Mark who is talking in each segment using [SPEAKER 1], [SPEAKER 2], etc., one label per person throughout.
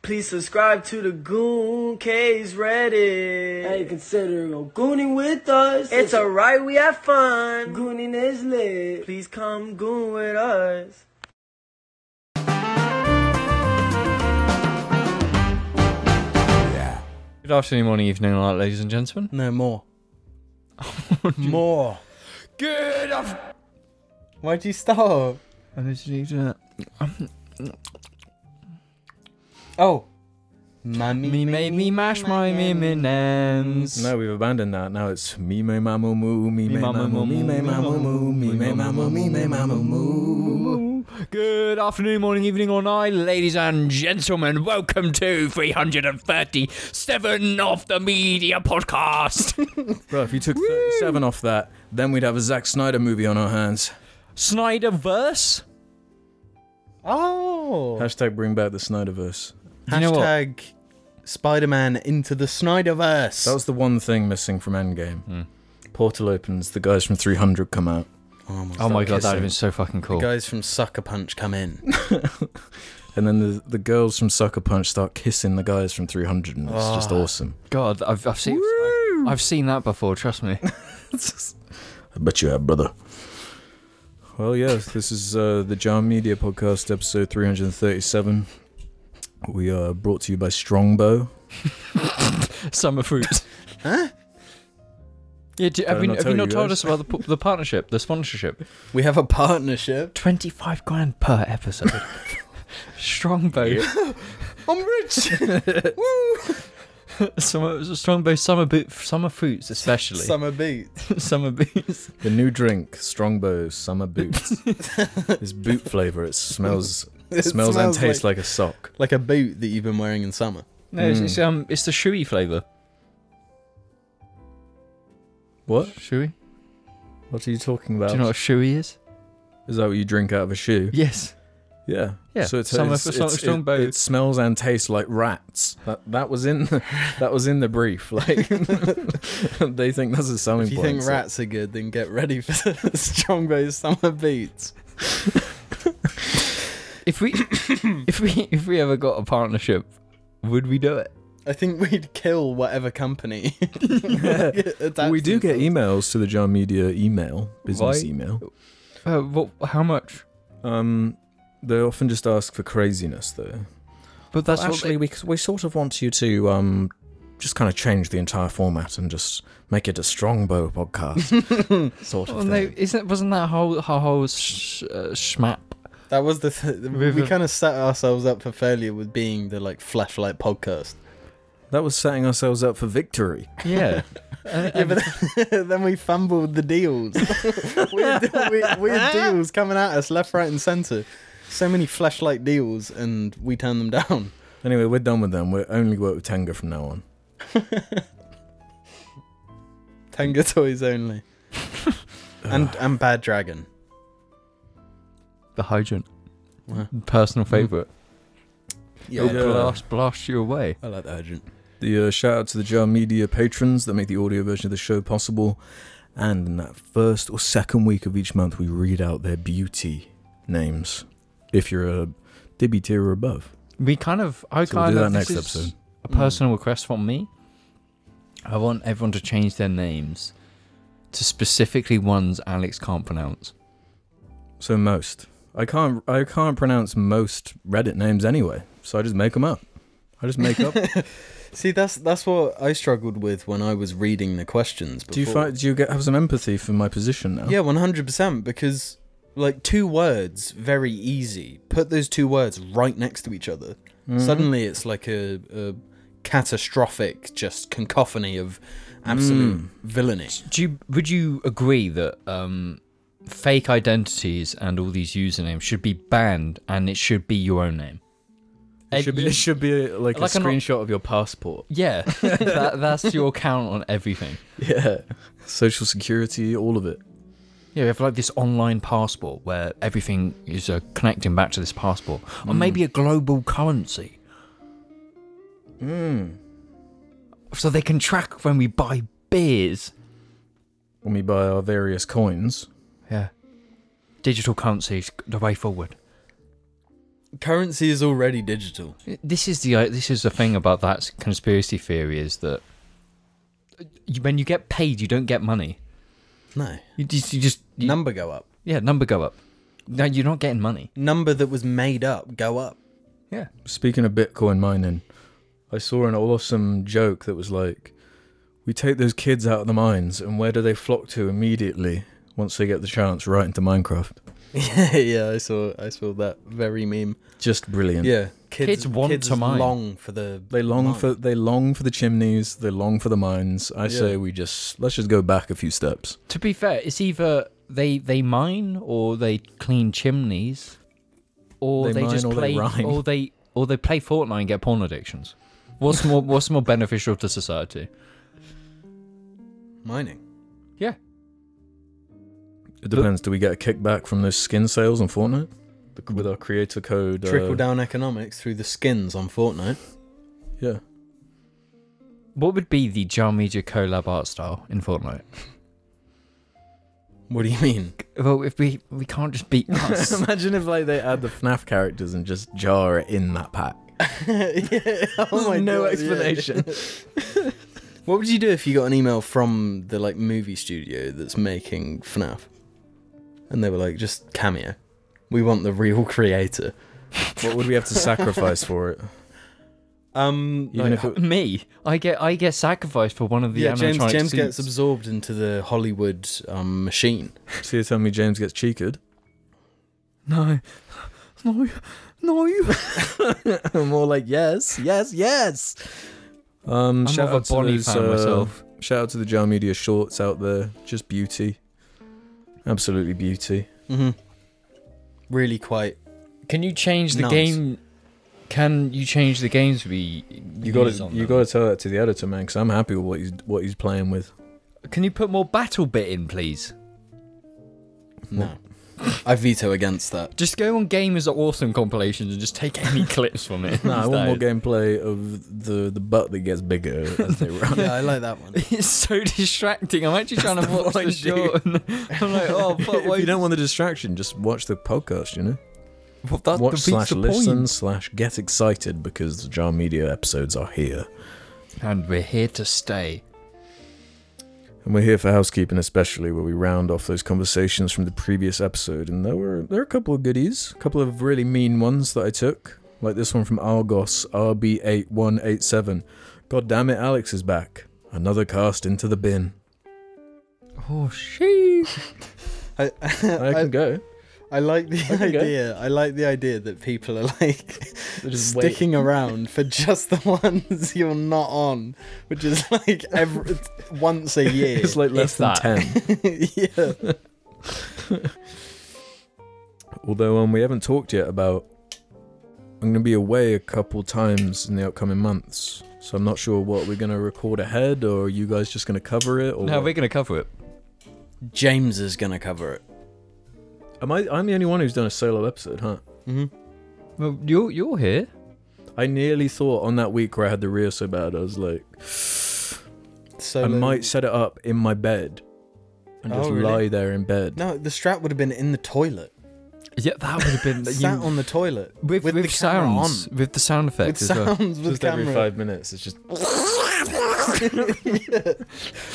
[SPEAKER 1] Please subscribe to the Goon Case Reddit.
[SPEAKER 2] Hey, consider gooning with us.
[SPEAKER 1] it's alright, we have fun.
[SPEAKER 2] gooning is lit.
[SPEAKER 1] Please come goon with us.
[SPEAKER 3] Good afternoon, morning, evening, night, ladies and gentlemen.
[SPEAKER 2] No more. more.
[SPEAKER 3] Good afternoon.
[SPEAKER 2] Why'd you stop?
[SPEAKER 3] I literally need to-
[SPEAKER 2] Oh, mummy.
[SPEAKER 3] Me made me mash my M&M's.
[SPEAKER 4] No, we've abandoned that. Now it's me me mamu moo me me
[SPEAKER 3] mamu,
[SPEAKER 4] mamu moo me me mamu moo me me mamu me me mamu moo.
[SPEAKER 3] Good afternoon, morning, evening, or night, ladies and gentlemen. Welcome to 337 of the Media Podcast.
[SPEAKER 4] Bro, if you took 37 off that, then we'd have a Zack Snyder movie on our hands.
[SPEAKER 3] Snyderverse?
[SPEAKER 2] Oh.
[SPEAKER 4] Hashtag bring back the Snyderverse.
[SPEAKER 3] you know what?
[SPEAKER 2] Hashtag Spider-Man into the Snyderverse.
[SPEAKER 4] That was the one thing missing from Endgame. Portal opens, the guys from 300 come out.
[SPEAKER 2] oh my
[SPEAKER 3] Oh my god, that would
[SPEAKER 4] Stop
[SPEAKER 3] have
[SPEAKER 4] kissing.
[SPEAKER 3] been so fucking cool.
[SPEAKER 2] Guys from Sucker Punch come in.
[SPEAKER 4] And then the, the girls from Sucker Punch start kissing the guys from 300, and it's just awesome.
[SPEAKER 3] God, I've, I've seen I've, I've seen that before, trust me.
[SPEAKER 4] I bet you have, brother. Well, yes, this is uh, the Jar Media Podcast, episode 337. We are brought to you by Strongbow.
[SPEAKER 3] Summer fruits.
[SPEAKER 2] Huh?
[SPEAKER 3] Yeah, do, have,
[SPEAKER 4] Better
[SPEAKER 3] we,
[SPEAKER 4] not
[SPEAKER 3] have you
[SPEAKER 4] tell
[SPEAKER 3] not
[SPEAKER 4] you
[SPEAKER 3] told us
[SPEAKER 4] guys.
[SPEAKER 3] about the, p- the partnership, the sponsorship?
[SPEAKER 2] we have a partnership.
[SPEAKER 3] 25 grand per episode. Strongbow.
[SPEAKER 2] I'm rich.
[SPEAKER 3] Summer, Strongbow summer boot, summer fruits especially.
[SPEAKER 2] Summer beat.
[SPEAKER 3] summer boots.
[SPEAKER 4] The new drink, Strongbow Summer Boots. it's boot flavor. It smells,
[SPEAKER 2] It
[SPEAKER 4] smells, and
[SPEAKER 2] smells
[SPEAKER 4] tastes like... a sock.
[SPEAKER 2] Like a boot that you've been wearing in summer.
[SPEAKER 3] No, it's, it's um it's the shoey flavor.
[SPEAKER 4] What?
[SPEAKER 3] Shoey?
[SPEAKER 4] What are you talking about?
[SPEAKER 3] Do you know what a shoey is?
[SPEAKER 4] Is that what you drink out of a shoe?
[SPEAKER 3] Yes.
[SPEAKER 4] Yeah.
[SPEAKER 3] Yeah,
[SPEAKER 4] So it's,
[SPEAKER 3] summer
[SPEAKER 4] it's,
[SPEAKER 3] for
[SPEAKER 4] it's-
[SPEAKER 3] strong
[SPEAKER 4] it,
[SPEAKER 3] boat.
[SPEAKER 4] it smells and tastes like rats. That that was in the, that was in the brief. Like they think that's a selling
[SPEAKER 2] If you
[SPEAKER 4] point.
[SPEAKER 2] think
[SPEAKER 4] so-
[SPEAKER 2] rats are good, then get ready for Strongbow's summer beats.
[SPEAKER 3] If we if we if we ever got a partnership, would we do it?
[SPEAKER 2] I think we'd kill whatever company.
[SPEAKER 4] Well, we do get emails to the John Media email business
[SPEAKER 3] Why?
[SPEAKER 4] email.
[SPEAKER 3] Uh, what, how much?
[SPEAKER 4] Um, they often just ask for craziness though.
[SPEAKER 3] But that's what
[SPEAKER 4] Actually, we we sort of want you to um. Just kind of change the entire format and just make it a strongbow podcast, sort
[SPEAKER 3] they,
[SPEAKER 4] of
[SPEAKER 3] well,
[SPEAKER 4] thing.
[SPEAKER 3] no, isn't wasn't that whole how whole sh- uh, schmap?
[SPEAKER 2] That was the th-
[SPEAKER 3] With
[SPEAKER 2] we
[SPEAKER 3] a-
[SPEAKER 2] kind of set ourselves up for failure with being the like flashlight podcast.
[SPEAKER 4] That was setting ourselves up for victory.
[SPEAKER 3] Yeah.
[SPEAKER 2] Yeah, but then, then we fumbled the deals. weird, weird, weird deals coming at us left, right, and centre. So many flashlight deals, and we turned them down.
[SPEAKER 4] Anyway, we're done with them. We only work with Tenga from now on.
[SPEAKER 2] Tenga toys only, and and Bad Dragon.
[SPEAKER 3] the hydrant.
[SPEAKER 2] Wow.
[SPEAKER 3] Personal favorite.
[SPEAKER 4] Mm.
[SPEAKER 2] Oh,
[SPEAKER 4] Yeah.
[SPEAKER 3] It'll blast blast you away.
[SPEAKER 2] I like the urgent.
[SPEAKER 4] The uh, shout out to the Jar Media patrons that make the audio version of the show possible. And in that first or second week of each month, we read out their beauty names. If you're a Dibby tier or above.
[SPEAKER 3] We kind of I
[SPEAKER 4] So we'll
[SPEAKER 3] kind
[SPEAKER 4] do
[SPEAKER 3] of
[SPEAKER 4] that
[SPEAKER 3] this
[SPEAKER 4] next
[SPEAKER 3] is
[SPEAKER 4] episode.
[SPEAKER 3] A personal
[SPEAKER 4] Mm.
[SPEAKER 3] request from me. I want everyone to change their names to specifically ones Alex can't pronounce.
[SPEAKER 4] So most. I can't I can't pronounce most Reddit names anyway, so I just make them up. I just make up.
[SPEAKER 2] See, that's that's what I struggled with when I was reading the questions. Before.
[SPEAKER 4] do you find do you get have some empathy for my position now?
[SPEAKER 2] Yeah, one hundred percent. Because like two words, very easy. Put those two words right next to each other. Suddenly, it's like a, a catastrophic, just cacophony of absolute villainy.
[SPEAKER 3] Do you, would you agree that um, fake identities and all these usernames should be banned and it should be your own name?
[SPEAKER 4] It should be, it should be uh, like,
[SPEAKER 3] Like
[SPEAKER 4] a
[SPEAKER 3] an o-
[SPEAKER 4] screenshot of your passport.
[SPEAKER 3] Yeah, that, that's your count on everything.
[SPEAKER 4] Yeah. Social security, all of it.
[SPEAKER 3] Yeah, we have like this online passport where everything is uh, connecting back to this passport, or maybe a global currency. So they can track when we buy beers.
[SPEAKER 4] When we buy our various coins.
[SPEAKER 3] Yeah. Digital currencies, the way forward.
[SPEAKER 2] currency is already digital.
[SPEAKER 3] This is the uh, this is the thing about that conspiracy theory is that you- when you get paid, you don't get money.
[SPEAKER 2] No.
[SPEAKER 3] You just you just you-
[SPEAKER 2] Number go up.
[SPEAKER 3] yeah number go up. No, you're not getting money.
[SPEAKER 2] Number that was made up go up.
[SPEAKER 3] Yeah,
[SPEAKER 4] Speaking of Bitcoin mining, I saw an awesome joke that was like, "We take those kids out of the mines, and where do they flock to immediately once they get the chance? Right into Minecraft.
[SPEAKER 2] yeah, yeah, I saw I saw that very meme.
[SPEAKER 4] Just brilliant.
[SPEAKER 2] Yeah.
[SPEAKER 3] Kids want to mine.
[SPEAKER 2] long for the
[SPEAKER 4] They long
[SPEAKER 2] mine.
[SPEAKER 4] for they long for the chimneys. They long for the mines. I
[SPEAKER 2] Yeah.
[SPEAKER 4] say we just let's just go back a few steps.
[SPEAKER 3] To be fair, it's either they they mine or they clean chimneys, or
[SPEAKER 4] They
[SPEAKER 3] they,
[SPEAKER 4] mine
[SPEAKER 3] just
[SPEAKER 4] or they
[SPEAKER 3] play
[SPEAKER 4] rhyme.
[SPEAKER 3] or they or they play Fortnite and get porn addictions. What's more What's more beneficial to society?
[SPEAKER 2] mining.
[SPEAKER 3] Yeah,
[SPEAKER 4] It depends. do we get a kickback from those skin sales on Fortnite The- with our creator code? uh,
[SPEAKER 2] Trickle down economics through the skins on Fortnite.
[SPEAKER 4] Yeah.
[SPEAKER 3] what would be the Jar Media collab art style in Fortnite?
[SPEAKER 2] What do you mean?
[SPEAKER 3] Well, if we we can't just be us.
[SPEAKER 4] Imagine if like they add the FNAF characters and just jar it in that pack.
[SPEAKER 2] yeah, oh my
[SPEAKER 4] no
[SPEAKER 2] God, yeah.
[SPEAKER 4] explanation.
[SPEAKER 2] What would you do if you got an email from the like movie studio that's making FNAF? And they were like, just cameo. We want the real creator.
[SPEAKER 4] what would we have to sacrifice for it?
[SPEAKER 2] Um
[SPEAKER 4] Even
[SPEAKER 2] like-
[SPEAKER 4] if it,
[SPEAKER 3] Me, I get I get sacrificed for one of the
[SPEAKER 2] yeah,
[SPEAKER 3] animatronic
[SPEAKER 2] James, James
[SPEAKER 3] suits.
[SPEAKER 2] gets absorbed into the Hollywood um, machine.
[SPEAKER 4] so you're telling me James gets cheated?
[SPEAKER 3] no, no, no.
[SPEAKER 4] More like yes, yes, yes.
[SPEAKER 3] I'm
[SPEAKER 4] Um, shout
[SPEAKER 3] more
[SPEAKER 4] out
[SPEAKER 3] of
[SPEAKER 4] to
[SPEAKER 3] a Bonnie
[SPEAKER 4] those,
[SPEAKER 3] fan
[SPEAKER 4] uh,
[SPEAKER 3] myself.
[SPEAKER 4] Shout out to the Jar Media shorts out there. Just beauty, absolutely beauty.
[SPEAKER 2] Mm-hmm. Really quite.
[SPEAKER 3] Can you change the
[SPEAKER 2] Nice.
[SPEAKER 3] game? Can you change the games we
[SPEAKER 4] You got
[SPEAKER 3] use
[SPEAKER 4] to
[SPEAKER 3] on
[SPEAKER 4] you
[SPEAKER 3] them?
[SPEAKER 4] got to tell that to the editor, man, because I'm happy with what he's what he's playing with.
[SPEAKER 3] Can you put more battle bit in, please?
[SPEAKER 2] No. I veto against that.
[SPEAKER 3] Just go on Gamers Are Awesome compilations and just take any clips from it.
[SPEAKER 4] No, I want more
[SPEAKER 3] instead.
[SPEAKER 4] gameplay of the the butt that gets bigger as they run.
[SPEAKER 2] Yeah, I like that one.
[SPEAKER 3] It's so distracting. I'm actually trying to
[SPEAKER 4] the
[SPEAKER 3] watch
[SPEAKER 4] point,
[SPEAKER 3] the
[SPEAKER 4] dude.
[SPEAKER 3] short. and I'm like, oh, but
[SPEAKER 4] if
[SPEAKER 3] why?
[SPEAKER 4] you don't want the distraction, just watch the podcast. You know,
[SPEAKER 3] well, that
[SPEAKER 4] watch
[SPEAKER 3] defeats
[SPEAKER 4] slash
[SPEAKER 3] the
[SPEAKER 4] listen slash get excited because the Jar Media episodes are here,
[SPEAKER 3] point. And we're here to stay.
[SPEAKER 4] and we're here for housekeeping, especially where we round off those conversations from the previous episode. And there were there are a couple of goodies, a couple of really mean ones that I took, like this one from Argos RB eight one eight seven. God damn it, Alex is back. Another cast into the bin.
[SPEAKER 3] Oh, she.
[SPEAKER 2] I,
[SPEAKER 4] I can
[SPEAKER 2] Uh, I,
[SPEAKER 4] go.
[SPEAKER 2] I like the
[SPEAKER 4] can go.
[SPEAKER 2] idea. I like the idea that people are like
[SPEAKER 4] just wait.
[SPEAKER 2] sticking around for just the ones you're not on, which is like every once a year.
[SPEAKER 4] It's like less
[SPEAKER 3] If
[SPEAKER 4] than
[SPEAKER 3] that.
[SPEAKER 4] ten.
[SPEAKER 2] yeah.
[SPEAKER 4] Although um, we haven't talked yet about, I'm going to be away a couple times in the upcoming months, so I'm not sure what we're going to record ahead, or are you guys just going to cover it, or
[SPEAKER 3] Now
[SPEAKER 4] what?
[SPEAKER 3] we're gonna cover it.
[SPEAKER 2] James is gonna cover it.
[SPEAKER 4] am I? I'm the only one who's done a solo episode, huh?
[SPEAKER 2] Mm-hmm.
[SPEAKER 3] Well, you're you're here.
[SPEAKER 4] I nearly thought on that week where I had the rear so bad, I was like,
[SPEAKER 2] So uh,
[SPEAKER 4] I might set it up in my bed and
[SPEAKER 2] Oh,
[SPEAKER 4] just
[SPEAKER 2] really?
[SPEAKER 4] lie there in bed.
[SPEAKER 2] No, the strap would have been in the toilet.
[SPEAKER 3] Yeah, that would have been
[SPEAKER 2] Sat on the toilet
[SPEAKER 3] with, with,
[SPEAKER 2] the camera
[SPEAKER 3] sounds, with the sound
[SPEAKER 2] on.
[SPEAKER 3] effects
[SPEAKER 2] With
[SPEAKER 3] as well.
[SPEAKER 2] sounds, with
[SPEAKER 4] Just every
[SPEAKER 2] camera.
[SPEAKER 4] five minutes, it's just.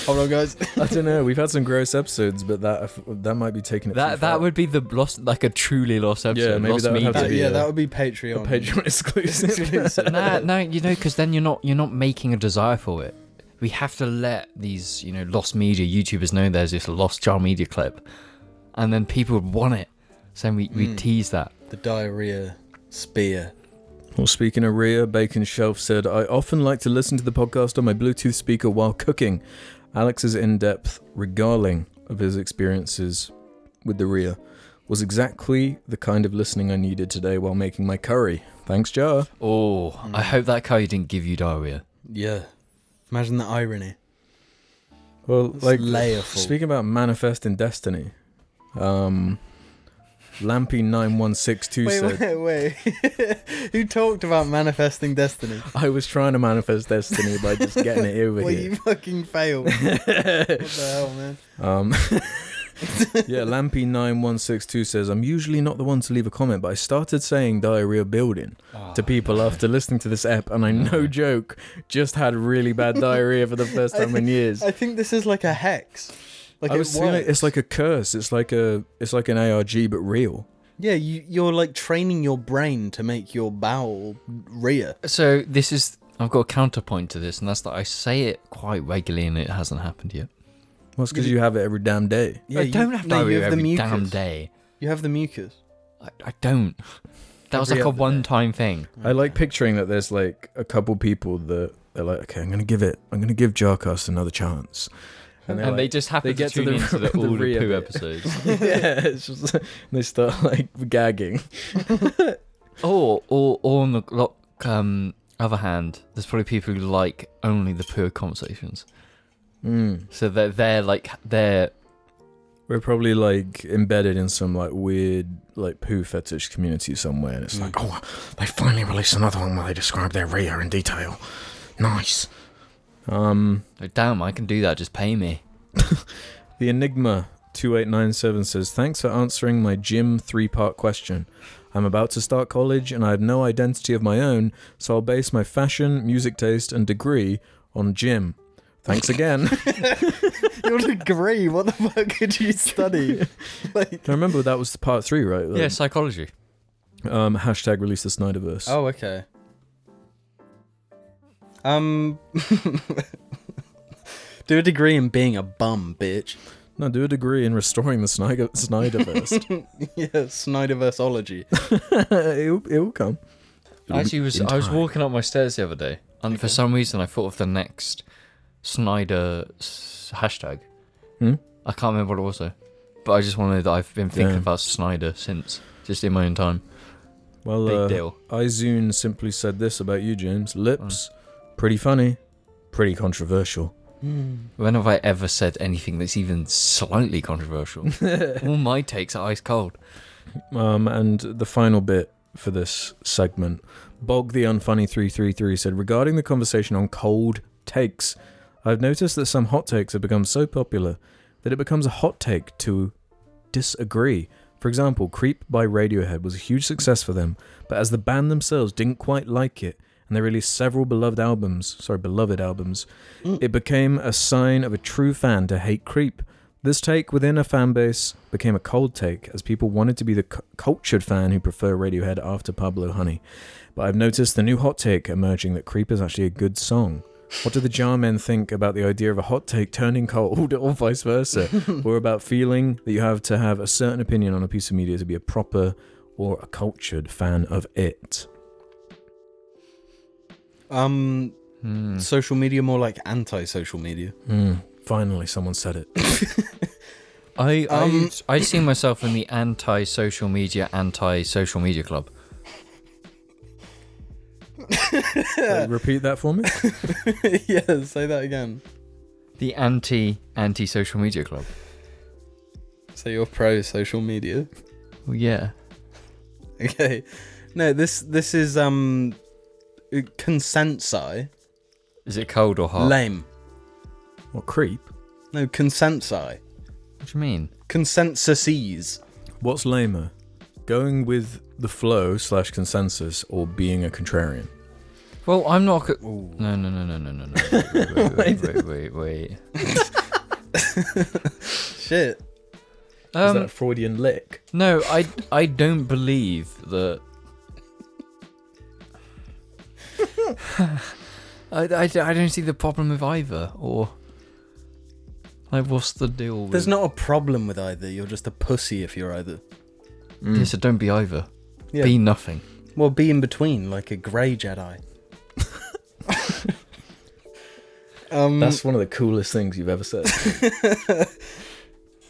[SPEAKER 2] Hold on, guys.
[SPEAKER 4] I don't know. We've had some gross episodes, but that that might be taking it. too
[SPEAKER 3] That
[SPEAKER 4] far.
[SPEAKER 3] that would be the lost, like a truly lost episode.
[SPEAKER 4] maybe
[SPEAKER 3] lost
[SPEAKER 4] that would have to
[SPEAKER 2] That-
[SPEAKER 3] media.
[SPEAKER 4] be
[SPEAKER 2] Uh, yeah,
[SPEAKER 4] a-
[SPEAKER 2] that would be
[SPEAKER 4] a
[SPEAKER 2] Patreon.
[SPEAKER 4] Patreon exclusive.
[SPEAKER 2] exclusive.
[SPEAKER 3] nah, no, you know, because then you're not you're not making a desire for it. We have to let these you know lost media YouTubers know there's this lost jar media clip, and then people would want it. So then we, we tease that.
[SPEAKER 2] The diarrhea spear.
[SPEAKER 4] Well, speaking of Rhea, Bacon Shelf said, I often like to listen to the podcast on my Bluetooth speaker while cooking. Alex's in depth regaling of his experiences with the Rhea was exactly the kind of listening I needed today while making my curry. Thanks, Jar.
[SPEAKER 3] Oh, I hope that guy didn't give you diarrhea.
[SPEAKER 2] Yeah. Imagine the irony.
[SPEAKER 4] Well,
[SPEAKER 2] It's
[SPEAKER 4] like,
[SPEAKER 2] layerful.
[SPEAKER 4] speaking about manifesting destiny, um, Lampy9162
[SPEAKER 2] Wait,
[SPEAKER 4] said,
[SPEAKER 2] wait, wait. Who talked about manifesting destiny?
[SPEAKER 4] I was trying to manifest destiny by just getting it over
[SPEAKER 2] Well,
[SPEAKER 4] here.
[SPEAKER 2] you fucking failed. what the hell, man?
[SPEAKER 4] Um, yeah, Lampy9162 says, I'm usually not the one to leave a comment, but I started saying diarrhea building to people after listening to this app, and I, no joke, just had really bad diarrhea for the first time in years.
[SPEAKER 2] I think this is like a hex. Like
[SPEAKER 4] I
[SPEAKER 2] it
[SPEAKER 4] was feeling
[SPEAKER 2] works.
[SPEAKER 4] it's like a curse. It's like a it's like an ARG but real.
[SPEAKER 2] yeah, you, you're like training your brain to make your bowel rear.
[SPEAKER 3] So this is I've got a counterpoint to this, and that's that I say it quite regularly, and it hasn't happened yet.
[SPEAKER 4] Well, it's because you have it every damn day.
[SPEAKER 2] Yeah,
[SPEAKER 3] I
[SPEAKER 2] you-
[SPEAKER 3] don't have
[SPEAKER 2] no, you
[SPEAKER 3] diarrhea
[SPEAKER 2] have the
[SPEAKER 3] every
[SPEAKER 2] mucus.
[SPEAKER 3] damn day.
[SPEAKER 2] You have the mucus.
[SPEAKER 3] I, I don't. That was
[SPEAKER 2] Every
[SPEAKER 3] like a
[SPEAKER 2] other day.
[SPEAKER 3] one-time thing.
[SPEAKER 4] I like picturing that there's like a couple people that they're like, okay, I'm gonna give it, I'm gonna give Jarcast another chance,
[SPEAKER 3] And,
[SPEAKER 4] they're
[SPEAKER 3] they
[SPEAKER 4] like-
[SPEAKER 3] just happen
[SPEAKER 4] they get
[SPEAKER 3] to
[SPEAKER 4] to
[SPEAKER 3] tune
[SPEAKER 4] the-
[SPEAKER 3] into the,
[SPEAKER 4] the
[SPEAKER 3] all the
[SPEAKER 4] rear
[SPEAKER 3] poo
[SPEAKER 4] bit.
[SPEAKER 3] episodes.
[SPEAKER 4] yeah, it's just and they start like gagging.
[SPEAKER 3] or, or, or on the lo- um, other hand, there's probably people who like only the poo conversations.
[SPEAKER 4] Mm.
[SPEAKER 3] So they're they're like they're
[SPEAKER 4] We're probably like embedded in some like weird like poo fetish community somewhere, and it's like, oh, they finally released another one where they describe their rear in detail. Nice. Um,
[SPEAKER 3] like, damn, I can do that. Just pay me.
[SPEAKER 4] the Enigma two eight nine seven says, "Thanks for answering my gym three part question. I'm about to start college, and I have no identity of my own, so I'll base my fashion, music taste, and degree on gym." Thanks again.
[SPEAKER 2] Your degree? What the fuck could you study? Like,
[SPEAKER 4] I remember that was part three, right?
[SPEAKER 3] Yeah, psychology.
[SPEAKER 4] Um, hashtag release the Snyderverse.
[SPEAKER 2] oh, okay. Um, do a degree in being a bum, bitch.
[SPEAKER 4] No, do a degree in restoring the Snyder Snyderverse.
[SPEAKER 2] Yeah, Snyderverseology.
[SPEAKER 4] it'll, it'll come.
[SPEAKER 3] I actually was
[SPEAKER 4] In
[SPEAKER 3] I was
[SPEAKER 4] time.
[SPEAKER 3] walking up my stairs the other day, and for some reason I thought of the next Snyder s- hashtag.
[SPEAKER 4] Hmm?
[SPEAKER 3] I can't remember what it was though, but I just want to know that I've been thinking
[SPEAKER 4] Yeah.
[SPEAKER 3] about Snyder since, just in my own time.
[SPEAKER 4] Well,
[SPEAKER 3] Big
[SPEAKER 4] uh,
[SPEAKER 3] deal.
[SPEAKER 4] iZoon simply said this about you, James. Lips,
[SPEAKER 3] Mm.
[SPEAKER 4] pretty funny, pretty controversial.
[SPEAKER 3] When have I ever said anything that's even slightly controversial? All my takes are ice cold.
[SPEAKER 4] Um, and the final bit for this segment, Bog the Unfunny three three three said regarding the conversation on cold takes, I've noticed that some hot takes have become so popular that it becomes a hot take to disagree. For example, Creep by Radiohead was a huge success for them, but as the band themselves didn't quite like it and they released several beloved albums, sorry, beloved albums, it became a sign of a true fan to hate Creep. This take within a fan base became a cold take as people wanted to be the cu- cultured fan who prefer Radiohead after Pablo Honey. But I've noticed the new hot take emerging that Creep is actually a good song. What do the jar men think about the idea of a hot take turning cold or vice versa? or about feeling that you have to have a certain opinion on a piece of media to be a proper or a cultured fan of it?
[SPEAKER 2] Um,
[SPEAKER 4] Hmm.
[SPEAKER 2] social media more like anti-social media.
[SPEAKER 4] Finally, someone said it.
[SPEAKER 3] I um, I, I see myself in the anti-social media, anti-social media club.
[SPEAKER 4] Wait, repeat that for me.
[SPEAKER 2] yeah, say that again.
[SPEAKER 3] The anti anti-social media club.
[SPEAKER 2] So you're pro social media.
[SPEAKER 3] Well, yeah.
[SPEAKER 2] Okay. No, this this is um uh, consensi.
[SPEAKER 3] Is it cold or hot?
[SPEAKER 2] Lame.
[SPEAKER 4] What creep?
[SPEAKER 2] No, consensi.
[SPEAKER 3] what do you mean?
[SPEAKER 2] Consensuses.
[SPEAKER 4] What's lamer, going with the flow slash consensus or being a contrarian?
[SPEAKER 3] Well, I'm not. Co- no, no, no, no, no, no, no. Wait, wait, wait, wait. wait.
[SPEAKER 2] Shit.
[SPEAKER 4] Is that
[SPEAKER 3] Um,
[SPEAKER 4] a Freudian lick?
[SPEAKER 3] no, I, I don't believe that. I, I, I don't see the problem with either. Or like, what's the deal? With,
[SPEAKER 2] There's not a problem with either. You're just a pussy if you're either.
[SPEAKER 3] Yeah, so don't be either.
[SPEAKER 2] Yeah.
[SPEAKER 3] Be nothing.
[SPEAKER 2] Well, be in between, like a grey Jedi. um.
[SPEAKER 4] That's one of the coolest things you've ever said.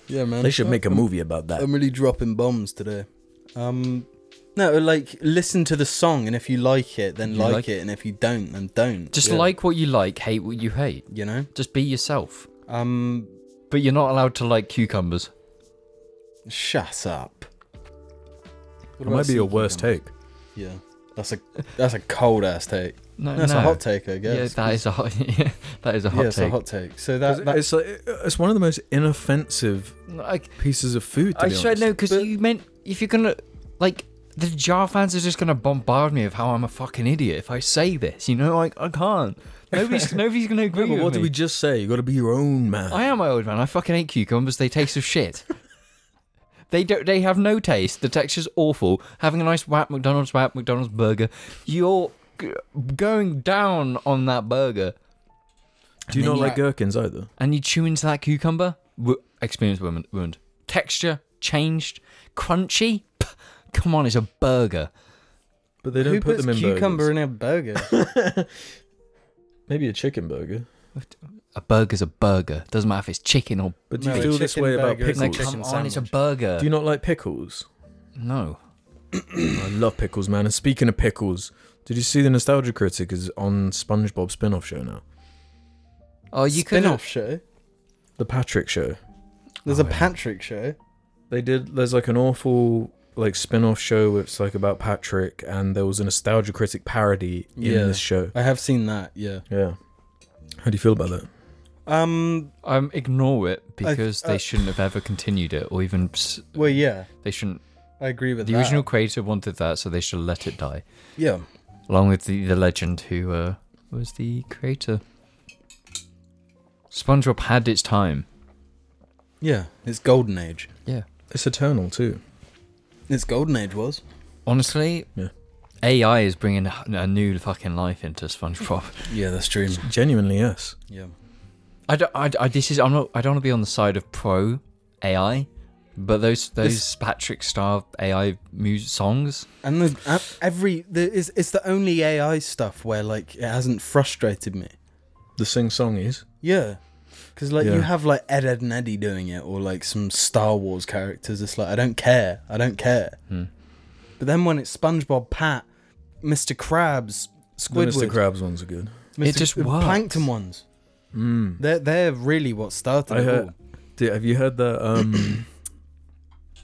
[SPEAKER 2] yeah, man.
[SPEAKER 4] they should make a movie about that.
[SPEAKER 2] I'm really dropping bombs today. Um. No, like listen to the song, and if you like it, then
[SPEAKER 3] You
[SPEAKER 2] like,
[SPEAKER 3] like-
[SPEAKER 2] it, and if you don't, then don't.
[SPEAKER 3] Just
[SPEAKER 2] Yeah.
[SPEAKER 3] like what you like, hate what you hate.
[SPEAKER 2] you know.
[SPEAKER 3] Just be yourself.
[SPEAKER 2] Um.
[SPEAKER 3] But you're not allowed to like cucumbers.
[SPEAKER 2] Shut up.
[SPEAKER 4] It might be your worst take.
[SPEAKER 2] Yeah. That's a that's a cold ass take.
[SPEAKER 3] No,
[SPEAKER 2] That's
[SPEAKER 3] no.
[SPEAKER 2] a hot take, I
[SPEAKER 3] Yeah,
[SPEAKER 2] guess.
[SPEAKER 3] that is a hot. yeah, that is a
[SPEAKER 2] Yeah,
[SPEAKER 3] hot
[SPEAKER 2] it's a
[SPEAKER 3] take.
[SPEAKER 2] hot take. So
[SPEAKER 4] 'Cause
[SPEAKER 2] that, that
[SPEAKER 4] it's like, it's one of the most inoffensive
[SPEAKER 3] Like,
[SPEAKER 4] pieces of food. To
[SPEAKER 3] I
[SPEAKER 4] be
[SPEAKER 3] just don't know
[SPEAKER 4] honest.
[SPEAKER 3] because
[SPEAKER 2] But-
[SPEAKER 3] you meant if you're gonna like the jar fans are just gonna bombard me of how I'm a fucking idiot if I say this. You know, like I can't. Nobody's nobody's gonna agree
[SPEAKER 4] Yeah, but
[SPEAKER 3] with
[SPEAKER 4] what did
[SPEAKER 3] me.
[SPEAKER 4] we just say? You got to be your own man.
[SPEAKER 3] I am my old man. I fucking hate cucumbers. They taste of shit. they don't. They have no taste. The texture's awful. Having a nice wrap, McDonald's wrap, McDonald's burger. You're g- going down on that burger,
[SPEAKER 4] Do you
[SPEAKER 3] And
[SPEAKER 4] not
[SPEAKER 3] then
[SPEAKER 4] like gherkins either?
[SPEAKER 3] and you chew into that cucumber. W- experience ruined. ruined. Texture changed. Crunchy. Pff, come on, it's a burger.
[SPEAKER 4] But they don't
[SPEAKER 2] who
[SPEAKER 4] put
[SPEAKER 2] puts
[SPEAKER 4] them in
[SPEAKER 2] cucumber
[SPEAKER 4] burgers.
[SPEAKER 2] in a burger?
[SPEAKER 4] Maybe a chicken burger.
[SPEAKER 3] A burger's a burger. Doesn't matter if it's chicken or.
[SPEAKER 4] But do
[SPEAKER 2] No,
[SPEAKER 4] you
[SPEAKER 2] a
[SPEAKER 4] feel this
[SPEAKER 2] chicken
[SPEAKER 4] way about
[SPEAKER 2] burger is
[SPEAKER 4] pickles?
[SPEAKER 2] a
[SPEAKER 3] No,
[SPEAKER 2] chicken
[SPEAKER 3] come on, it's a
[SPEAKER 2] sandwich.
[SPEAKER 3] burger.
[SPEAKER 4] Do you not like pickles?
[SPEAKER 3] no.
[SPEAKER 4] I love pickles, man. And speaking of pickles, did you see the Nostalgia Critic is on SpongeBob spin-off show now?
[SPEAKER 3] Oh, you could.
[SPEAKER 2] Spin-off show.
[SPEAKER 4] The Patrick show.
[SPEAKER 2] There's
[SPEAKER 3] Oh,
[SPEAKER 2] a
[SPEAKER 3] yeah.
[SPEAKER 2] Patrick show.
[SPEAKER 4] They did. There's like an awful like spin-off show. where It's like about Patrick, and there was a Nostalgia Critic parody in
[SPEAKER 2] Yeah.
[SPEAKER 4] this show.
[SPEAKER 2] I have seen that. Yeah.
[SPEAKER 4] Yeah. How do you feel about that?
[SPEAKER 2] Um.
[SPEAKER 3] Um, ignore it because
[SPEAKER 2] uh,
[SPEAKER 3] they shouldn't have ever continued it, or even s-
[SPEAKER 2] Well, yeah,
[SPEAKER 3] they shouldn't.
[SPEAKER 2] I agree with
[SPEAKER 3] The
[SPEAKER 2] that.
[SPEAKER 3] original creator wanted that, so they should have let it die,
[SPEAKER 2] Yeah.
[SPEAKER 3] along with the, the legend who uh, was the creator. SpongeBob had its time.
[SPEAKER 2] Yeah. It's golden age.
[SPEAKER 3] Yeah.
[SPEAKER 4] It's eternal too.
[SPEAKER 2] It's golden age was.
[SPEAKER 3] Honestly,
[SPEAKER 4] Yeah.
[SPEAKER 3] AI is bringing a, a new fucking life into SpongeBob.
[SPEAKER 2] Yeah, that's true.
[SPEAKER 4] Genuinely, yes.
[SPEAKER 2] Yeah.
[SPEAKER 3] I don't. I, I- this is. I'm not. I don't want to be on the side of pro AI, but those those
[SPEAKER 2] This-
[SPEAKER 3] Patrick Star AI music songs.
[SPEAKER 2] And the uh, every the is it's the only AI stuff where like it hasn't frustrated me.
[SPEAKER 4] The sing song is.
[SPEAKER 2] Yeah. Because like you
[SPEAKER 4] Yeah.
[SPEAKER 2] have like Ed, Ed and Eddie doing it, or like some Star Wars characters. It's like I don't care, I don't care. But then when it's SpongeBob, Pat, Mr. Krabs,
[SPEAKER 4] The
[SPEAKER 2] Squidward,
[SPEAKER 4] Mr. Krabs ones are good.
[SPEAKER 3] It just
[SPEAKER 2] the
[SPEAKER 3] works.
[SPEAKER 2] Plankton ones.
[SPEAKER 4] Mm.
[SPEAKER 2] They're they're really what started
[SPEAKER 4] I
[SPEAKER 2] it
[SPEAKER 4] heard.
[SPEAKER 2] all.
[SPEAKER 4] Dude, have you heard that? Um,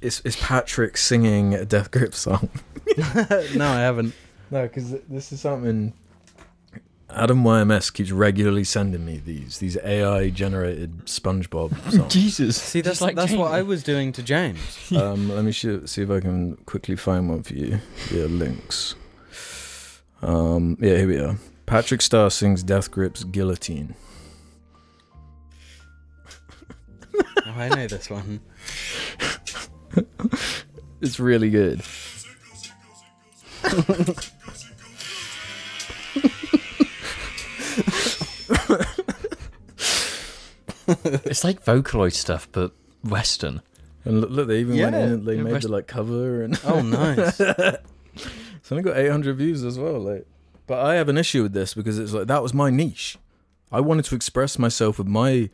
[SPEAKER 4] it's it's Patrick singing a Death Grip song.
[SPEAKER 2] no, I haven't.
[SPEAKER 4] No, because this is something. Adam YMS keeps regularly sending me these these AI generated SpongeBob songs.
[SPEAKER 3] Jesus.
[SPEAKER 2] See, that's that's what I was doing to James.
[SPEAKER 4] um, let me sh- see if I can quickly find one for you. Yeah, links. Um, yeah, here we are. Patrick Starr sings Death Grip's Guillotine.
[SPEAKER 2] Oh, I know this one.
[SPEAKER 4] It's really good.
[SPEAKER 3] It's like Vocaloid stuff, but Western.
[SPEAKER 4] And look, look they even went
[SPEAKER 2] Yeah.
[SPEAKER 4] in and they
[SPEAKER 3] Yeah,
[SPEAKER 4] made
[SPEAKER 3] rest-
[SPEAKER 4] the like cover and
[SPEAKER 2] Oh, nice.
[SPEAKER 4] It's only got 800 views as well. Like, but I have an issue with this because it's like that was my niche. I wanted to express myself with my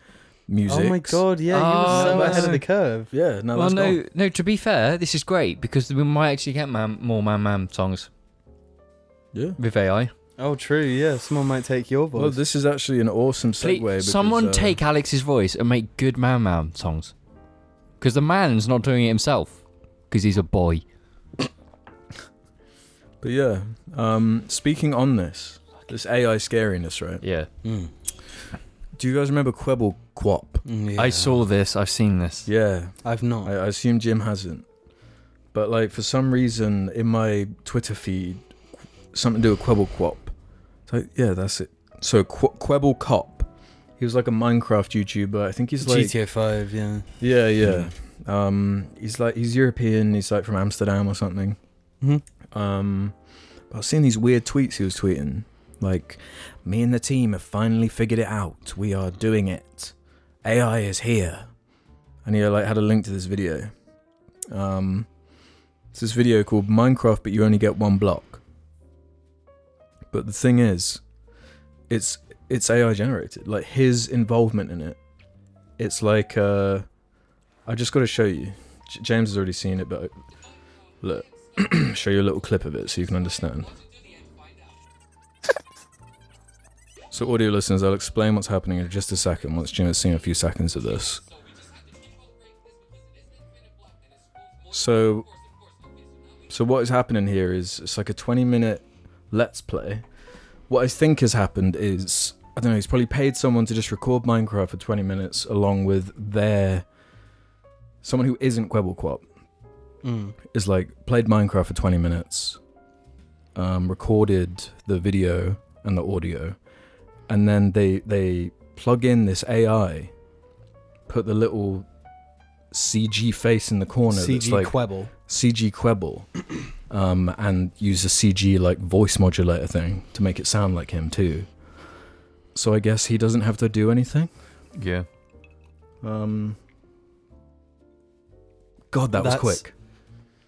[SPEAKER 4] music.
[SPEAKER 2] Oh my god, yeah, you
[SPEAKER 3] Oh,
[SPEAKER 2] were so ahead
[SPEAKER 3] no.
[SPEAKER 2] of the curve.
[SPEAKER 4] Yeah, now
[SPEAKER 3] well,
[SPEAKER 4] that's
[SPEAKER 3] no,
[SPEAKER 4] gone.
[SPEAKER 3] no. To be fair, this is great because we might actually get man, more man man songs
[SPEAKER 4] Yeah.
[SPEAKER 3] with AI.
[SPEAKER 2] Oh, true. Yeah, someone might take your voice.
[SPEAKER 4] Well, this is actually an awesome
[SPEAKER 3] Please,
[SPEAKER 4] segue. Because,
[SPEAKER 3] someone
[SPEAKER 4] uh,
[SPEAKER 3] take Alex's voice and make good man man songs, because the man's not doing it himself, because he's a boy.
[SPEAKER 4] But yeah, um, speaking on this, this AI scariness, right?
[SPEAKER 3] Yeah.
[SPEAKER 2] Mm.
[SPEAKER 4] Do you guys remember Quibble Quap?
[SPEAKER 2] Mm,
[SPEAKER 3] I
[SPEAKER 2] yeah.
[SPEAKER 3] saw this. I've seen this.
[SPEAKER 4] Yeah,
[SPEAKER 2] I've not.
[SPEAKER 4] I, I assume Jim hasn't. But like for some reason in my Twitter feed, something to do with Quibble Quop. It's like yeah, that's it. So Qu- Quibble Cop. He was like a Minecraft YouTuber. I think he's like
[SPEAKER 2] GTA 5, yeah.
[SPEAKER 4] yeah, yeah. Um, he's like he's European. He's like from Amsterdam or something.
[SPEAKER 2] Mhm.
[SPEAKER 4] Um, I was seeing these weird tweets he was tweeting, like, "Me and the team have finally figured it out. We are doing it. AI is here." And he like had a link to this video. Um, it's this video called Minecraft, but you only get one block. But the thing is, it's it's AI generated. Like his involvement in it, it's like uh, I just got to show you. J- James has already seen it, but look, show you a little clip of it so you can understand. so, audio listeners, I'll explain what's happening in just a second once Jim has seen a few seconds of this. So, so what is happening here is it's like a 20 minute Let's Play, what I think has happened is I don't know. He's probably paid someone to just record Minecraft for 20 minutes along with their someone who isn't Quebblequap
[SPEAKER 2] Mm.
[SPEAKER 4] is like played Minecraft for 20 minutes, um, recorded the video and the audio, and then they they plug in this AI, put the little CG face in the corner that's
[SPEAKER 2] CG
[SPEAKER 4] like
[SPEAKER 2] Quebble.
[SPEAKER 4] CG Quebble, um, and use a CG like voice modulator thing to make it sound like him too. So I guess he doesn't have to do anything.
[SPEAKER 3] Yeah.
[SPEAKER 4] Um, God, that
[SPEAKER 2] That's-
[SPEAKER 4] was quick.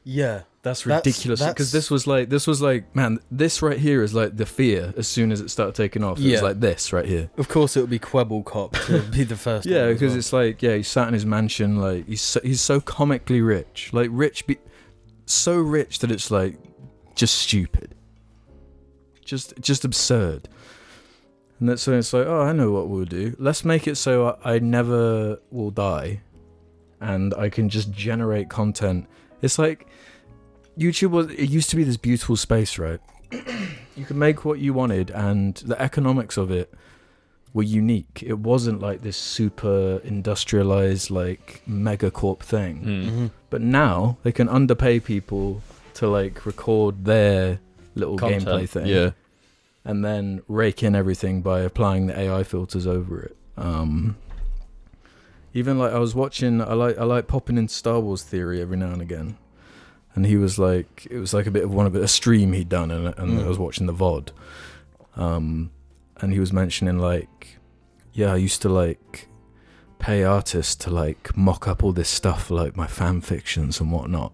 [SPEAKER 2] Yeah.
[SPEAKER 4] That's
[SPEAKER 2] That's-
[SPEAKER 4] ridiculous. Because
[SPEAKER 2] that's-
[SPEAKER 4] this was like, this was like, man, this right here is like the fear. As soon as it started taking off, it
[SPEAKER 2] Yeah.
[SPEAKER 4] was like this right here.
[SPEAKER 2] Of course, it would be Quebble Cop to be the first.
[SPEAKER 4] Yeah,
[SPEAKER 2] one as
[SPEAKER 4] because
[SPEAKER 2] well.
[SPEAKER 4] it's like, yeah, he sat in his mansion, like he's so, he's so comically rich, like rich, be- so rich that it's like just stupid, just just absurd. And that's when it's like, oh, I know what we'll do. Let's make it so I, I never will die, and I can just generate content. It's like YouTube was. It used to be this beautiful space, right? you could make what you wanted, and the economics of it were unique. It wasn't like this super industrialized, like megacorp thing.
[SPEAKER 3] Mm. Hmm.
[SPEAKER 2] Mhm.
[SPEAKER 4] But now they can underpay people to like record their little gameplay thing,
[SPEAKER 3] Yeah.
[SPEAKER 4] and then rake in everything by applying the AI filters over it. Um, even like I was watching, I like I like popping in Star Wars Theory every now and again, and he was like, it was like a bit of one of a stream he'd done, and, and I
[SPEAKER 2] Mm.
[SPEAKER 4] was watching the VOD, um, and he was mentioning like, yeah, I used to like pay artists to like mock up all this stuff, like my fan fictions and whatnot,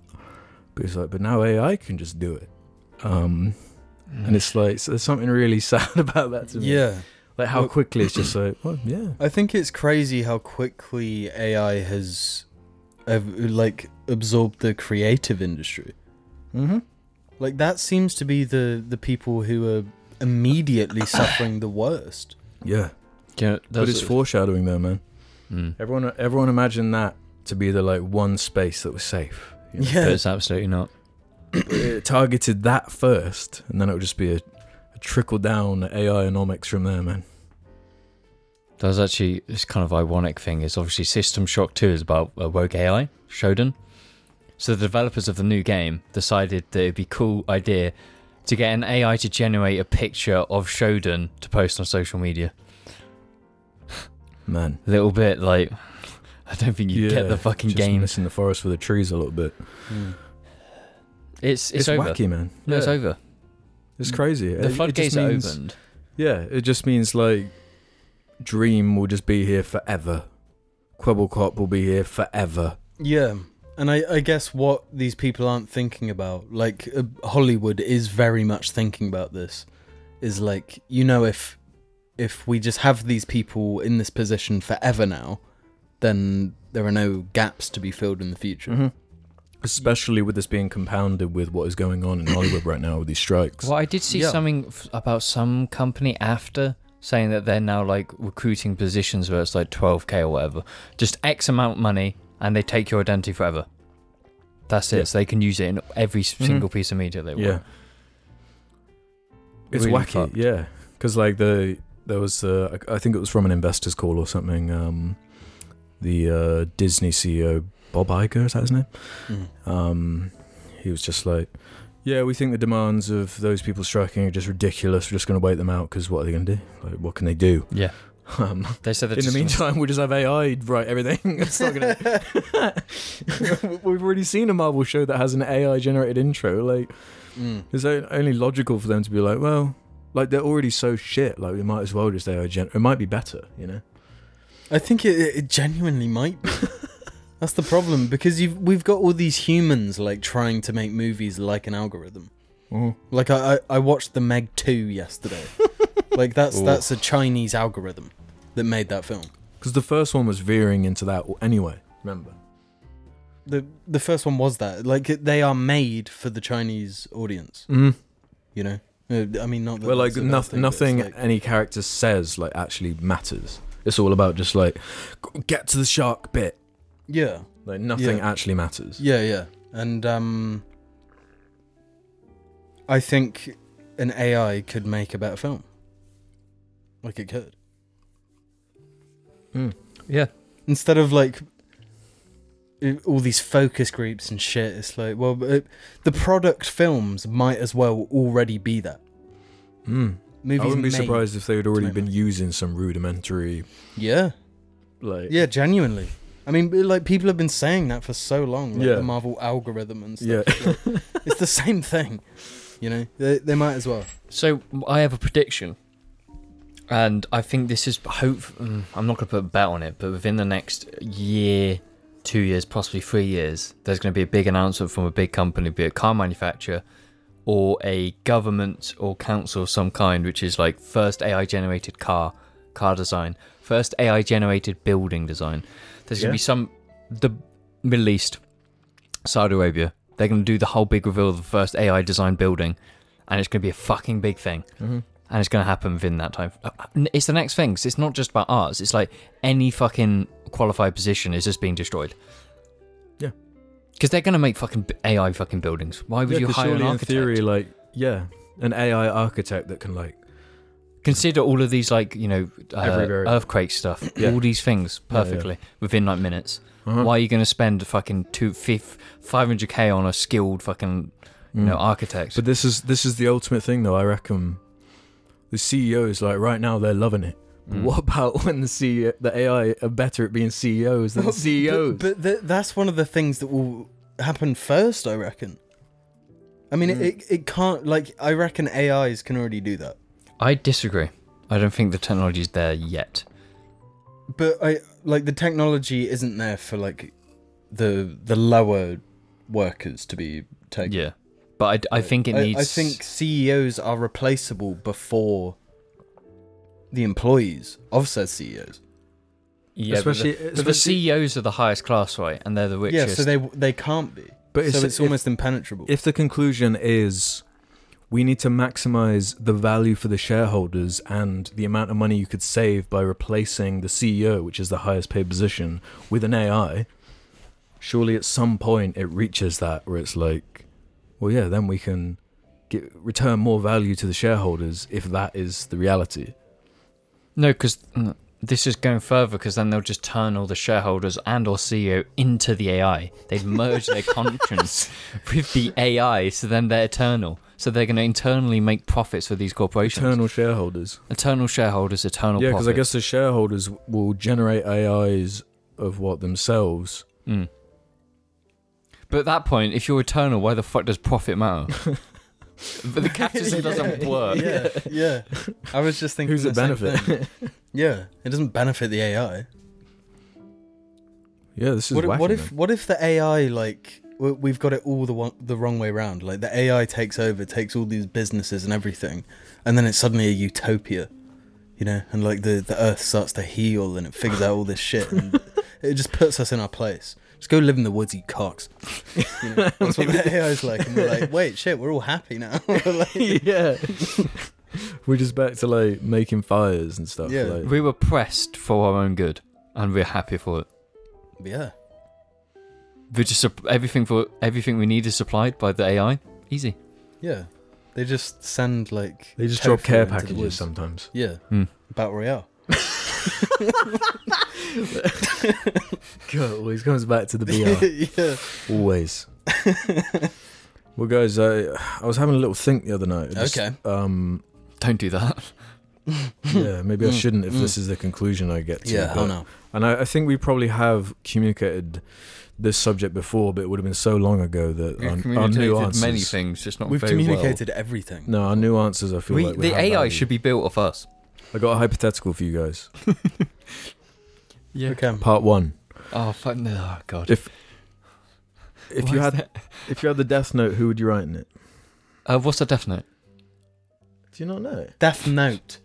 [SPEAKER 4] but he's like, but now AI can just do it. Um,
[SPEAKER 3] Hmm.
[SPEAKER 4] and it's like so there's something really sad about that to me.
[SPEAKER 2] Yeah.
[SPEAKER 4] like how
[SPEAKER 2] Well-
[SPEAKER 4] quickly it's just like, well, yeah,
[SPEAKER 2] I think it's crazy how quickly AI has, uh, like, absorbed the creative industry.
[SPEAKER 4] mm-hmm.
[SPEAKER 2] Like that seems to be the the people who are immediately suffering the worst.
[SPEAKER 4] yeah.
[SPEAKER 3] yeah
[SPEAKER 4] But it's foreshadowing, though, man.
[SPEAKER 3] Mm.
[SPEAKER 4] Everyone, everyone imagined that to be the like one space that was safe. you know?
[SPEAKER 3] But
[SPEAKER 2] Yeah.
[SPEAKER 3] it's absolutely not.
[SPEAKER 4] it targeted that first, and then it would just be a, a trickle down AI economics from there, man.
[SPEAKER 3] There's actually this kind of ironic thing is obviously System Shock 2 is about uh, woke AI, Shodan. So the developers of the new game decided that it'd be a cool idea to get an AI to generate a picture of Shodan to post on social media.
[SPEAKER 4] Man,
[SPEAKER 3] A little bit like I don't think you get the fucking
[SPEAKER 4] just
[SPEAKER 3] game.
[SPEAKER 4] missing the forest for the trees a little bit.
[SPEAKER 2] Mm.
[SPEAKER 3] It's it's,
[SPEAKER 4] It's,
[SPEAKER 3] over.
[SPEAKER 4] wacky, man.
[SPEAKER 3] No, it's
[SPEAKER 4] Yeah.
[SPEAKER 3] over.
[SPEAKER 4] It's crazy. It- it
[SPEAKER 3] The
[SPEAKER 4] just
[SPEAKER 3] floodgates are
[SPEAKER 4] means-
[SPEAKER 3] opened.
[SPEAKER 4] Yeah, it just means like Dream will just be here forever. Quebblecop will be here forever.
[SPEAKER 2] Yeah. And I, I guess what these people aren't thinking about, like uh, Hollywood is very much thinking about this, is like you know if if we just have these people in this position forever now, then there are no gaps to be filled in the future.
[SPEAKER 4] Mm-hmm. Especially with this being compounded with what is going on in Hollywood right now with these strikes.
[SPEAKER 3] Well, I did see
[SPEAKER 2] Yeah.
[SPEAKER 3] something f- about some company after saying that they're now like recruiting positions where it's like 12k or whatever, just X amount of money, and they take your identity forever. That's it.
[SPEAKER 4] Yeah. Mm-hmm.
[SPEAKER 3] So they can use it in every s single piece of media they want.
[SPEAKER 4] Yeah. It's
[SPEAKER 3] Really
[SPEAKER 4] wacky,
[SPEAKER 3] fucked.
[SPEAKER 4] yeah. Because like the there was uh, I I think it was from an investors call or something. Um, the uh, Disney CEO Bob Iger is that his name?
[SPEAKER 2] Mm.
[SPEAKER 4] Um, he was just like, yeah, we think the demands of those people striking are just ridiculous. We're just going to wait them out because what are they going to do? Like, what can they do?
[SPEAKER 3] Yeah.
[SPEAKER 4] Um,
[SPEAKER 3] They said that
[SPEAKER 4] in the meantime, we'll just have AI write everything. It's not gonna. We've already seen a Marvel show that has an AI generated intro. Like,
[SPEAKER 2] Mm.
[SPEAKER 4] it's o- only logical for them to be like, well, like they're already so shit. Like, we might as well just AI gen. It might be better, you know.
[SPEAKER 2] I think it, it genuinely might. Be. That's the problem because you've we've got all these humans like trying to make movies like an algorithm.
[SPEAKER 4] Mm.
[SPEAKER 2] Like I, I, I watched the Meg Two yesterday. like that's
[SPEAKER 3] Ooh.
[SPEAKER 2] that's a Chinese algorithm that made that film.
[SPEAKER 4] Because the first one was veering into that w- anyway. Remember?
[SPEAKER 2] The the first one was that like it- they are made for the Chinese audience.
[SPEAKER 4] Mm.
[SPEAKER 2] You know, Uh, I mean not that
[SPEAKER 4] Well, like
[SPEAKER 2] that's a bad
[SPEAKER 4] nothing,
[SPEAKER 2] thing, but it's
[SPEAKER 4] nothing
[SPEAKER 2] like-
[SPEAKER 4] any character says like actually matters. It's all about just like g- get to the shark bit.
[SPEAKER 2] yeah,
[SPEAKER 4] Like nothing
[SPEAKER 2] Yeah.
[SPEAKER 4] actually matters.
[SPEAKER 2] yeah, yeah, and um, I think an AI could make a better film. Like it could.
[SPEAKER 3] Yeah.
[SPEAKER 2] Instead of like i- all these focus groups and shit, it's like, well, uh the product films might as well already be that.
[SPEAKER 4] Mm.
[SPEAKER 2] Movies
[SPEAKER 4] I wouldn't be
[SPEAKER 2] made-
[SPEAKER 4] surprised if they had already
[SPEAKER 2] make
[SPEAKER 4] been using some rudimentary,
[SPEAKER 2] Yeah.
[SPEAKER 4] like
[SPEAKER 2] Yeah, genuinely. I mean, but, like people have been saying that for so long, like
[SPEAKER 4] Yeah.
[SPEAKER 2] the Marvel algorithm and stuff.
[SPEAKER 4] yeah.
[SPEAKER 2] It's the same thing, you know. They, they might as well.
[SPEAKER 3] So I have a prediction, and I think this is hope. mm, I'm not going to put a bet on it, but within the next year, two years, possibly three years, there's going to be a big announcement from a big company, be it a car manufacturer or a government or council of some kind, which is like first AI generated car, car design, first AI generated building design. There's going to
[SPEAKER 4] Yeah.
[SPEAKER 3] be some the Middle East, Saudi Arabia. They're going to do the whole big reveal of the first AI designed building, and it's going to be a fucking big thing
[SPEAKER 4] Mhm.
[SPEAKER 3] and it's going to happen within that time. Uh, It's the next thing. 'cause It's not just about arts. It's like any fucking qualified position is just being destroyed.
[SPEAKER 4] Yeah.
[SPEAKER 3] Because they're going to make fucking b- AI fucking buildings. Why would
[SPEAKER 4] Yeah,
[SPEAKER 3] you
[SPEAKER 4] 'cause
[SPEAKER 3] hire an
[SPEAKER 4] surely in
[SPEAKER 3] architect?
[SPEAKER 4] theory, like yeah, an AI architect that can like
[SPEAKER 3] Consider all of these like you know uh,
[SPEAKER 4] Every variable.
[SPEAKER 3] earthquake stuff.
[SPEAKER 4] Yeah.
[SPEAKER 3] All these things
[SPEAKER 4] Yeah, yeah.
[SPEAKER 3] perfectly within like minutes.
[SPEAKER 4] uh-huh.
[SPEAKER 3] Why are you going to spend fucking two fif- 500k on a skilled fucking you know
[SPEAKER 4] Mm.
[SPEAKER 3] architect?
[SPEAKER 4] But this is this is the ultimate thing, though. I reckon the CEO is like right now they're loving it.
[SPEAKER 3] Mm.
[SPEAKER 4] What about when the CEO, the AI are better at being CEOs than E
[SPEAKER 2] Well,
[SPEAKER 4] CEOs?
[SPEAKER 2] But, but th- that's one of the things that will happen first, I reckon. I mean, it, it it can't like I reckon AIs can already do that,
[SPEAKER 3] I disagree. I don't think the technology's there yet.
[SPEAKER 2] but I like the technology isn't there for like the the lower workers to be taken.
[SPEAKER 3] Yeah, but I, I think it
[SPEAKER 2] I-
[SPEAKER 3] needs.
[SPEAKER 2] I, think CEOs are replaceable before the employees of said E CEOs.
[SPEAKER 3] Yeah,
[SPEAKER 4] Especially-
[SPEAKER 3] but the, but the
[SPEAKER 4] especially-
[SPEAKER 3] CEOs are the highest class, right? And they're the
[SPEAKER 2] yeah,
[SPEAKER 3] richest.
[SPEAKER 2] so they they can't be.
[SPEAKER 4] But
[SPEAKER 2] so
[SPEAKER 4] it's-
[SPEAKER 2] it's,
[SPEAKER 4] if-
[SPEAKER 2] almost impenetrable.
[SPEAKER 4] if the conclusion is we need to maximize the value for the shareholders and the amount of money you could save by replacing the CEO, which is the highest paid position, with an AI, surely at some point it reaches that where it's like, well, yeah, then we can get, return more value to the shareholders if that is the reality.
[SPEAKER 3] no, because this is going further. Because then they'll just turn all the shareholders and or CEO into the AI. They'd merge their conscience with the AI, so then they're eternal. So they're going to internally make profits for these corporations. Eternal,
[SPEAKER 4] Eternal shareholders.
[SPEAKER 3] shareholders, eternal.
[SPEAKER 4] yeah, because
[SPEAKER 3] profits.
[SPEAKER 4] I guess the shareholders will generate AIs of what themselves.
[SPEAKER 3] Mm. But at that point, if you're eternal, why the fuck does profit matter? but the capitalism doesn't work.
[SPEAKER 2] yeah, yeah. I was just thinking.
[SPEAKER 4] Who's
[SPEAKER 2] the
[SPEAKER 4] it
[SPEAKER 2] same
[SPEAKER 4] benefit?
[SPEAKER 2] thing. Yeah, it doesn't benefit the AI.
[SPEAKER 4] Yeah, this is
[SPEAKER 2] What,
[SPEAKER 4] wacky,
[SPEAKER 2] what
[SPEAKER 4] man.
[SPEAKER 2] if what if the AI like w- we've got it all the one, the wrong way round? Like the AI takes over, takes all these businesses and everything, and then it's suddenly a utopia, you know? And like the the Earth starts to heal and it figures out all this shit, and it just puts us in our place. Just go live in the woods, you cocks. You know, that's what the AI's like, and we're like, wait, shit, we're all happy now. Like,
[SPEAKER 4] yeah. We're just back to like making fires and stuff.
[SPEAKER 2] Yeah.
[SPEAKER 4] Like,
[SPEAKER 3] We were pressed for our own good, and we're happy for it.
[SPEAKER 2] yeah.
[SPEAKER 3] We're just sup- everything for everything we need is supplied by the AI. Easy.
[SPEAKER 2] Yeah. They just send like
[SPEAKER 4] they just
[SPEAKER 2] tofu
[SPEAKER 4] drop care
[SPEAKER 2] into the
[SPEAKER 4] packages
[SPEAKER 2] woods.
[SPEAKER 4] sometimes.
[SPEAKER 2] Yeah.
[SPEAKER 3] Hmm.
[SPEAKER 2] Battle Royale.
[SPEAKER 4] God, always comes back to the
[SPEAKER 2] yeah.
[SPEAKER 4] always. well, guys, I I was having a little think the other night. Just,
[SPEAKER 2] Okay.
[SPEAKER 4] Um.
[SPEAKER 3] Don't do that.
[SPEAKER 4] Yeah. Maybe I
[SPEAKER 2] Mm,
[SPEAKER 4] shouldn't if
[SPEAKER 2] mm.
[SPEAKER 4] this is the conclusion I get to.
[SPEAKER 2] Yeah,
[SPEAKER 4] but-
[SPEAKER 2] hell no.
[SPEAKER 4] And I, I think we probably have communicated this subject before, but it would have been so long ago that
[SPEAKER 3] We've
[SPEAKER 4] our, our new
[SPEAKER 3] communicated
[SPEAKER 4] answers.
[SPEAKER 3] many things, just not
[SPEAKER 2] We've
[SPEAKER 3] very well.
[SPEAKER 2] communicated everything.
[SPEAKER 4] No, our new answers. I feel
[SPEAKER 3] We,
[SPEAKER 4] like we
[SPEAKER 3] the
[SPEAKER 4] have
[SPEAKER 3] AI
[SPEAKER 4] value.
[SPEAKER 3] should be built off us.
[SPEAKER 4] I got a hypothetical for you guys.
[SPEAKER 3] Yeah.
[SPEAKER 2] Okay.
[SPEAKER 4] Part one.
[SPEAKER 3] Oh fuck no! Oh, God.
[SPEAKER 4] If if
[SPEAKER 3] Why
[SPEAKER 4] you
[SPEAKER 3] is
[SPEAKER 4] had
[SPEAKER 3] that-
[SPEAKER 4] if you had the Death Note, who would you write in it?
[SPEAKER 3] uh, what's the death note?
[SPEAKER 4] Do you not know?
[SPEAKER 2] Death Note.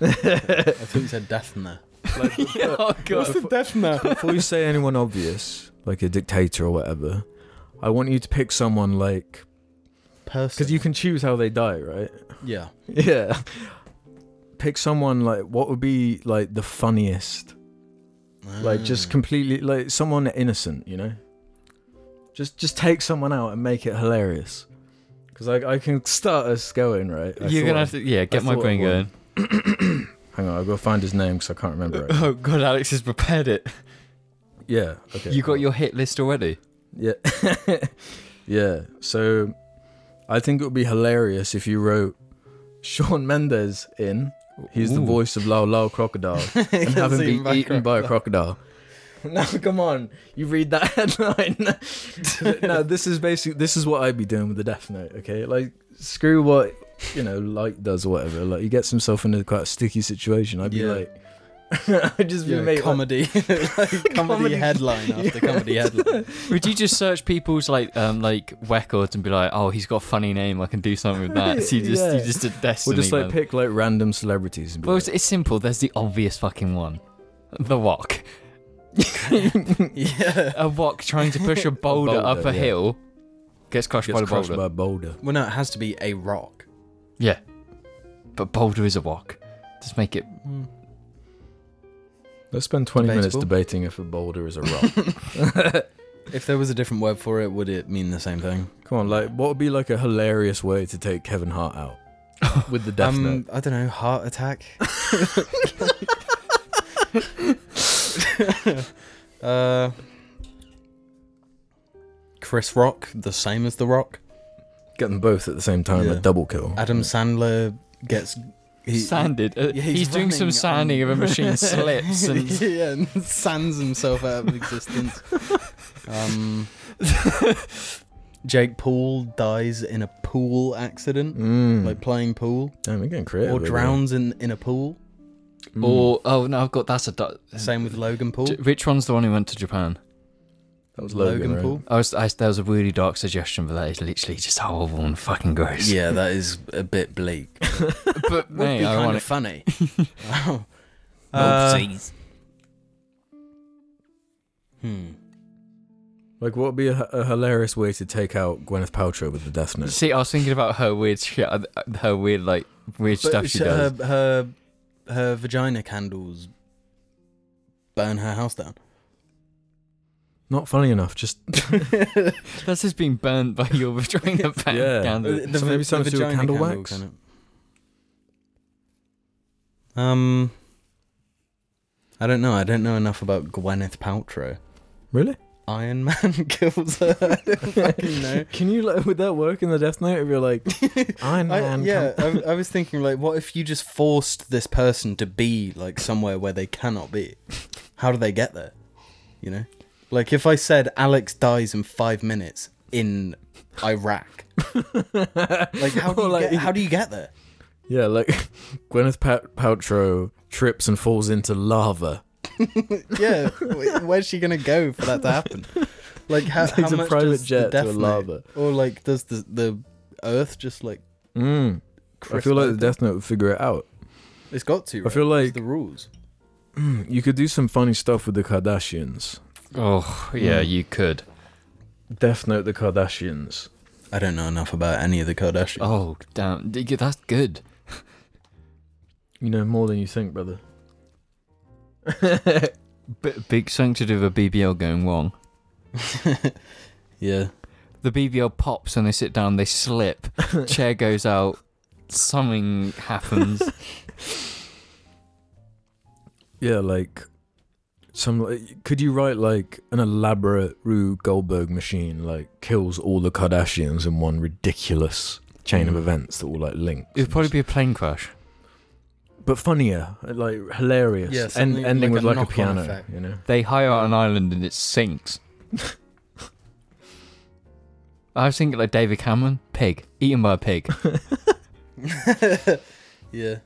[SPEAKER 2] I think you said Death Note.
[SPEAKER 3] oh
[SPEAKER 2] What's the Death Note?
[SPEAKER 4] Before you say anyone obvious, like a dictator or whatever, I want you to pick someone like
[SPEAKER 2] Person.
[SPEAKER 4] because you can choose how they die, right?
[SPEAKER 2] Yeah.
[SPEAKER 4] Yeah. Pick someone like what would be like the funniest, like
[SPEAKER 3] Mm.
[SPEAKER 4] just completely like someone innocent, you know. Just just take someone out and make it hilarious. Because Because I, I can start us going, right? I
[SPEAKER 3] You're
[SPEAKER 4] thought
[SPEAKER 3] gonna
[SPEAKER 4] I-
[SPEAKER 3] have to, yeah, get
[SPEAKER 4] I
[SPEAKER 3] my
[SPEAKER 4] thought I
[SPEAKER 3] brain
[SPEAKER 4] would.
[SPEAKER 3] going.
[SPEAKER 4] Hang on, I'll go find his name because I can't remember it.
[SPEAKER 3] Oh god, Alex has prepared it.
[SPEAKER 4] Yeah. Okay.
[SPEAKER 3] You got your hit list already.
[SPEAKER 4] Yeah. yeah. So I think it would be hilarious if you wrote Sean Mendes in. He's the
[SPEAKER 3] Ooh.
[SPEAKER 4] voice of Lao Lao Crocodile and have him
[SPEAKER 2] It's
[SPEAKER 4] be
[SPEAKER 2] even
[SPEAKER 4] eaten
[SPEAKER 2] by a
[SPEAKER 4] by a crocodile. Now come on, you read that headline. now this is basically this is what I'd be doing with the Death Note. Okay, like screw what you know Light does, or whatever. Like he gets himself into quite a sticky situation. I'd be
[SPEAKER 2] Yeah.
[SPEAKER 4] like, I'd just be
[SPEAKER 2] Yeah,
[SPEAKER 4] made like,
[SPEAKER 2] comedy, like, comedy
[SPEAKER 4] Comedy.
[SPEAKER 2] headline after comedy headline.
[SPEAKER 3] Would you just search people's like um like records and be like, oh, he's got a funny name. I can do something with that. So you just
[SPEAKER 4] Yeah.
[SPEAKER 3] you just did destiny.
[SPEAKER 4] We'll just like
[SPEAKER 3] man.
[SPEAKER 4] pick like random celebrities. And be
[SPEAKER 3] well,
[SPEAKER 4] like,
[SPEAKER 3] it's, it's simple. There's the obvious fucking one, the rock.
[SPEAKER 2] yeah.
[SPEAKER 3] A rock trying to push a boulder,
[SPEAKER 4] boulder,
[SPEAKER 3] up a
[SPEAKER 4] yeah.
[SPEAKER 3] hill gets crushed
[SPEAKER 4] gets
[SPEAKER 3] by the
[SPEAKER 4] crushed
[SPEAKER 3] boulder.
[SPEAKER 4] by a boulder.
[SPEAKER 2] Well, no, it has to be a rock.
[SPEAKER 3] Yeah, but boulder is a rock. Just make it.
[SPEAKER 2] Hmm.
[SPEAKER 4] Let's spend 20 minutes
[SPEAKER 2] Debatable.
[SPEAKER 4] debating if a boulder is a rock.
[SPEAKER 2] If there was a different word for it, would it mean the same thing?
[SPEAKER 4] Come on, like, what would be like a hilarious way to take Kevin Hart out? With the death note.
[SPEAKER 2] Um, I don't know, heart attack. uh, Chris Rock, the same as The Rock.
[SPEAKER 4] Get them both at the same time,
[SPEAKER 2] Yeah.
[SPEAKER 4] a double kill.
[SPEAKER 2] Adam Sandler gets he,
[SPEAKER 3] Sanded. Uh,
[SPEAKER 2] Yeah,
[SPEAKER 3] he's,
[SPEAKER 2] he's
[SPEAKER 3] doing some
[SPEAKER 2] running
[SPEAKER 3] sanding
[SPEAKER 2] on-
[SPEAKER 3] of a machine slips and
[SPEAKER 2] yeah, and sands himself out of existence. um, Jake Paul dies in a pool accident,
[SPEAKER 4] Mm.
[SPEAKER 2] like playing pool,
[SPEAKER 4] Damn, we're getting creative.
[SPEAKER 2] or
[SPEAKER 4] with it. Mm.
[SPEAKER 2] drowns in in Hmm. a pool.
[SPEAKER 3] or oh no, I've got that's a. du-
[SPEAKER 2] Same with Logan Paul.
[SPEAKER 3] J- Which one's the one who went to Japan?
[SPEAKER 4] That was Logan, right?
[SPEAKER 2] Paul.
[SPEAKER 3] I was, I, there was a really dark suggestion for that. It's literally just horrible and fucking gross.
[SPEAKER 2] Yeah, that is a bit bleak.
[SPEAKER 3] but
[SPEAKER 2] Would
[SPEAKER 3] mate,
[SPEAKER 2] be
[SPEAKER 3] I
[SPEAKER 2] kind
[SPEAKER 3] want
[SPEAKER 2] of funny. wow.
[SPEAKER 3] it.
[SPEAKER 2] Uh, hmm.
[SPEAKER 4] Like, what would be a, a hilarious way to take out Gwyneth Paltrow with the death note?
[SPEAKER 3] See, I was thinking about her weird shit, uh, her weird like weird stuff she does.
[SPEAKER 2] Her, her her vagina candles burn her house down.
[SPEAKER 4] Not funny enough, just.
[SPEAKER 3] That's just being burnt by your vagina pan
[SPEAKER 4] Yeah.
[SPEAKER 3] candle.
[SPEAKER 4] So maybe something to do with
[SPEAKER 2] vagina
[SPEAKER 4] candle
[SPEAKER 2] candles,
[SPEAKER 4] wax?
[SPEAKER 2] kind of. Um, I don't know. I don't know enough about Gwyneth Paltrow.
[SPEAKER 4] really?
[SPEAKER 2] Iron Man kills her. I don't fucking know.
[SPEAKER 4] Can you, like, would that work in the death note if you're like, Iron
[SPEAKER 2] I,
[SPEAKER 4] Man?
[SPEAKER 2] yeah, I, I was thinking like, what if you just forced this person to be like somewhere where they cannot be? How do they get there? You know, like if I said Alex dies in five minutes in Iraq, like how do
[SPEAKER 4] Or,
[SPEAKER 2] you
[SPEAKER 4] like,
[SPEAKER 2] get, how do you get there?
[SPEAKER 4] Yeah, like Gwyneth pa- Paltrow trips and falls into lava.
[SPEAKER 2] Yeah, wh- where's she gonna go for that to happen? Like how, how
[SPEAKER 4] Takes a
[SPEAKER 2] much
[SPEAKER 4] private
[SPEAKER 2] does
[SPEAKER 4] jet
[SPEAKER 2] the
[SPEAKER 4] to
[SPEAKER 2] death
[SPEAKER 4] a
[SPEAKER 2] Note-
[SPEAKER 4] lava.
[SPEAKER 2] or like does the the Earth just like?
[SPEAKER 4] Mm. I
[SPEAKER 2] crisp
[SPEAKER 4] feel like the
[SPEAKER 2] open?
[SPEAKER 4] Death Note would figure it out.
[SPEAKER 2] it's got to.
[SPEAKER 4] I
[SPEAKER 2] right?
[SPEAKER 4] feel
[SPEAKER 2] It's
[SPEAKER 4] like
[SPEAKER 2] the rules.
[SPEAKER 4] you could do some funny stuff with the Kardashians.
[SPEAKER 3] Oh yeah,
[SPEAKER 4] Mm.
[SPEAKER 3] you could.
[SPEAKER 4] Death Note the Kardashians.
[SPEAKER 2] I don't know enough about any of the Kardashians.
[SPEAKER 3] Oh damn, D- yeah, that's good.
[SPEAKER 4] You know more than you think, brother.
[SPEAKER 3] B- big sanctity of a BBL going wrong.
[SPEAKER 2] Yeah.
[SPEAKER 3] The BBL pops and they sit down. They slip. chair goes out. Something happens.
[SPEAKER 4] Yeah, like some. Like, could you write like an elaborate Rue Goldberg machine, like kills all the Kardashians in one ridiculous chain of events that will like link?
[SPEAKER 3] It would probably be a plane crash.
[SPEAKER 4] but funnier, like hilarious,
[SPEAKER 2] Yeah,
[SPEAKER 4] and
[SPEAKER 2] something
[SPEAKER 4] ending
[SPEAKER 2] like
[SPEAKER 4] with
[SPEAKER 2] a
[SPEAKER 4] like a
[SPEAKER 2] knock-on
[SPEAKER 4] piano,
[SPEAKER 2] effect.
[SPEAKER 4] you know.
[SPEAKER 3] They hire out an island and it sinks. I was thinking like David Cameron, pig, eaten by a pig.
[SPEAKER 2] Yeah.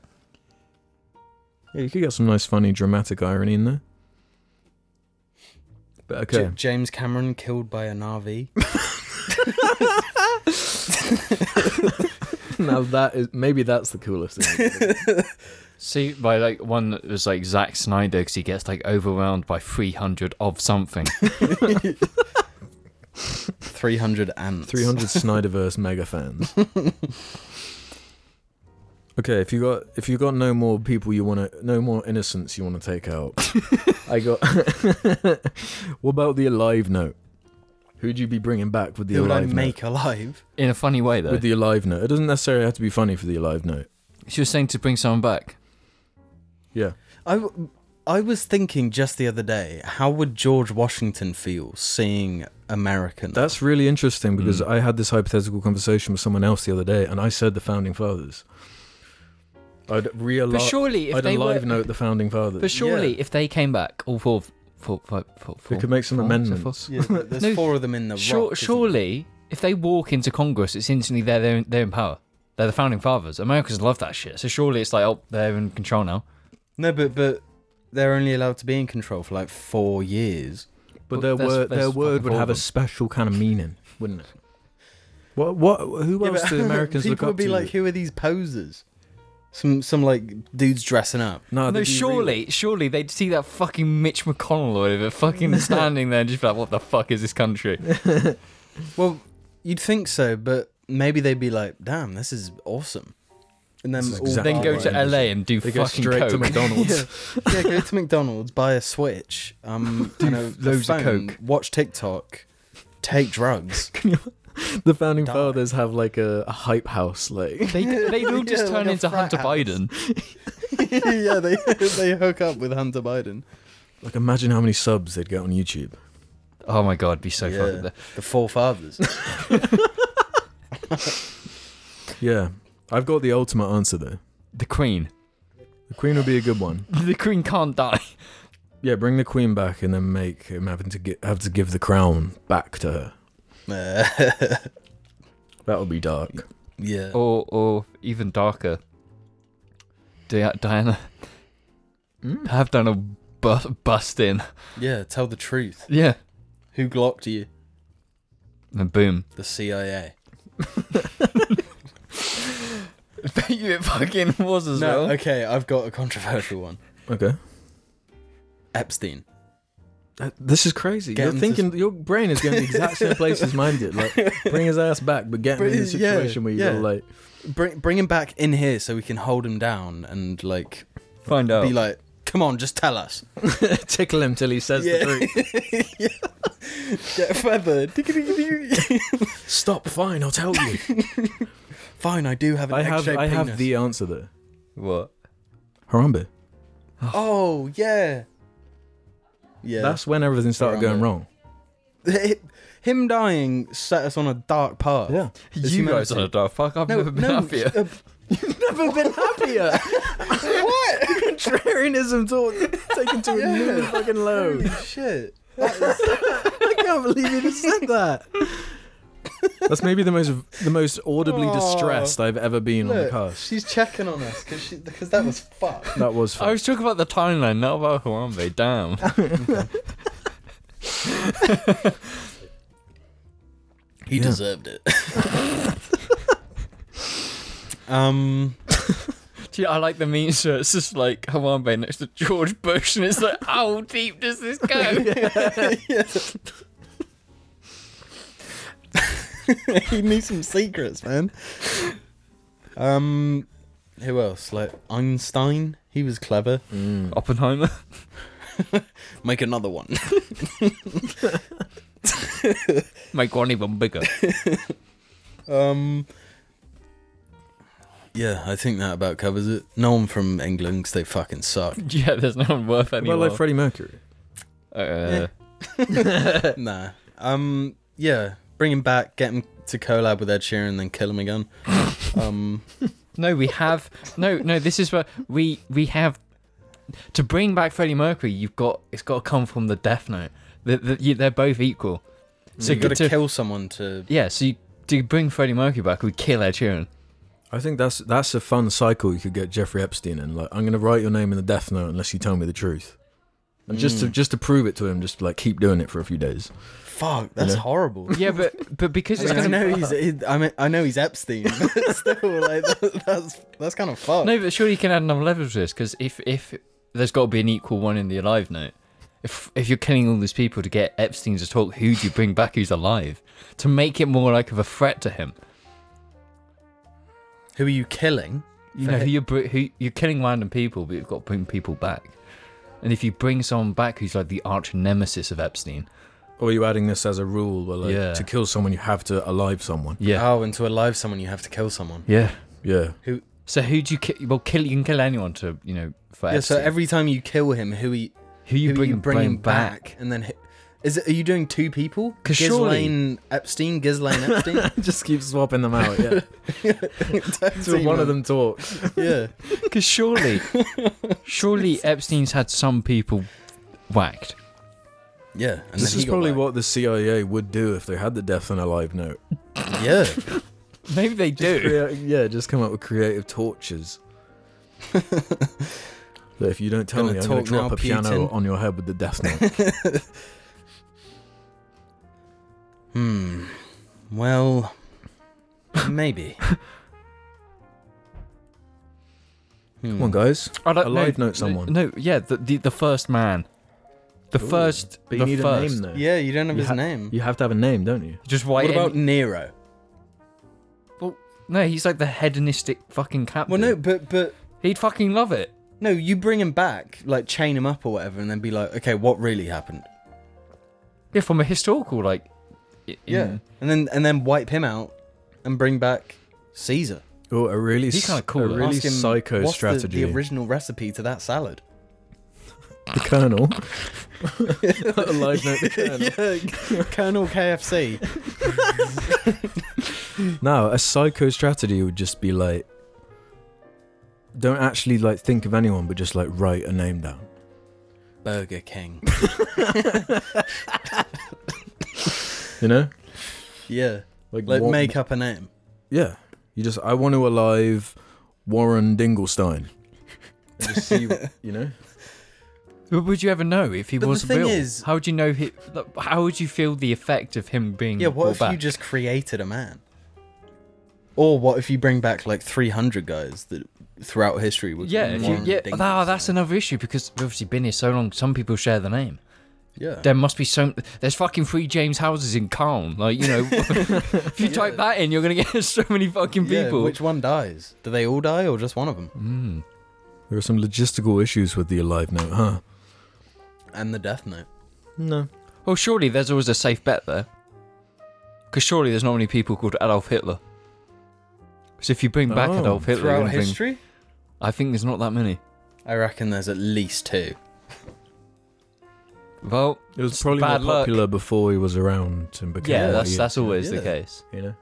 [SPEAKER 4] Yeah, you could get some nice, funny, dramatic irony in there. But
[SPEAKER 2] J-
[SPEAKER 4] okay,
[SPEAKER 2] James Cameron killed by an RV.
[SPEAKER 4] now that is maybe that's the coolest thing.
[SPEAKER 3] See, by like one that was like Zack Snyder because he gets like overwhelmed by 300 of something.
[SPEAKER 2] 300 ants.
[SPEAKER 4] Three hundred Snyderverse mega fans. Okay, if you got if you got no more people you want to, no more innocents you want to take out, I got. what about the alive note? Who'd you be bringing back with the
[SPEAKER 2] Who would I
[SPEAKER 4] alive
[SPEAKER 2] make alive?
[SPEAKER 3] In a funny way,
[SPEAKER 4] note?
[SPEAKER 3] though.
[SPEAKER 4] With the alive note. It doesn't necessarily have to be funny for the alive note.
[SPEAKER 3] she was saying to bring someone back.
[SPEAKER 4] Yeah.
[SPEAKER 2] I, w- I was thinking just the other day, how would George Washington feel seeing American?
[SPEAKER 4] That's really interesting because
[SPEAKER 3] Mm.
[SPEAKER 4] I had this hypothetical conversation with someone else the other day, and I said the founding fathers. I'd realize.
[SPEAKER 3] But surely, if
[SPEAKER 4] I'd
[SPEAKER 3] they
[SPEAKER 4] alive
[SPEAKER 3] were,
[SPEAKER 4] note the founding fathers.
[SPEAKER 3] but surely,
[SPEAKER 2] Yeah.
[SPEAKER 3] if they came back, all four, four, four, four,
[SPEAKER 4] we
[SPEAKER 3] four
[SPEAKER 4] could make some
[SPEAKER 3] four- is it four?
[SPEAKER 4] amendments.
[SPEAKER 2] yeah, but there's
[SPEAKER 3] No,
[SPEAKER 2] four of them in the
[SPEAKER 3] Sure,
[SPEAKER 2] rock. isn't
[SPEAKER 3] surely, if they walk into Congress, it's instantly they're they're in, they're in power. They're the founding fathers. Americans love that shit. So surely it's like, oh, they're in control now.
[SPEAKER 2] No, but but they're only allowed to be in control for like four years.
[SPEAKER 3] Well,
[SPEAKER 4] But their
[SPEAKER 3] that's-
[SPEAKER 4] word, their
[SPEAKER 3] that's
[SPEAKER 4] word would
[SPEAKER 3] fucking
[SPEAKER 4] have a
[SPEAKER 3] awful.
[SPEAKER 4] special kind of meaning, wouldn't it? What? What? Who else do Americans
[SPEAKER 2] people
[SPEAKER 4] look up
[SPEAKER 2] would be
[SPEAKER 4] to?
[SPEAKER 2] like, who are these posers? Some some like dudes dressing up.
[SPEAKER 4] no,
[SPEAKER 3] no,
[SPEAKER 4] they'd be
[SPEAKER 3] surely, surely they'd see that fucking Mitch McConnell or whatever, fucking standing there and just be like, what the fuck is this country?
[SPEAKER 2] Well, you'd think so, but maybe they'd be like, damn, this is awesome. And then
[SPEAKER 4] This is
[SPEAKER 2] all
[SPEAKER 4] exactly
[SPEAKER 3] then go
[SPEAKER 4] Oh,
[SPEAKER 3] to
[SPEAKER 4] right.
[SPEAKER 3] LA and do
[SPEAKER 4] They go
[SPEAKER 3] fucking
[SPEAKER 4] straight
[SPEAKER 3] coke.
[SPEAKER 4] to McDonald's.
[SPEAKER 2] yeah. yeah, go to McDonald's, buy a Switch, um,
[SPEAKER 4] Do
[SPEAKER 2] you know, a
[SPEAKER 4] loads of
[SPEAKER 2] phone,
[SPEAKER 4] coke.
[SPEAKER 2] watch TikTok, take drugs.
[SPEAKER 4] the founding
[SPEAKER 2] Die.
[SPEAKER 4] fathers have like a, a hype house, like
[SPEAKER 3] They they all just
[SPEAKER 2] Yeah,
[SPEAKER 3] turn
[SPEAKER 2] like a
[SPEAKER 3] into
[SPEAKER 2] frat
[SPEAKER 3] Hunter
[SPEAKER 2] house.
[SPEAKER 3] Biden.
[SPEAKER 2] yeah, they they hook up with Hunter Biden.
[SPEAKER 4] like imagine how many subs they'd get on YouTube.
[SPEAKER 3] Oh my god, be so fucking.
[SPEAKER 2] Yeah, the forefathers.
[SPEAKER 4] Yeah, I've got the ultimate answer though.
[SPEAKER 3] The Queen.
[SPEAKER 4] The Queen would be a good one.
[SPEAKER 3] The Queen can't die.
[SPEAKER 4] Yeah, bring the Queen back and then make him having to gi- have to give the crown back to her.
[SPEAKER 2] Uh,
[SPEAKER 4] That would be dark.
[SPEAKER 2] yeah.
[SPEAKER 4] Oh.
[SPEAKER 3] Or or even darker. Di- Diana have done a bu- bust in.
[SPEAKER 2] Yeah, tell the truth.
[SPEAKER 3] Yeah.
[SPEAKER 2] Who glocked you?
[SPEAKER 3] And then boom.
[SPEAKER 2] The CIA.
[SPEAKER 3] Bet you it fucking was as
[SPEAKER 2] No,
[SPEAKER 3] well.
[SPEAKER 2] okay, I've got a controversial one.
[SPEAKER 4] Okay.
[SPEAKER 2] Epstein.
[SPEAKER 4] That- Uh, This is crazy.
[SPEAKER 2] Get
[SPEAKER 4] You're
[SPEAKER 2] him to-
[SPEAKER 4] thinking your brain is going to the exact same place as mine did. Like, bring his ass back, but get him
[SPEAKER 2] But
[SPEAKER 4] in a
[SPEAKER 2] it- yeah,
[SPEAKER 4] situation where you
[SPEAKER 2] yeah.
[SPEAKER 4] gotta like
[SPEAKER 2] Bring bring him back in here so we can hold him down and like
[SPEAKER 3] Find
[SPEAKER 4] Oh.
[SPEAKER 3] out.
[SPEAKER 2] be like, come on, just tell us.
[SPEAKER 4] tickle him till he says
[SPEAKER 2] Yeah.
[SPEAKER 4] the truth.
[SPEAKER 2] Get feathered.
[SPEAKER 4] Stop. Fine, I'll tell you.
[SPEAKER 2] Fine, I do have an
[SPEAKER 4] I have.
[SPEAKER 2] egg-shaped
[SPEAKER 4] I have
[SPEAKER 2] penis.
[SPEAKER 4] the answer there.
[SPEAKER 3] what?
[SPEAKER 4] Harambe.
[SPEAKER 2] Oh yeah. Yeah.
[SPEAKER 4] That's when everything started going
[SPEAKER 2] Harambe.
[SPEAKER 4] wrong.
[SPEAKER 2] him dying set us on a dark path. It's
[SPEAKER 3] you
[SPEAKER 2] humanity.
[SPEAKER 3] guys are a dark fuck. I've
[SPEAKER 2] No,
[SPEAKER 3] never been
[SPEAKER 2] no,
[SPEAKER 3] happier.
[SPEAKER 2] uh,
[SPEAKER 4] Never been happier.
[SPEAKER 2] what?
[SPEAKER 4] Contrarianism talk taken to a new fucking low.
[SPEAKER 2] Holy shit.
[SPEAKER 4] I can't believe you just said that. That's maybe the most the most audibly
[SPEAKER 2] Aw.
[SPEAKER 4] distressed I've ever been on the
[SPEAKER 2] Look,
[SPEAKER 4] cast.
[SPEAKER 2] she's checking on us because because that was fucked.
[SPEAKER 4] That was
[SPEAKER 3] I
[SPEAKER 4] fun.
[SPEAKER 3] was talking about the timeline, not about Harambe. Damn.
[SPEAKER 2] He
[SPEAKER 4] Yeah.
[SPEAKER 2] deserved it. um.
[SPEAKER 3] Gee, I like the mean shirt. It's just like Harambe next to George Bush, and it's like, how deep does this go?
[SPEAKER 2] he knew some secrets, man. Um. Who else? Like Einstein. He was clever.
[SPEAKER 4] mm.
[SPEAKER 3] Oppenheimer.
[SPEAKER 2] Make another one.
[SPEAKER 3] Make one even bigger.
[SPEAKER 2] Um. Yeah, I think that about covers it. No one from England 'cause they fucking suck.
[SPEAKER 3] yeah, there's no one worth
[SPEAKER 4] What about
[SPEAKER 3] anyone.
[SPEAKER 4] like Freddie Mercury?
[SPEAKER 3] uh,
[SPEAKER 2] nah. Um. Yeah, bring him back. Get him to collab with Ed Sheeran, then kill him again. um.
[SPEAKER 3] No, we have no, no. This is where we we have to bring back Freddie Mercury. You've got it's got to come from the Death Note. The, the, you, they're both equal.
[SPEAKER 2] So you
[SPEAKER 3] to-
[SPEAKER 2] got to kill someone to.
[SPEAKER 3] yeah. So you, to bring Freddie Mercury back, we kill Ed Sheeran.
[SPEAKER 4] I think that's that's a fun cycle you could get Jeffrey Epstein in. Like, I'm gonna write your name in the death note unless you tell me the truth. And just to just to prove it to him, just like keep doing it for a few days.
[SPEAKER 2] Fuck, that's
[SPEAKER 4] Yeah.
[SPEAKER 2] horrible.
[SPEAKER 3] Yeah, but but because
[SPEAKER 2] I,
[SPEAKER 3] it's
[SPEAKER 2] mean, I
[SPEAKER 3] gonna
[SPEAKER 2] know he's. he- I mean, I know he's Epstein. But still, like that, that's that's kind of fucked.
[SPEAKER 3] no, but surely you can add another level to this because if if there's got to be an equal one in the alive note. If, if you're killing all these people to get Epstein to talk, who do you bring back who's alive? To make it more like of a threat to him.
[SPEAKER 2] Who are you killing?
[SPEAKER 3] You know, who you're, br- who, you're killing random people, but you've got to bring people back. And if you bring someone back who's like the arch nemesis of Epstein,
[SPEAKER 4] Or are you adding this as a rule where, like,
[SPEAKER 3] Yeah.
[SPEAKER 4] to kill someone, you have to alive someone?
[SPEAKER 3] Yeah.
[SPEAKER 2] Oh, and to alive someone, you have to kill someone.
[SPEAKER 3] yeah.
[SPEAKER 4] Yeah.
[SPEAKER 3] So who do you kill? Well, kill you can kill anyone to you know for
[SPEAKER 2] Yeah. So
[SPEAKER 3] Epstein.
[SPEAKER 2] every time you kill him, who he
[SPEAKER 3] who you
[SPEAKER 2] who
[SPEAKER 3] bring
[SPEAKER 2] you bring
[SPEAKER 3] bring
[SPEAKER 2] him back, and then hi- is it? Are you doing two people?
[SPEAKER 3] 'Cause
[SPEAKER 2] Ghislaine Epstein, Ghislaine Epstein.
[SPEAKER 4] Just keep swapping them out, yeah. Till one of them talks.
[SPEAKER 2] Yeah.
[SPEAKER 3] Because surely, surely Epstein's had some people whacked.
[SPEAKER 2] Yeah.
[SPEAKER 4] This
[SPEAKER 2] And then
[SPEAKER 4] is
[SPEAKER 2] he got
[SPEAKER 4] probably
[SPEAKER 2] whacked.
[SPEAKER 4] what the CIA would do if they had the death and alive note.
[SPEAKER 2] Yeah.
[SPEAKER 3] Maybe they do.
[SPEAKER 4] Create- yeah, just come up with creative tortures. that if you don't tell
[SPEAKER 2] Gonna
[SPEAKER 4] me, I'm going
[SPEAKER 2] talk
[SPEAKER 4] to drop
[SPEAKER 2] now,
[SPEAKER 4] a piano
[SPEAKER 2] Putin.
[SPEAKER 4] on your head with the death note.
[SPEAKER 2] Hmm. Well, maybe.
[SPEAKER 4] come on, guys.
[SPEAKER 3] I don't-
[SPEAKER 4] Alive note someone.
[SPEAKER 3] No, yeah, the the, the first man, the
[SPEAKER 4] Ooh,
[SPEAKER 3] first.
[SPEAKER 4] But you
[SPEAKER 3] the
[SPEAKER 4] need
[SPEAKER 3] first.
[SPEAKER 4] a name, though.
[SPEAKER 2] Yeah, you don't have
[SPEAKER 4] You
[SPEAKER 2] his
[SPEAKER 4] ha-
[SPEAKER 2] name.
[SPEAKER 4] You have to have a name, don't you?
[SPEAKER 3] Just why?
[SPEAKER 2] What about
[SPEAKER 3] any-
[SPEAKER 2] Nero?
[SPEAKER 3] no, he's like the hedonistic fucking captain.
[SPEAKER 2] Well, no, but but
[SPEAKER 3] he'd fucking love it.
[SPEAKER 2] no, you bring him back, like chain him up or whatever, and then be like, okay, what really happened?
[SPEAKER 3] Yeah, from a historical like. i-
[SPEAKER 4] Mm.
[SPEAKER 3] in-
[SPEAKER 2] and then and then wipe him out, and bring back Caesar.
[SPEAKER 4] Oh, a really,
[SPEAKER 3] He's
[SPEAKER 4] s-
[SPEAKER 3] kinda cool,
[SPEAKER 4] a
[SPEAKER 3] though.
[SPEAKER 4] really
[SPEAKER 2] Ask him,
[SPEAKER 4] psycho
[SPEAKER 2] what's the-
[SPEAKER 4] strategy.
[SPEAKER 2] The, original recipe to that salad.
[SPEAKER 4] The Colonel. alive note, the Colonel.
[SPEAKER 2] yeah, Colonel KFC.
[SPEAKER 4] No, a psycho strategy would just be like, don't actually like think of anyone, but just like write a name down.
[SPEAKER 2] Burger King.
[SPEAKER 4] You know,
[SPEAKER 2] Yeah, like
[SPEAKER 4] Wa-
[SPEAKER 2] make up a name.
[SPEAKER 4] Yeah, you just I want to alive Warren Dinglestein. And just see, you know,
[SPEAKER 3] But would you ever know if he
[SPEAKER 2] But the
[SPEAKER 3] was
[SPEAKER 2] thing
[SPEAKER 3] real?
[SPEAKER 2] is-
[SPEAKER 3] how would you know? He, like, how would you feel the effect of him being?
[SPEAKER 2] Yeah, what
[SPEAKER 3] brought
[SPEAKER 2] if
[SPEAKER 3] back?
[SPEAKER 2] you just created a man? Or what if you bring back like 300 guys that throughout history were
[SPEAKER 3] Yeah, if you,
[SPEAKER 2] Warren
[SPEAKER 3] yeah.
[SPEAKER 2] Dingus?
[SPEAKER 3] Ah, that's another issue because we've obviously been here so long. Some people share the name.
[SPEAKER 2] yeah.
[SPEAKER 3] There must be some. There's fucking three James Houses in Calm. Like you know, if you type that in, you're gonna get so many fucking
[SPEAKER 2] Yeah,
[SPEAKER 3] people.
[SPEAKER 2] which one dies? Do they all die or just one of them?
[SPEAKER 4] there are some logistical issues with the alive note, huh?
[SPEAKER 2] And the death note.
[SPEAKER 4] No.
[SPEAKER 3] Well, surely there's always a safe bet there. Because surely there's not many people called Adolf Hitler. So if you bring back
[SPEAKER 4] Oh,
[SPEAKER 3] Adolf Hitler, you're
[SPEAKER 2] Throughout
[SPEAKER 3] gonna bring-
[SPEAKER 2] history?
[SPEAKER 3] I think there's not that many.
[SPEAKER 2] I reckon there's at least two.
[SPEAKER 3] Well,
[SPEAKER 4] It was probably more
[SPEAKER 3] bad luck.
[SPEAKER 4] popular before he was around and became.
[SPEAKER 3] yeah,
[SPEAKER 4] what
[SPEAKER 3] that's
[SPEAKER 4] he-
[SPEAKER 3] that's always the
[SPEAKER 2] yeah.
[SPEAKER 3] case.
[SPEAKER 4] you know.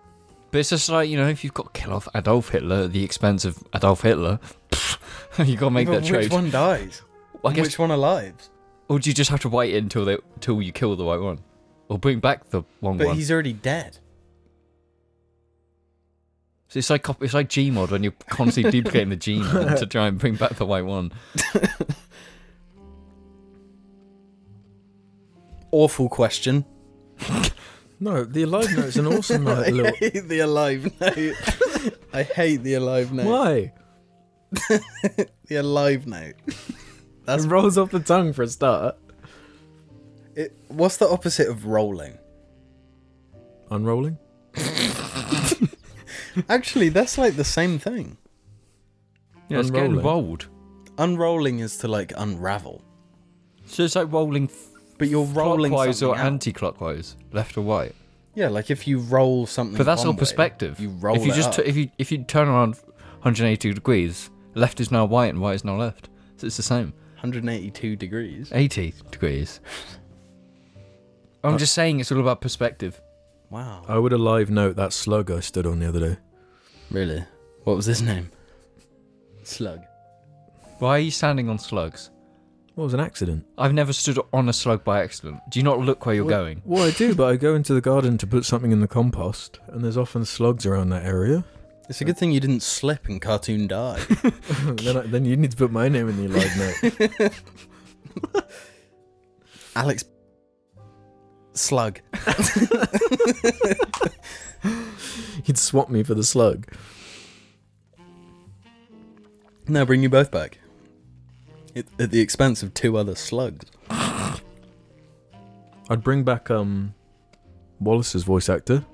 [SPEAKER 3] But it's just like you know, if you've got to kill off Adolf Hitler at the expense of Adolf Hitler, you gotta make
[SPEAKER 2] But
[SPEAKER 3] that
[SPEAKER 2] which
[SPEAKER 3] trade.
[SPEAKER 2] one dies?
[SPEAKER 3] I guess
[SPEAKER 2] Which one alives?
[SPEAKER 3] Or do you just have to wait until they till you kill the white one, or bring back the wrong
[SPEAKER 2] But
[SPEAKER 3] one?
[SPEAKER 2] he's already dead.
[SPEAKER 3] So it's like cop- it's like Gmod when you're constantly duplicating the gene to try and bring back the white one.
[SPEAKER 2] Awful question.
[SPEAKER 4] No, the alive note's an awesome
[SPEAKER 2] I
[SPEAKER 4] like, little.
[SPEAKER 2] hate the alive note. I hate the alive note.
[SPEAKER 4] Why?
[SPEAKER 2] The alive note.
[SPEAKER 4] It rolls off the tongue for a start.
[SPEAKER 2] It, what's the opposite of rolling?
[SPEAKER 4] Unrolling.
[SPEAKER 2] Actually, that's like the same thing.
[SPEAKER 3] Yeah, it's getting
[SPEAKER 4] Unrolling.
[SPEAKER 3] rolled.
[SPEAKER 2] Unrolling is to like unravel,
[SPEAKER 3] So it's like rolling f-
[SPEAKER 2] but you're rolling
[SPEAKER 3] clockwise or
[SPEAKER 2] something out.
[SPEAKER 3] anti-clockwise, left or right.
[SPEAKER 2] yeah, like if you roll something.
[SPEAKER 3] But that's
[SPEAKER 2] one
[SPEAKER 3] all
[SPEAKER 2] way,
[SPEAKER 3] perspective.
[SPEAKER 2] you roll.
[SPEAKER 3] If you
[SPEAKER 2] it
[SPEAKER 3] just
[SPEAKER 2] up.
[SPEAKER 3] tu- if you if you turn around 180 degrees, left is now white and white is now left. So it's the same.
[SPEAKER 2] 182 degrees.
[SPEAKER 3] 80 degrees. I'm just saying it's all about perspective.
[SPEAKER 2] Wow.
[SPEAKER 4] I would alive note that slug I stood on the other day.
[SPEAKER 2] Really? What was his name? Slug.
[SPEAKER 3] Why are you standing on slugs?
[SPEAKER 4] What was an accident?
[SPEAKER 3] I've never stood on a slug by accident. Do you not look where you're going?
[SPEAKER 4] Well, I do, but I go into the garden to put something in the compost, and there's often slugs around that area.
[SPEAKER 2] It's a good thing you didn't slip and cartoon die.
[SPEAKER 4] then, I, then you need to put my name in the alive note.
[SPEAKER 2] Alex. Slug.
[SPEAKER 4] You'd swap me for the slug.
[SPEAKER 2] No, bring you both back. It, at the expense of two other slugs.
[SPEAKER 4] I'd bring back um Wallace's voice actor.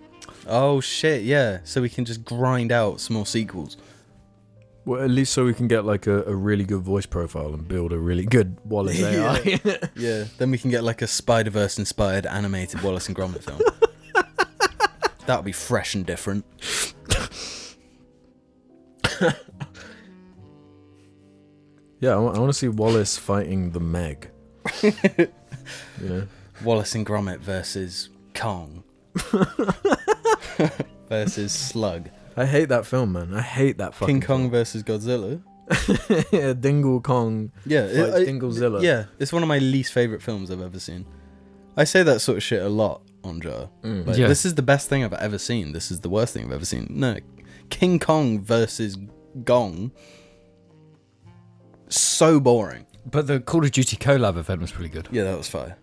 [SPEAKER 2] Oh shit, yeah. So we can just grind out some more sequels.
[SPEAKER 4] Well, at least so we can get like a, a really good voice profile and build a really good Wallace AI.
[SPEAKER 2] Yeah, then we can get like a Spider Verse inspired animated Wallace and Gromit film. that would be fresh and different.
[SPEAKER 4] Yeah, I want to see Wallace fighting the Meg. you know,
[SPEAKER 2] Wallace and Gromit versus Kong versus Slug.
[SPEAKER 4] I hate that film, man. I hate that fucking
[SPEAKER 2] King Kong versus Godzilla.
[SPEAKER 4] film. yeah, Dingle Kong.
[SPEAKER 2] Yeah, it-
[SPEAKER 4] Fights
[SPEAKER 2] I-
[SPEAKER 4] Dinglezilla.
[SPEAKER 2] Yeah, it's one of my least favorite films I've ever seen. I say that sort of shit a lot on Jar. Like,
[SPEAKER 3] Yeah.
[SPEAKER 2] This is the best thing I've ever seen. This is the worst thing I've ever seen. No, King Kong versus Gong. So boring.
[SPEAKER 3] But the Call of Duty collab event was pretty good.
[SPEAKER 2] Yeah, that was fire.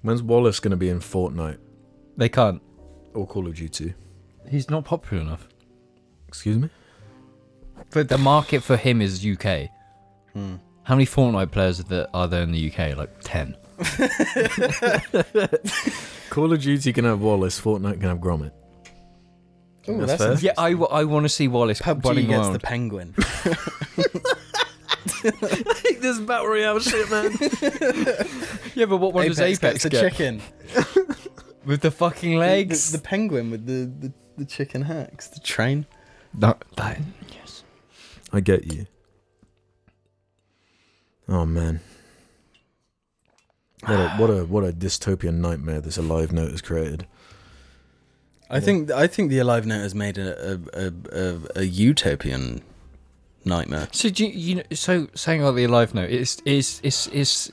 [SPEAKER 4] When's Wallace gonna be in Fortnite
[SPEAKER 3] They can't.
[SPEAKER 4] or Call of Duty?
[SPEAKER 3] He's not popular enough.
[SPEAKER 4] Excuse me.
[SPEAKER 3] But the market for him is UK. How many Fortnite players are there, are there in the UK? Like 10.
[SPEAKER 4] Call of Duty can have Wallace. Fortnite can have Gromit.
[SPEAKER 2] Ooh,
[SPEAKER 4] That's
[SPEAKER 2] that's
[SPEAKER 4] fair.
[SPEAKER 2] interesting.
[SPEAKER 3] Yeah, I, w- I want to see Wallace
[SPEAKER 2] PUBG
[SPEAKER 3] running
[SPEAKER 2] gets
[SPEAKER 3] around.
[SPEAKER 2] the penguin.
[SPEAKER 4] this battle royale shit, man.
[SPEAKER 3] yeah, but what one
[SPEAKER 2] Apex,
[SPEAKER 3] does Apex
[SPEAKER 2] gets the
[SPEAKER 3] get?
[SPEAKER 2] chicken.
[SPEAKER 3] With the fucking
[SPEAKER 2] The,
[SPEAKER 3] legs?
[SPEAKER 2] the penguin with the, the, the chicken hacks. The train.
[SPEAKER 3] That- that- yes.
[SPEAKER 4] I get you. Oh man. What a what a what a dystopian nightmare this alive note has created.
[SPEAKER 2] I think I think the Alive Note has made a a, a, a, a utopian nightmare.
[SPEAKER 3] So do you, you know, so saying about the alive note, it's is is is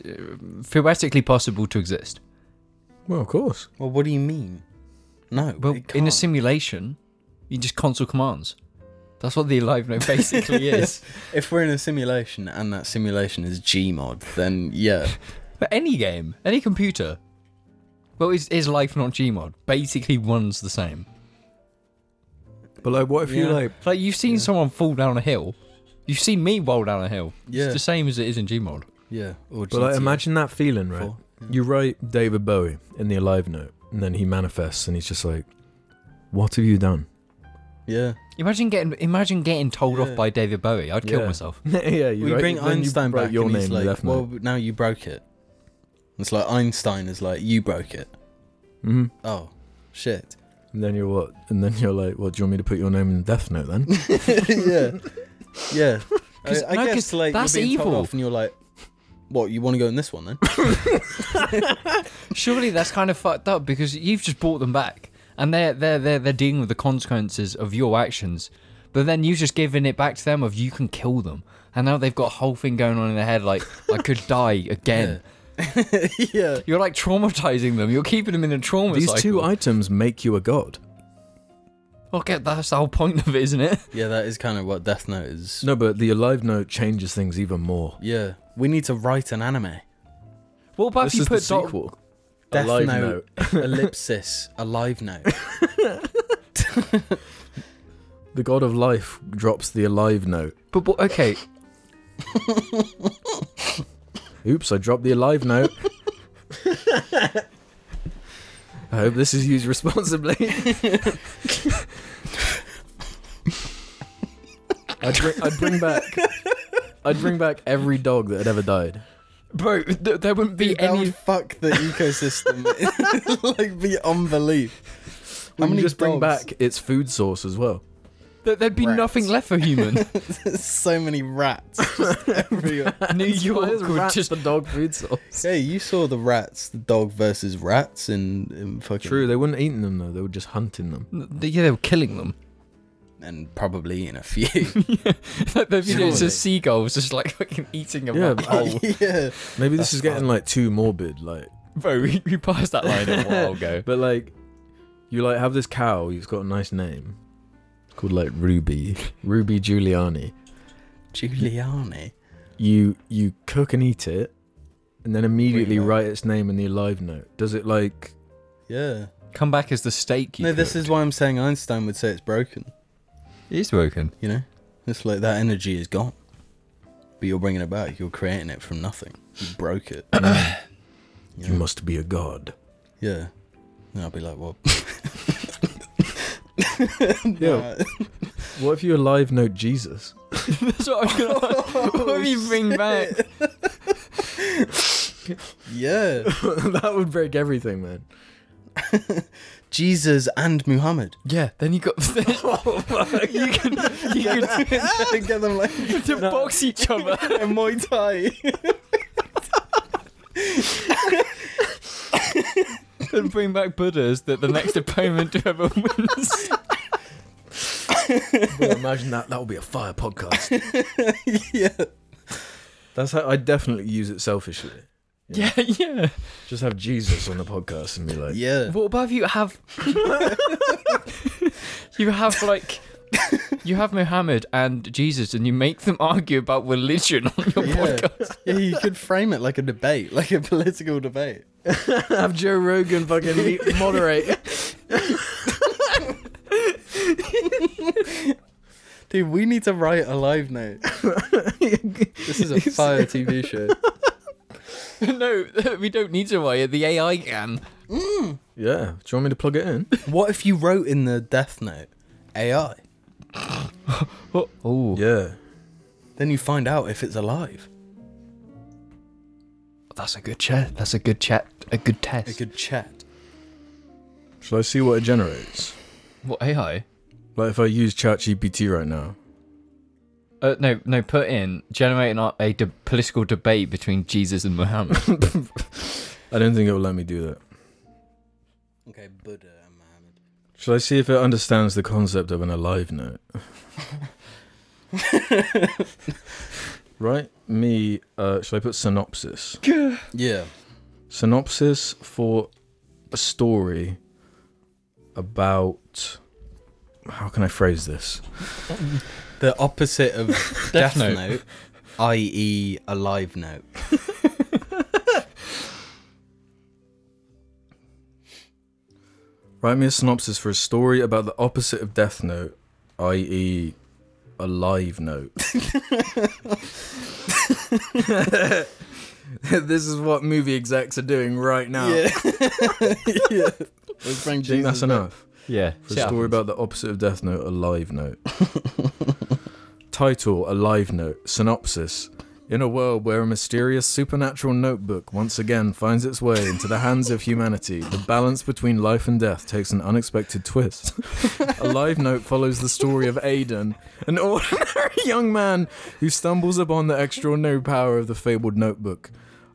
[SPEAKER 3] theoretically possible to exist,
[SPEAKER 4] Well, of course.
[SPEAKER 2] Well, what do you mean? No,
[SPEAKER 3] but
[SPEAKER 2] it
[SPEAKER 3] in a
[SPEAKER 2] can't.
[SPEAKER 3] simulation, you just console commands. That's what the alive note basically is.
[SPEAKER 2] if we're in a simulation and that simulation is Gmod, then yeah,
[SPEAKER 3] But any game, any computer. Well, is is life not Gmod? Basically, one's the same.
[SPEAKER 4] But like, what if you
[SPEAKER 2] Yeah.
[SPEAKER 4] like?
[SPEAKER 3] Like you've seen someone fall down a hill, you've seen me roll down a hill.
[SPEAKER 2] Yeah.
[SPEAKER 3] It's the same as it is in Gmod.
[SPEAKER 2] yeah. Or
[SPEAKER 4] But like,
[SPEAKER 2] GTA.
[SPEAKER 4] imagine that feeling, right?
[SPEAKER 2] Four,
[SPEAKER 4] You write David Bowie in the alive note, and then he manifests, and he's just like, "What have you done?"
[SPEAKER 2] yeah.
[SPEAKER 3] Imagine getting imagine getting told
[SPEAKER 2] Yeah.
[SPEAKER 3] off by David Bowie. I'd kill
[SPEAKER 4] Yeah.
[SPEAKER 3] myself.
[SPEAKER 4] yeah,
[SPEAKER 2] We bring
[SPEAKER 4] then
[SPEAKER 2] Einstein
[SPEAKER 4] write
[SPEAKER 2] back, and he's
[SPEAKER 4] in the note.
[SPEAKER 2] like, "Well, now you broke it." It's like Einstein is like, "You broke it."
[SPEAKER 4] Mhm.
[SPEAKER 2] Oh, shit.
[SPEAKER 4] And then you're what? And then you're like, "Well, do you want me to put your name in the death note then?"
[SPEAKER 2] yeah, yeah. I,
[SPEAKER 3] 'Cause-
[SPEAKER 2] I
[SPEAKER 3] no, 'cause
[SPEAKER 2] guess like
[SPEAKER 3] that's
[SPEAKER 2] you're being told
[SPEAKER 3] evil.
[SPEAKER 2] off, and you're like, "What? You want to go in this one then?"
[SPEAKER 3] Surely that's kind of fucked up because you've just brought them back, and they're they're they're they're dealing with the consequences of your actions. But then you've just given it back to them of you can kill them, and now they've got a whole thing going on in their head like I could die again.
[SPEAKER 2] yeah.
[SPEAKER 3] You're like traumatizing them. You're keeping them in a trauma
[SPEAKER 4] These two
[SPEAKER 3] cycle. Oh,
[SPEAKER 4] items make you a god.
[SPEAKER 3] okay, that's the whole point of it, isn't it?
[SPEAKER 2] Yeah, that is kind of what Death Note is.
[SPEAKER 4] No, but the alive note changes things even more.
[SPEAKER 2] Yeah, we need to write an anime.
[SPEAKER 3] What about
[SPEAKER 4] this
[SPEAKER 3] if you put
[SPEAKER 4] is the
[SPEAKER 3] dot-
[SPEAKER 4] sequel.
[SPEAKER 2] Death
[SPEAKER 4] Alive
[SPEAKER 2] Note, ellipsis, a live note.
[SPEAKER 4] The god of life drops the alive note.
[SPEAKER 3] But, but okay,
[SPEAKER 4] Oops, I dropped the alive note. I hope this is used responsibly. I'd, bring, I'd bring back. I'd bring back every dog that had ever died.
[SPEAKER 3] bro, th- there wouldn't be
[SPEAKER 2] Dude, that
[SPEAKER 3] any.
[SPEAKER 2] would fuck the ecosystem like beyond belief.
[SPEAKER 4] We
[SPEAKER 2] How
[SPEAKER 4] can
[SPEAKER 2] many
[SPEAKER 4] just bring
[SPEAKER 2] dogs?
[SPEAKER 4] back its food source as well.
[SPEAKER 3] th- there'd be
[SPEAKER 2] Rats.
[SPEAKER 3] nothing left for human.
[SPEAKER 2] so many rats just everywhere.
[SPEAKER 3] New York would just
[SPEAKER 4] the dog food source.
[SPEAKER 2] Hey, you saw the rats, the dog versus rats in, in fucking
[SPEAKER 4] True, they wouldn't eating them though. They were just hunting them.
[SPEAKER 3] yeah, they were killing them.
[SPEAKER 2] and probably in a few.
[SPEAKER 3] Like the video, it's
[SPEAKER 2] Surely.
[SPEAKER 3] a seagull was just like fucking eating a
[SPEAKER 4] Yeah,
[SPEAKER 3] rabbit.
[SPEAKER 4] but- oh,
[SPEAKER 2] yeah.
[SPEAKER 4] Maybe this is getting like too morbid. Like,
[SPEAKER 3] Bro, we, we passed that line a while ago.
[SPEAKER 4] but like, you like have this cow. He's got a nice name. It's called like Ruby, Ruby Giuliani.
[SPEAKER 2] Giuliani.
[SPEAKER 4] You you cook and eat it, and then immediately
[SPEAKER 2] Wait, what?
[SPEAKER 4] write its name in the alive note. Does it like?
[SPEAKER 2] Yeah.
[SPEAKER 3] Come back as the steak. You
[SPEAKER 2] no, this is why I'm saying Einstein would say it's broken,
[SPEAKER 3] it is broken.
[SPEAKER 2] you know? It's like that energy is gone. But you're bringing it back. You're creating it from nothing. You broke it.
[SPEAKER 4] You must be a god.
[SPEAKER 2] Yeah. And I'll be like, well,
[SPEAKER 4] Yeah. What if you a live note Jesus?
[SPEAKER 3] That's what I'm gonna. what if you bring back?
[SPEAKER 2] Yeah.
[SPEAKER 4] that would break everything, man.
[SPEAKER 2] Jesus and Muhammad.
[SPEAKER 3] Yeah, then you got. you can you can
[SPEAKER 2] Get them like
[SPEAKER 3] to box each other.
[SPEAKER 2] a Muay Thai.
[SPEAKER 3] Then bring back Buddhas that the next opponent whoever wins.
[SPEAKER 4] imagine that. That would be a fire podcast. yeah. That's how I definitely use it selfishly.
[SPEAKER 3] Yeah, yeah.
[SPEAKER 4] Just have Jesus on the podcast and be like,
[SPEAKER 2] yeah.
[SPEAKER 3] What about if you have? you have like. You have Muhammad and Jesus, and you make them argue about religion on your
[SPEAKER 2] Yeah.
[SPEAKER 3] podcast.
[SPEAKER 2] yeah, you could frame it like a debate, like a political debate.
[SPEAKER 4] have Joe Rogan fucking meet- moderate.
[SPEAKER 2] Dude, we need to write a live note. this is a fire TV show.
[SPEAKER 3] no, we don't need to wire. The AI can.
[SPEAKER 4] yeah. Do you want me to plug it in?
[SPEAKER 2] What if you wrote in the death note AI?
[SPEAKER 3] Oh,
[SPEAKER 4] Yeah.
[SPEAKER 2] Then you find out if it's alive.
[SPEAKER 3] that's a good chat. That's a good chat. A good test.
[SPEAKER 2] It could chat.
[SPEAKER 4] Shall I see what it generates?
[SPEAKER 3] What AI?
[SPEAKER 4] Like if I use ChatGPT right now.
[SPEAKER 3] Uh, no, no. Put in generating a, a de- political debate between Jesus and Muhammad.
[SPEAKER 4] I don't think it will let me do that.
[SPEAKER 2] Okay, Buddha and Muhammad.
[SPEAKER 4] Shall I see if it understands the concept of an alive note? right? Me, uh, shall I put synopsis?
[SPEAKER 2] Yeah.
[SPEAKER 4] Synopsis for a story about. How can I phrase this?
[SPEAKER 2] The opposite of death
[SPEAKER 3] Note.
[SPEAKER 2] note, i.e., a live note.
[SPEAKER 4] Write me a synopsis for a story about the opposite of Death Note, i.e., a live note. this is what movie execs are doing right now.
[SPEAKER 2] yeah. Let's bring
[SPEAKER 4] Do you think that's enough?
[SPEAKER 3] yeah.
[SPEAKER 4] For a story about the opposite of Death Note, a live note. Title, a live note. Synopsis. In a world where a mysterious supernatural notebook once again finds its way into the hands of humanity, the balance between life and death takes an unexpected twist. a live note follows the story of Aidan, an ordinary young man who stumbles upon the extraordinary power of the fabled notebook.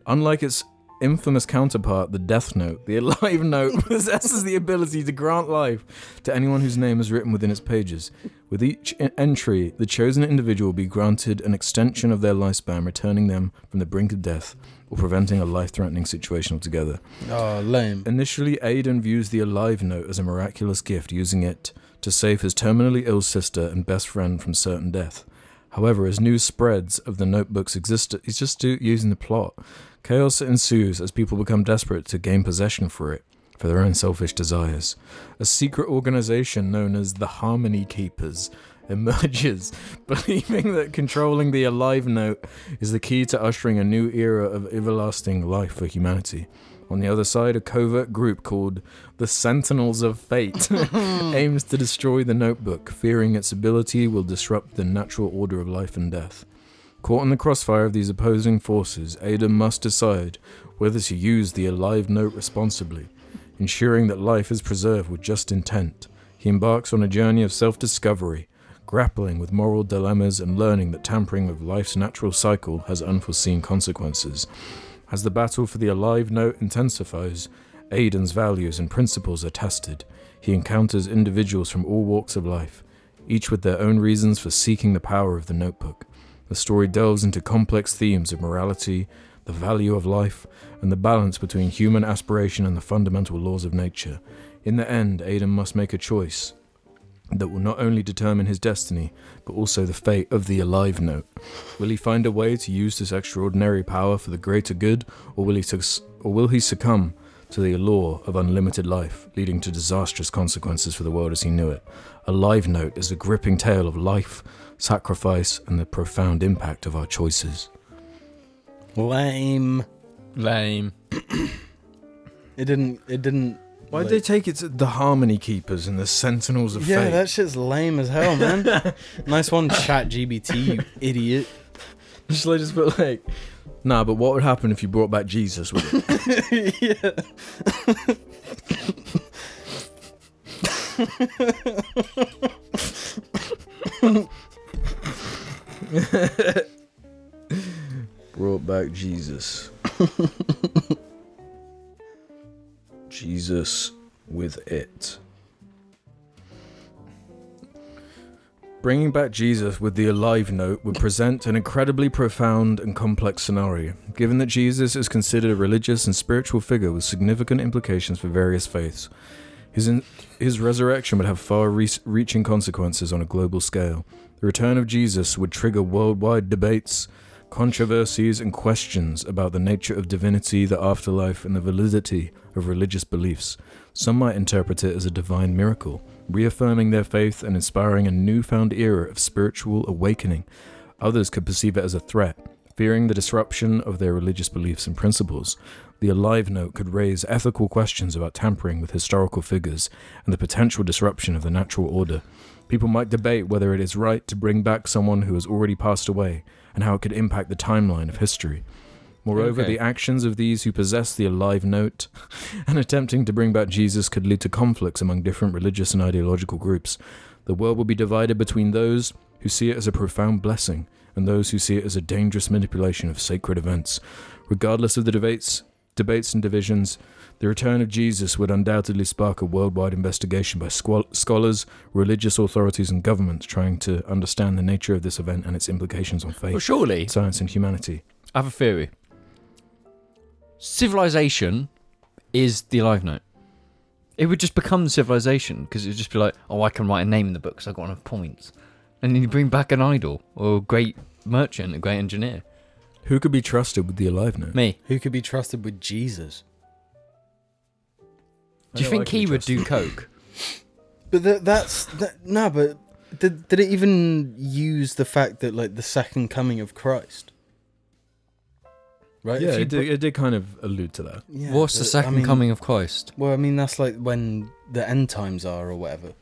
[SPEAKER 4] Unlike its infamous counterpart, the Death Note, the Alive Note possesses the ability to grant life to anyone whose name is written within its pages. With each en- entry, the chosen individual will be granted an extension of their lifespan, returning them from the brink of death or preventing a life threatening situation altogether.
[SPEAKER 2] Oh, lame.
[SPEAKER 4] Initially, Aidan views the Alive Note as a miraculous gift, using it to save his terminally ill sister and best friend from certain death. However, as news spreads of the notebook's existence, he's just do- using the plot. Chaos ensues as people become desperate to gain possession for it for their own selfish desires. A secret organization known as the Harmony Keepers emerges, believing that controlling the Alive Note is the key to ushering a new era of everlasting life for humanity. On the other side, a covert group called the Sentinels of Fate aims to destroy the notebook, fearing its ability will disrupt the natural order of life and death. Caught in the crossfire of these opposing forces, Ada must decide whether to use the alive note responsibly, ensuring that life is preserved with just intent. He embarks on a journey of self discovery, grappling with moral dilemmas and learning that tampering with life's natural cycle has unforeseen consequences. As the battle for the alive note intensifies, Aidan's values and principles are tested. He encounters individuals from all walks of life, each with their own reasons for seeking the power of the notebook. The story delves into complex themes of morality, the value of life, and the balance between human aspiration and the fundamental laws of nature. In the end, Aidan must make a choice that will not only determine his destiny, but also the fate of the alive note. Will he find a way to use this extraordinary power for the greater good, or will he suc- or will he succumb to the allure of unlimited life, leading to disastrous consequences for the world as he knew it? A live note is a gripping tale of life, sacrifice, and the profound impact of our choices.
[SPEAKER 2] Lame.
[SPEAKER 3] Lame.
[SPEAKER 2] It didn't. It didn't
[SPEAKER 4] Why'd they take it to the Harmony Keepers and the Sentinels of
[SPEAKER 2] Yeah,
[SPEAKER 4] Fate?
[SPEAKER 2] that shit's lame as hell, man. nice one, Chat GBT, you idiot.
[SPEAKER 4] Just like, just put like, nah. But what would happen if you brought back Jesus with it?
[SPEAKER 2] yeah.
[SPEAKER 4] brought back Jesus. Jesus with it. Bringing back Jesus with the alive note would present an incredibly profound and complex scenario, given that Jesus is considered a religious and spiritual figure with significant implications for various faiths. His, in, his resurrection would have far re- reaching consequences on a global scale. The return of Jesus would trigger worldwide debates, controversies, and questions about the nature of divinity, the afterlife, and the validity of religious beliefs. Some might interpret it as a divine miracle, reaffirming their faith and inspiring a newfound era of spiritual awakening. Others could perceive it as a threat, fearing the disruption of their religious beliefs and principles. The Alive Note could raise ethical questions about tampering with historical figures and the potential disruption of the natural order. People might debate whether it is right to bring back someone who has already passed away and how it could impact the timeline of history. Moreover,
[SPEAKER 3] Okay.
[SPEAKER 4] the actions of these who possess the Alive Note and attempting to bring back Jesus could lead to conflicts among different religious and ideological groups. The world will be divided between those who see it as a profound blessing and those who see it as a dangerous manipulation of sacred events. Regardless of the debates, debates and divisions, the return of Jesus would undoubtedly spark a worldwide investigation by squal- scholars, religious authorities, and governments trying to understand the nature of this event and its implications on
[SPEAKER 3] Well,
[SPEAKER 4] faith,
[SPEAKER 3] surely,
[SPEAKER 4] science, and humanity.
[SPEAKER 3] I have a theory. Civilization is the alive note. It would just become civilization because it would just be like, oh, I can write a name in the book because I've got enough points. And then you bring back an idol or a great merchant, a great engineer.
[SPEAKER 4] Who could be trusted with the alive note?
[SPEAKER 3] Me.
[SPEAKER 2] Who could be trusted with Jesus?
[SPEAKER 3] Do you
[SPEAKER 4] I
[SPEAKER 3] think
[SPEAKER 4] like
[SPEAKER 3] he
[SPEAKER 4] me,
[SPEAKER 3] would do coke?
[SPEAKER 2] But that, that's that, no. But did did it even use the fact that like the second coming of Christ? Right.
[SPEAKER 4] Yeah,
[SPEAKER 2] If you
[SPEAKER 4] it did, it did kind of allude to that.
[SPEAKER 2] br- yeah,
[SPEAKER 3] What's the
[SPEAKER 2] but, I
[SPEAKER 3] second
[SPEAKER 2] mean-
[SPEAKER 3] coming of Christ?
[SPEAKER 2] Well, I mean that's like when the end times are or whatever.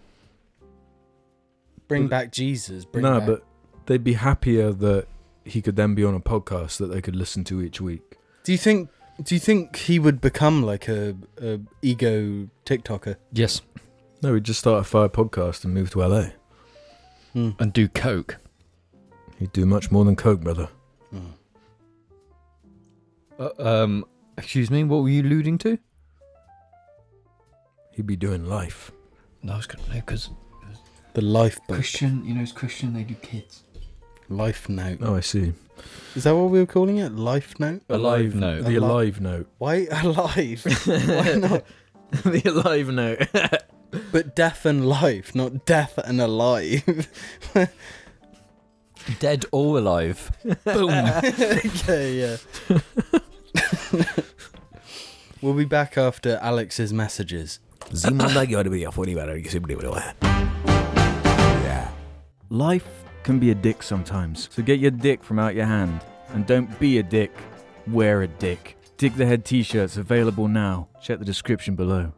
[SPEAKER 2] Bring
[SPEAKER 4] But-
[SPEAKER 2] back Jesus. Bring
[SPEAKER 4] no,
[SPEAKER 2] back-
[SPEAKER 4] but they'd be happier that he could then be on a podcast that they could listen to each week.
[SPEAKER 2] do you think do you think he would become like a, a ego TikToker?
[SPEAKER 3] Yes.
[SPEAKER 4] No, he'd just start a fire podcast and move to LA.
[SPEAKER 2] Hmm.
[SPEAKER 3] And do coke.
[SPEAKER 4] He'd do much more than coke, brother.
[SPEAKER 2] Mm.
[SPEAKER 3] Uh, um, excuse me, what were you alluding to?
[SPEAKER 4] He'd be doing life.
[SPEAKER 3] No, I was going to know because
[SPEAKER 2] The lifeboat,
[SPEAKER 3] Christian, you know, as Christian, they do kids.
[SPEAKER 2] life note.
[SPEAKER 4] Oh, I see.
[SPEAKER 2] Is that what we were calling it? Life note.
[SPEAKER 3] Alive note.
[SPEAKER 4] The
[SPEAKER 2] Alive-
[SPEAKER 4] alive note.
[SPEAKER 2] Why alive? Why not?
[SPEAKER 4] the alive note.
[SPEAKER 2] But death and life, not death and alive.
[SPEAKER 3] Dead or alive. Boom.
[SPEAKER 2] okay, yeah. we'll be back after Alex's messages.
[SPEAKER 5] Life can be a dick sometimes, so get your dick from out your hand. And don't be a dick, wear a dick. Dick the Head t shirts available now. Check the description below.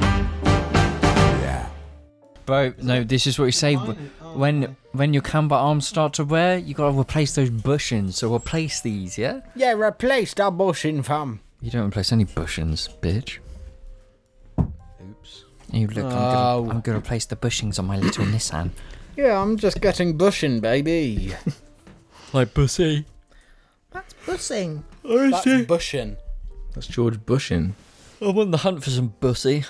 [SPEAKER 3] Bro, no, this is what you say. When when your camber arms start to wear, you gotta replace those bushings. So replace these, yeah?
[SPEAKER 2] Yeah, replaced our bushing fam.
[SPEAKER 3] You don't replace any bushings, bitch.
[SPEAKER 4] Oops.
[SPEAKER 3] You look, I'm, gonna,
[SPEAKER 2] Oh.
[SPEAKER 3] I'm gonna replace the bushings on my little Nissan.
[SPEAKER 2] Yeah, I'm just getting bushing, baby.
[SPEAKER 3] Like pussy.
[SPEAKER 2] That's bushing.
[SPEAKER 4] That's George Bushin.
[SPEAKER 3] I want the hunt for some bussy.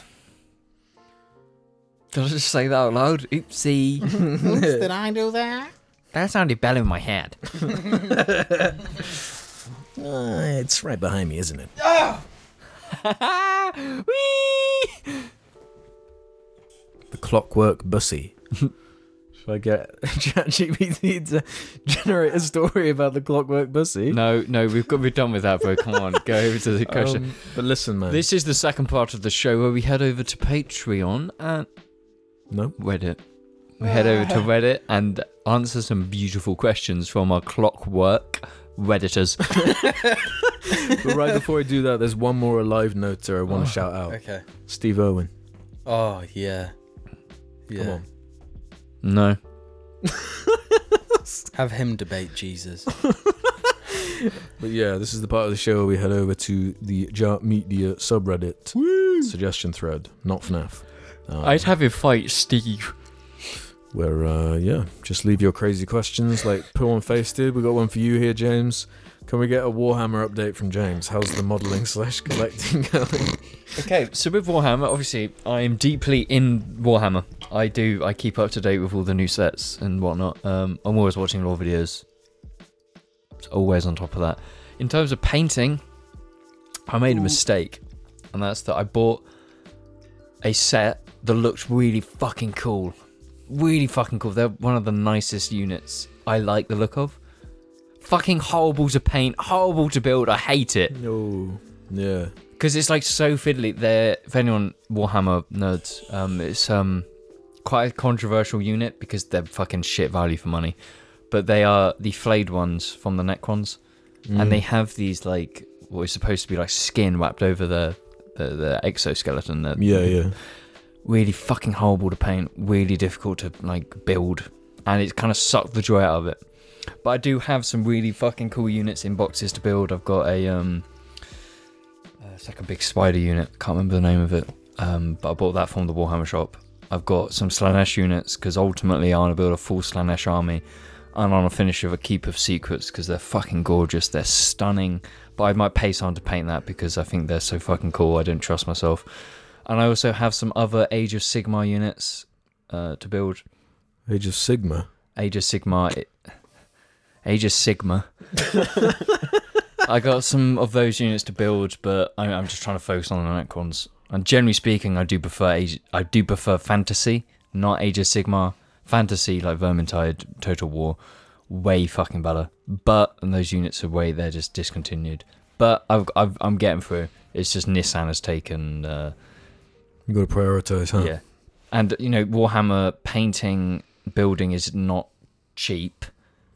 [SPEAKER 3] Did I just say that out loud? Oopsie.
[SPEAKER 2] Did I do that?
[SPEAKER 3] that sounded better in my head.
[SPEAKER 4] Uh, it's right behind me, isn't it?
[SPEAKER 3] Whee!
[SPEAKER 4] The clockwork bussy. Should I get ChatGPT to generate a story about the clockwork bussy?
[SPEAKER 3] No, no, we've got we're done with that, bro. Come on, go over to the question.
[SPEAKER 4] Um, but listen, man.
[SPEAKER 3] This is the second part of the show where we head over to Patreon and
[SPEAKER 4] no.
[SPEAKER 3] Reddit. We head over to Reddit and answer some beautiful questions from our clockwork Redditors.
[SPEAKER 4] Oh, but right before I do that, there's one more alive note that I want to shout out.
[SPEAKER 2] Okay.
[SPEAKER 4] Steve Owen.
[SPEAKER 2] Oh yeah. Yeah.
[SPEAKER 4] on.
[SPEAKER 3] No.
[SPEAKER 2] Have him debate Jesus.
[SPEAKER 4] But yeah, this is the part of the show where we head over to the Jar Media subreddit suggestion thread, not FNAF. Um,
[SPEAKER 3] I'd have a fight, Steve.
[SPEAKER 4] where, uh, yeah, just leave your crazy questions like Poo and Face did. We got one for you here, James. Can we get a Warhammer update from James? How's the modeling slash collecting going?
[SPEAKER 3] Okay, so with Warhammer, obviously, I'm deeply in Warhammer. I do, I keep up to date with all the new sets and whatnot. Um, I'm always watching lore videos. It's always on top of that. In terms of painting, I made a mistake, and that's that I bought a set that looked really fucking cool. Really fucking cool. They're one of the nicest units I like the look of. Fucking horrible to paint, horrible to build. I hate it
[SPEAKER 4] No. Yeah.
[SPEAKER 3] because it's like so fiddly. There, if anyone Warhammer nerds, um, it's um quite a controversial unit because they're fucking shit value for money, but they are the flayed ones from the neck ones,
[SPEAKER 4] Mm.
[SPEAKER 3] and they have these like what is supposed to be like skin wrapped over the the, the exoskeleton. That
[SPEAKER 4] Yeah, yeah.
[SPEAKER 3] really fucking horrible to paint, really difficult to like build, and it kind of sucked the joy out of it. But I do have some really fucking cool units in boxes to build. I've got a um, uh, it's like a big spider unit. Can't remember the name of it, um, but I bought that from the Warhammer shop. I've got some Slanesh units because ultimately I want to build a full Slanesh army, and I want to finish with a keep of secrets because they're fucking gorgeous. They're stunning, but I might pay someone to paint that because I think they're so fucking cool. I don't trust myself and I also have some other Age of Sigma units uh, to build.
[SPEAKER 4] Age of Sigma.
[SPEAKER 3] Age of Sigma, Age of Sigma. I got some of those units to build, but I'm, I'm just trying to focus on the neck ones. And generally speaking, I do prefer Age, I do prefer fantasy, not Age of Sigma. Fantasy like Vermintide, Total War, way fucking better. But and those units are way they're just discontinued. But I've, I've, I'm getting through. It's just Nissan has taken. Uh,
[SPEAKER 4] You gotta prioritize, huh?
[SPEAKER 3] yeah. And you know, Warhammer painting building is not cheap.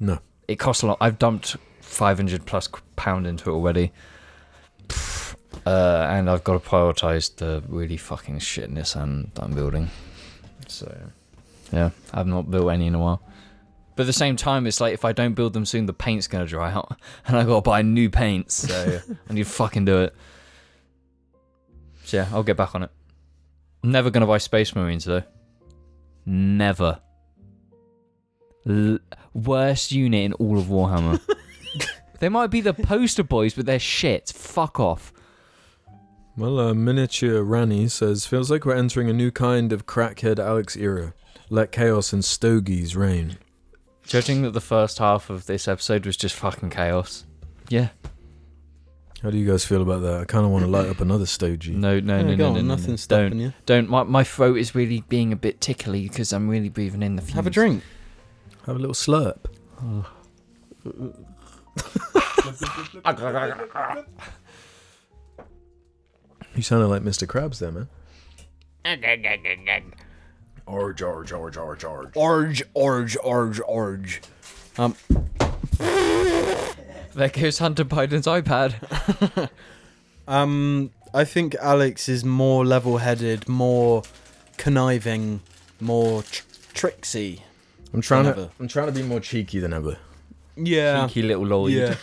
[SPEAKER 4] No.
[SPEAKER 3] It costs a lot. I've dumped 500 plus pound into it already. Pff, Uh, and I've got to prioritize the really fucking shitness and that I'm building. So, yeah, I've not built any in a while. But at the same time, it's like if I don't build them soon, the paint's gonna dry out, and I gotta buy new paints. So I need to fucking do it. So yeah, I'll get back on it. Never gonna buy Space Marines though. Never. L- worst unit in all of Warhammer. they might be the poster boys, but they're shit. Fuck off.
[SPEAKER 4] Well, uh, miniature Rani says, feels like we're entering a new kind of crackhead Alex era. Let chaos and stogies reign.
[SPEAKER 3] Judging that the first half of this episode was just fucking chaos. Yeah.
[SPEAKER 4] How do you guys feel about that? I kind of want to light up another stogie.
[SPEAKER 3] No, no, no, no,
[SPEAKER 2] Yeah, go on,
[SPEAKER 3] no, no, no.
[SPEAKER 2] nothing's
[SPEAKER 3] Don't,
[SPEAKER 2] stopping you.
[SPEAKER 3] don't. My, my throat is really being a bit tickly because I'm really breathing in the fumes.
[SPEAKER 2] Have a drink.
[SPEAKER 4] Have a little slurp. you sounded like Mr. Krabs there, man. Arge, arge, arge, arge, arge.
[SPEAKER 2] Orge, orge, orge, orge.
[SPEAKER 3] There goes Hunter Biden's iPad.
[SPEAKER 2] Um, I think Alex is more level-headed, more conniving, more tr- tricksy.
[SPEAKER 4] I'm trying
[SPEAKER 2] than
[SPEAKER 4] to.
[SPEAKER 2] ever.
[SPEAKER 4] I'm trying to be more cheeky than ever.
[SPEAKER 2] Yeah.
[SPEAKER 3] Cheeky little lord.
[SPEAKER 2] Yeah.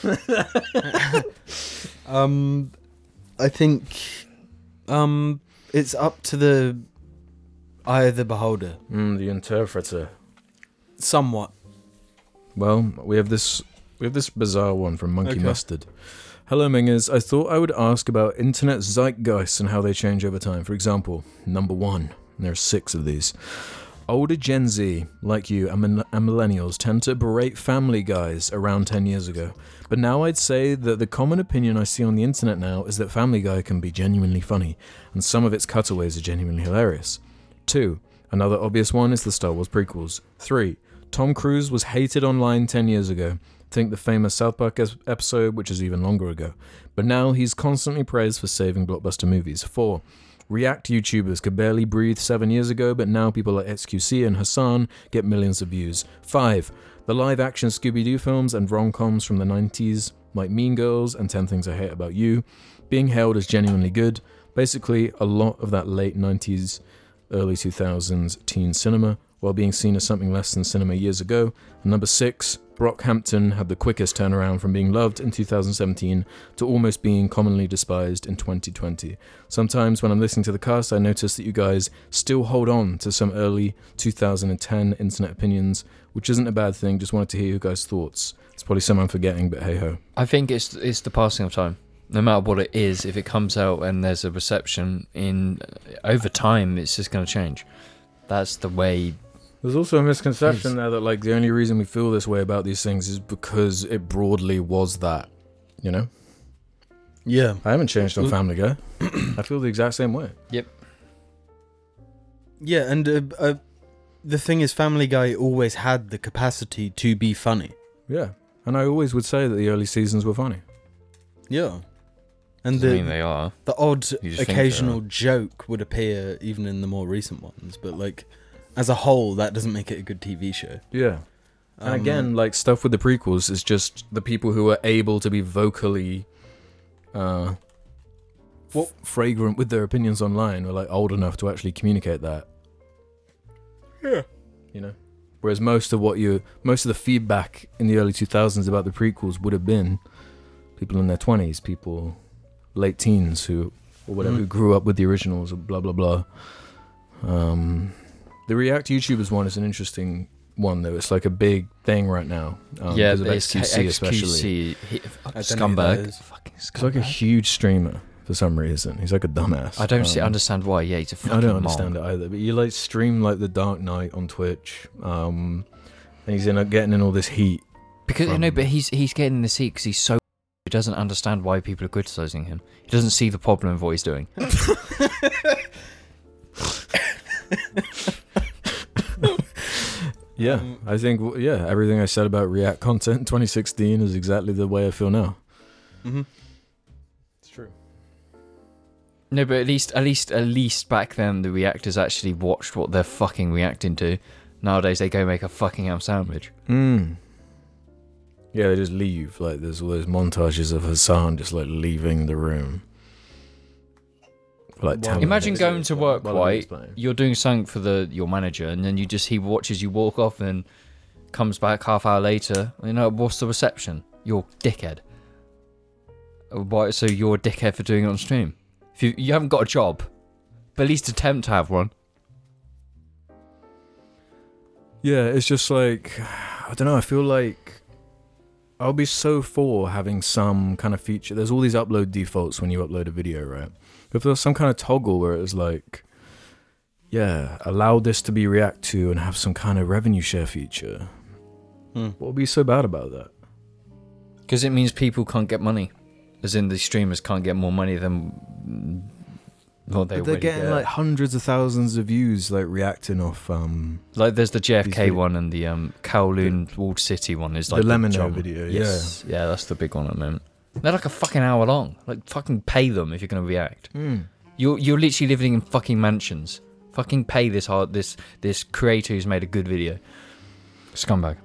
[SPEAKER 2] um, I think um, it's up to the eye of the beholder,
[SPEAKER 4] Mm, the interpreter.
[SPEAKER 2] somewhat.
[SPEAKER 4] Well, we have this we have this bizarre one from Monkey
[SPEAKER 2] Okay.
[SPEAKER 4] Mustard. Hello Mingers, I thought I would ask about internet zeitgeists and how they change over time. For example, number one, and there are six of these. Older Gen Z, like you and, min- and millennials, tend to berate family guys around 10 years ago. But now I'd say that the common opinion I see on the internet now is that Family Guy can be genuinely funny, and some of its cutaways are genuinely hilarious. 2. Another obvious one is the Star Wars prequels. 3. Tom Cruise was hated online 10 years ago. Think the famous South Park es- episode, which is even longer ago. But now he's constantly praised for saving blockbuster movies. 4. React YouTubers could barely breathe 7 years ago, but now people like XQC and Hassan get millions of views. 5. The live action Scooby Doo films and rom coms from the 90s, like Mean Girls and 10 Things I Hate About You, being hailed as genuinely good. Basically, a lot of that late 90s early 2000s teen cinema, while being seen as something less than cinema years ago. And number six, Brockhampton had the quickest turnaround from being loved in 2017 to almost being commonly despised in 2020. Sometimes when I'm listening to the cast, I notice that you guys still hold on to some early 2010 internet opinions, which isn't a bad thing. Just wanted to hear your guys' thoughts. It's probably some I'm forgetting, but hey ho.
[SPEAKER 3] I think it's it's the passing of time. No matter what it is, if it comes out and there's a reception in uh, over time, it's just going to change. That's the way.
[SPEAKER 4] There's also a
[SPEAKER 3] Yes.
[SPEAKER 4] misconception there that like the only reason we feel this way about these things is because it broadly was that. You know,
[SPEAKER 2] Yeah.
[SPEAKER 4] I haven't changed on
[SPEAKER 2] Mm.
[SPEAKER 4] Family Guy. I feel the exact same way.
[SPEAKER 2] Yeah, and uh, uh, the thing is, Family Guy always had the capacity to be funny.
[SPEAKER 4] Yeah, and I always would say that the early seasons were funny.
[SPEAKER 2] Yeah. And
[SPEAKER 3] I mean,
[SPEAKER 2] the,
[SPEAKER 3] they are.
[SPEAKER 2] the odd
[SPEAKER 3] You just think they
[SPEAKER 2] occasional joke would appear even in the more recent ones, but like as a whole, that doesn't make it a good TV show.
[SPEAKER 4] Yeah, and
[SPEAKER 2] Um,
[SPEAKER 4] again, like stuff with the prequels is just the people who are able to be vocally, uh, what fragrant with their opinions online are like old enough to actually communicate that.
[SPEAKER 2] Yeah.
[SPEAKER 4] you know. Whereas most of what you, most of the feedback in the early 2000s about the prequels would have been people in their 20s, people late teens who, or whatever,
[SPEAKER 2] Mm.
[SPEAKER 4] who grew up with the originals, or blah blah blah. Um, the React YouTubers one is an interesting one though. It's like a big thing right now. Um,
[SPEAKER 3] yeah,
[SPEAKER 4] because of
[SPEAKER 3] it's
[SPEAKER 4] XQC
[SPEAKER 3] XQC
[SPEAKER 4] especially.
[SPEAKER 3] He,
[SPEAKER 2] don't know who that
[SPEAKER 3] scumbag.
[SPEAKER 2] is.
[SPEAKER 3] Fucking
[SPEAKER 4] He's like a
[SPEAKER 3] scumbag.
[SPEAKER 4] huge streamer for some reason. He's like a dumbass.
[SPEAKER 3] I don't see,
[SPEAKER 4] Um,
[SPEAKER 3] understand why. Yeah, he's a fucking
[SPEAKER 4] I don't understand it either. But you like stream like the Dark Knight on Twitch, um, and he's in uh, getting in all this heat.
[SPEAKER 3] Because you
[SPEAKER 4] from-
[SPEAKER 3] know, but he's he's getting the seat because he's so he doesn't understand why people are criticizing him. He doesn't see the problem of what he's doing.
[SPEAKER 4] Yeah,
[SPEAKER 3] Mm.
[SPEAKER 2] Um,
[SPEAKER 4] I think w- yeah everything I said about React content in 2016 is exactly the way I feel now.
[SPEAKER 2] Mm-hmm.
[SPEAKER 4] It's true.
[SPEAKER 3] No, but at least at least at least back then the reactors actually watched what they're fucking reacting to. Nowadays they go make a fucking ham sandwich.
[SPEAKER 4] Mm. Yeah, they just leave. Like there's all those montages of Hassan just like leaving the room. For, like
[SPEAKER 2] Wow.
[SPEAKER 4] 10
[SPEAKER 3] Imagine
[SPEAKER 4] minutes.
[SPEAKER 3] going to work,
[SPEAKER 4] While the
[SPEAKER 3] right?
[SPEAKER 4] music's playing.
[SPEAKER 3] You're doing something for the your manager, and then you just he watches you walk off and comes back half hour later. You know what's the reception? You're a dickhead. Uh, Why? So you're a dickhead for doing it on stream. If you you haven't got a job, but at least attempt to have one.
[SPEAKER 4] Yeah, it's just like I don't know. I feel like I'll be so for having some kind of feature. There's all these upload defaults when you upload a video, right? If there's some kind of toggle where it was like, yeah, allow this to be React to and have some kind of revenue share feature.
[SPEAKER 2] Hmm.
[SPEAKER 4] What would be so bad about that?
[SPEAKER 3] Because it means people can't get money, as in the streamers can't get more money than mm, what they
[SPEAKER 4] but they're
[SPEAKER 3] already
[SPEAKER 4] getting
[SPEAKER 3] get.
[SPEAKER 4] like
[SPEAKER 3] Like,
[SPEAKER 4] hundreds of thousands of views, like reacting off um,
[SPEAKER 3] there's the JFK
[SPEAKER 4] video-
[SPEAKER 3] one and the um, Kowloon Walled City one is like
[SPEAKER 4] the Lemon
[SPEAKER 3] jump.
[SPEAKER 4] video.
[SPEAKER 3] Yes, yeah, that's the big one at the moment. They're like a fucking hour long. Like fucking pay them if you're gonna react.
[SPEAKER 4] Yeah. Mm.
[SPEAKER 3] You're you're literally living in fucking mansions. Fucking pay this hard this this creator who's made a good video. Scumbag.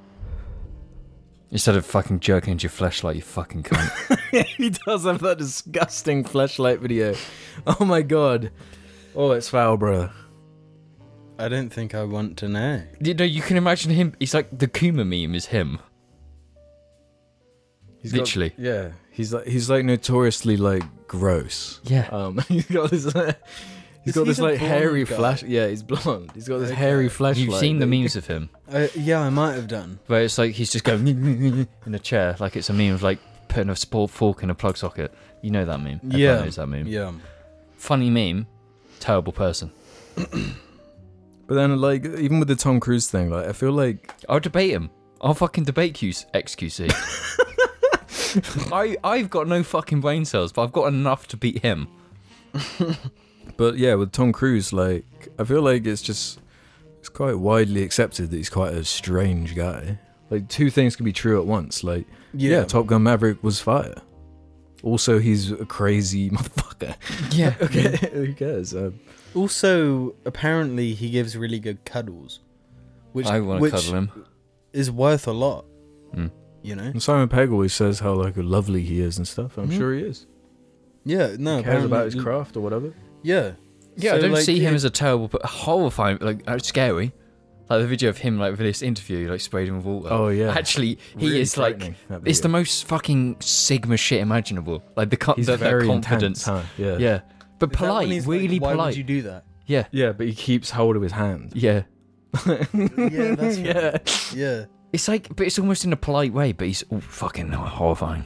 [SPEAKER 3] Instead of fucking jerking into your flesh like you fucking cunt.
[SPEAKER 4] he does have that disgusting flashlight video. Oh my god. Oh, it's foul, bro.
[SPEAKER 2] I don't think I want to know.
[SPEAKER 3] you know, you can imagine him. He's like the Kuma meme is him.
[SPEAKER 4] He's got-
[SPEAKER 3] literally.
[SPEAKER 4] yeah, he's like he's like notoriously like gross.
[SPEAKER 3] yeah.
[SPEAKER 4] Um, he's got this.
[SPEAKER 2] Is
[SPEAKER 4] He's got
[SPEAKER 2] he
[SPEAKER 4] this
[SPEAKER 2] the
[SPEAKER 4] like
[SPEAKER 2] blonde
[SPEAKER 4] hairy
[SPEAKER 2] guy?
[SPEAKER 4] flash. Yeah, he's blonde. He's got this
[SPEAKER 2] Okay.
[SPEAKER 4] hairy flashlight.
[SPEAKER 3] You've seen the
[SPEAKER 4] that he-
[SPEAKER 3] memes of him
[SPEAKER 2] Uh, yeah, I might have done.
[SPEAKER 3] where it's like he's just going in a chair like it's a meme of like putting a sport fork in a plug socket. You know that meme. Everyone
[SPEAKER 2] Yeah.
[SPEAKER 3] knows that meme.
[SPEAKER 2] Yeah.
[SPEAKER 3] funny meme, terrible person.
[SPEAKER 4] But then, like, even with the Tom Cruise thing, like, I feel like
[SPEAKER 3] I'll debate him. I'll fucking debate you, XQC. I I've got no fucking brain cells, but I've got enough to beat him.
[SPEAKER 4] But yeah, with Tom Cruise, like I feel like it's just it's quite widely accepted that he's quite a strange guy. Like two things can be true at once. Like yeah,
[SPEAKER 2] Yeah.
[SPEAKER 4] Top Gun Maverick was fire. Also, he's a crazy motherfucker.
[SPEAKER 3] Yeah.
[SPEAKER 4] Okay, who cares? Um,
[SPEAKER 2] Also, apparently, he gives really good cuddles, which
[SPEAKER 3] I want to
[SPEAKER 2] which
[SPEAKER 3] cuddle him.
[SPEAKER 2] is worth a lot.
[SPEAKER 3] Mm.
[SPEAKER 2] You know.
[SPEAKER 4] and Simon Pegg always says how like lovely he is and stuff. and I'm
[SPEAKER 2] Mhm.
[SPEAKER 4] sure Mm-hmm. he is.
[SPEAKER 2] Yeah. No.
[SPEAKER 4] Cares about his
[SPEAKER 2] apparently-
[SPEAKER 4] craft or whatever.
[SPEAKER 2] Yeah.
[SPEAKER 3] Yeah, I
[SPEAKER 2] So,
[SPEAKER 3] don't
[SPEAKER 2] like,
[SPEAKER 3] see him
[SPEAKER 2] it-
[SPEAKER 3] as a terrible, but horrifying, like uh, scary. Like the video of him, like for this interview, like sprayed him with water.
[SPEAKER 4] Oh, yeah.
[SPEAKER 3] Actually, he
[SPEAKER 4] Really
[SPEAKER 3] is like,
[SPEAKER 4] frightening, that
[SPEAKER 3] it's
[SPEAKER 4] video.
[SPEAKER 3] the most fucking sigma shit imaginable. Like the, co-
[SPEAKER 4] He's
[SPEAKER 3] the, the
[SPEAKER 4] very
[SPEAKER 3] confidence.
[SPEAKER 4] intense, huh? Yeah.
[SPEAKER 3] Yeah, but
[SPEAKER 2] Is that when
[SPEAKER 3] polite,
[SPEAKER 2] he's like,
[SPEAKER 3] really
[SPEAKER 2] Why
[SPEAKER 3] polite.
[SPEAKER 2] would you do that?
[SPEAKER 3] Yeah,
[SPEAKER 4] Yeah, but he keeps hold of his hand.
[SPEAKER 3] yeah.
[SPEAKER 2] Yeah, that's right. yeah.
[SPEAKER 3] It's like, but it's almost in a polite way. But he's oh, fucking horrifying.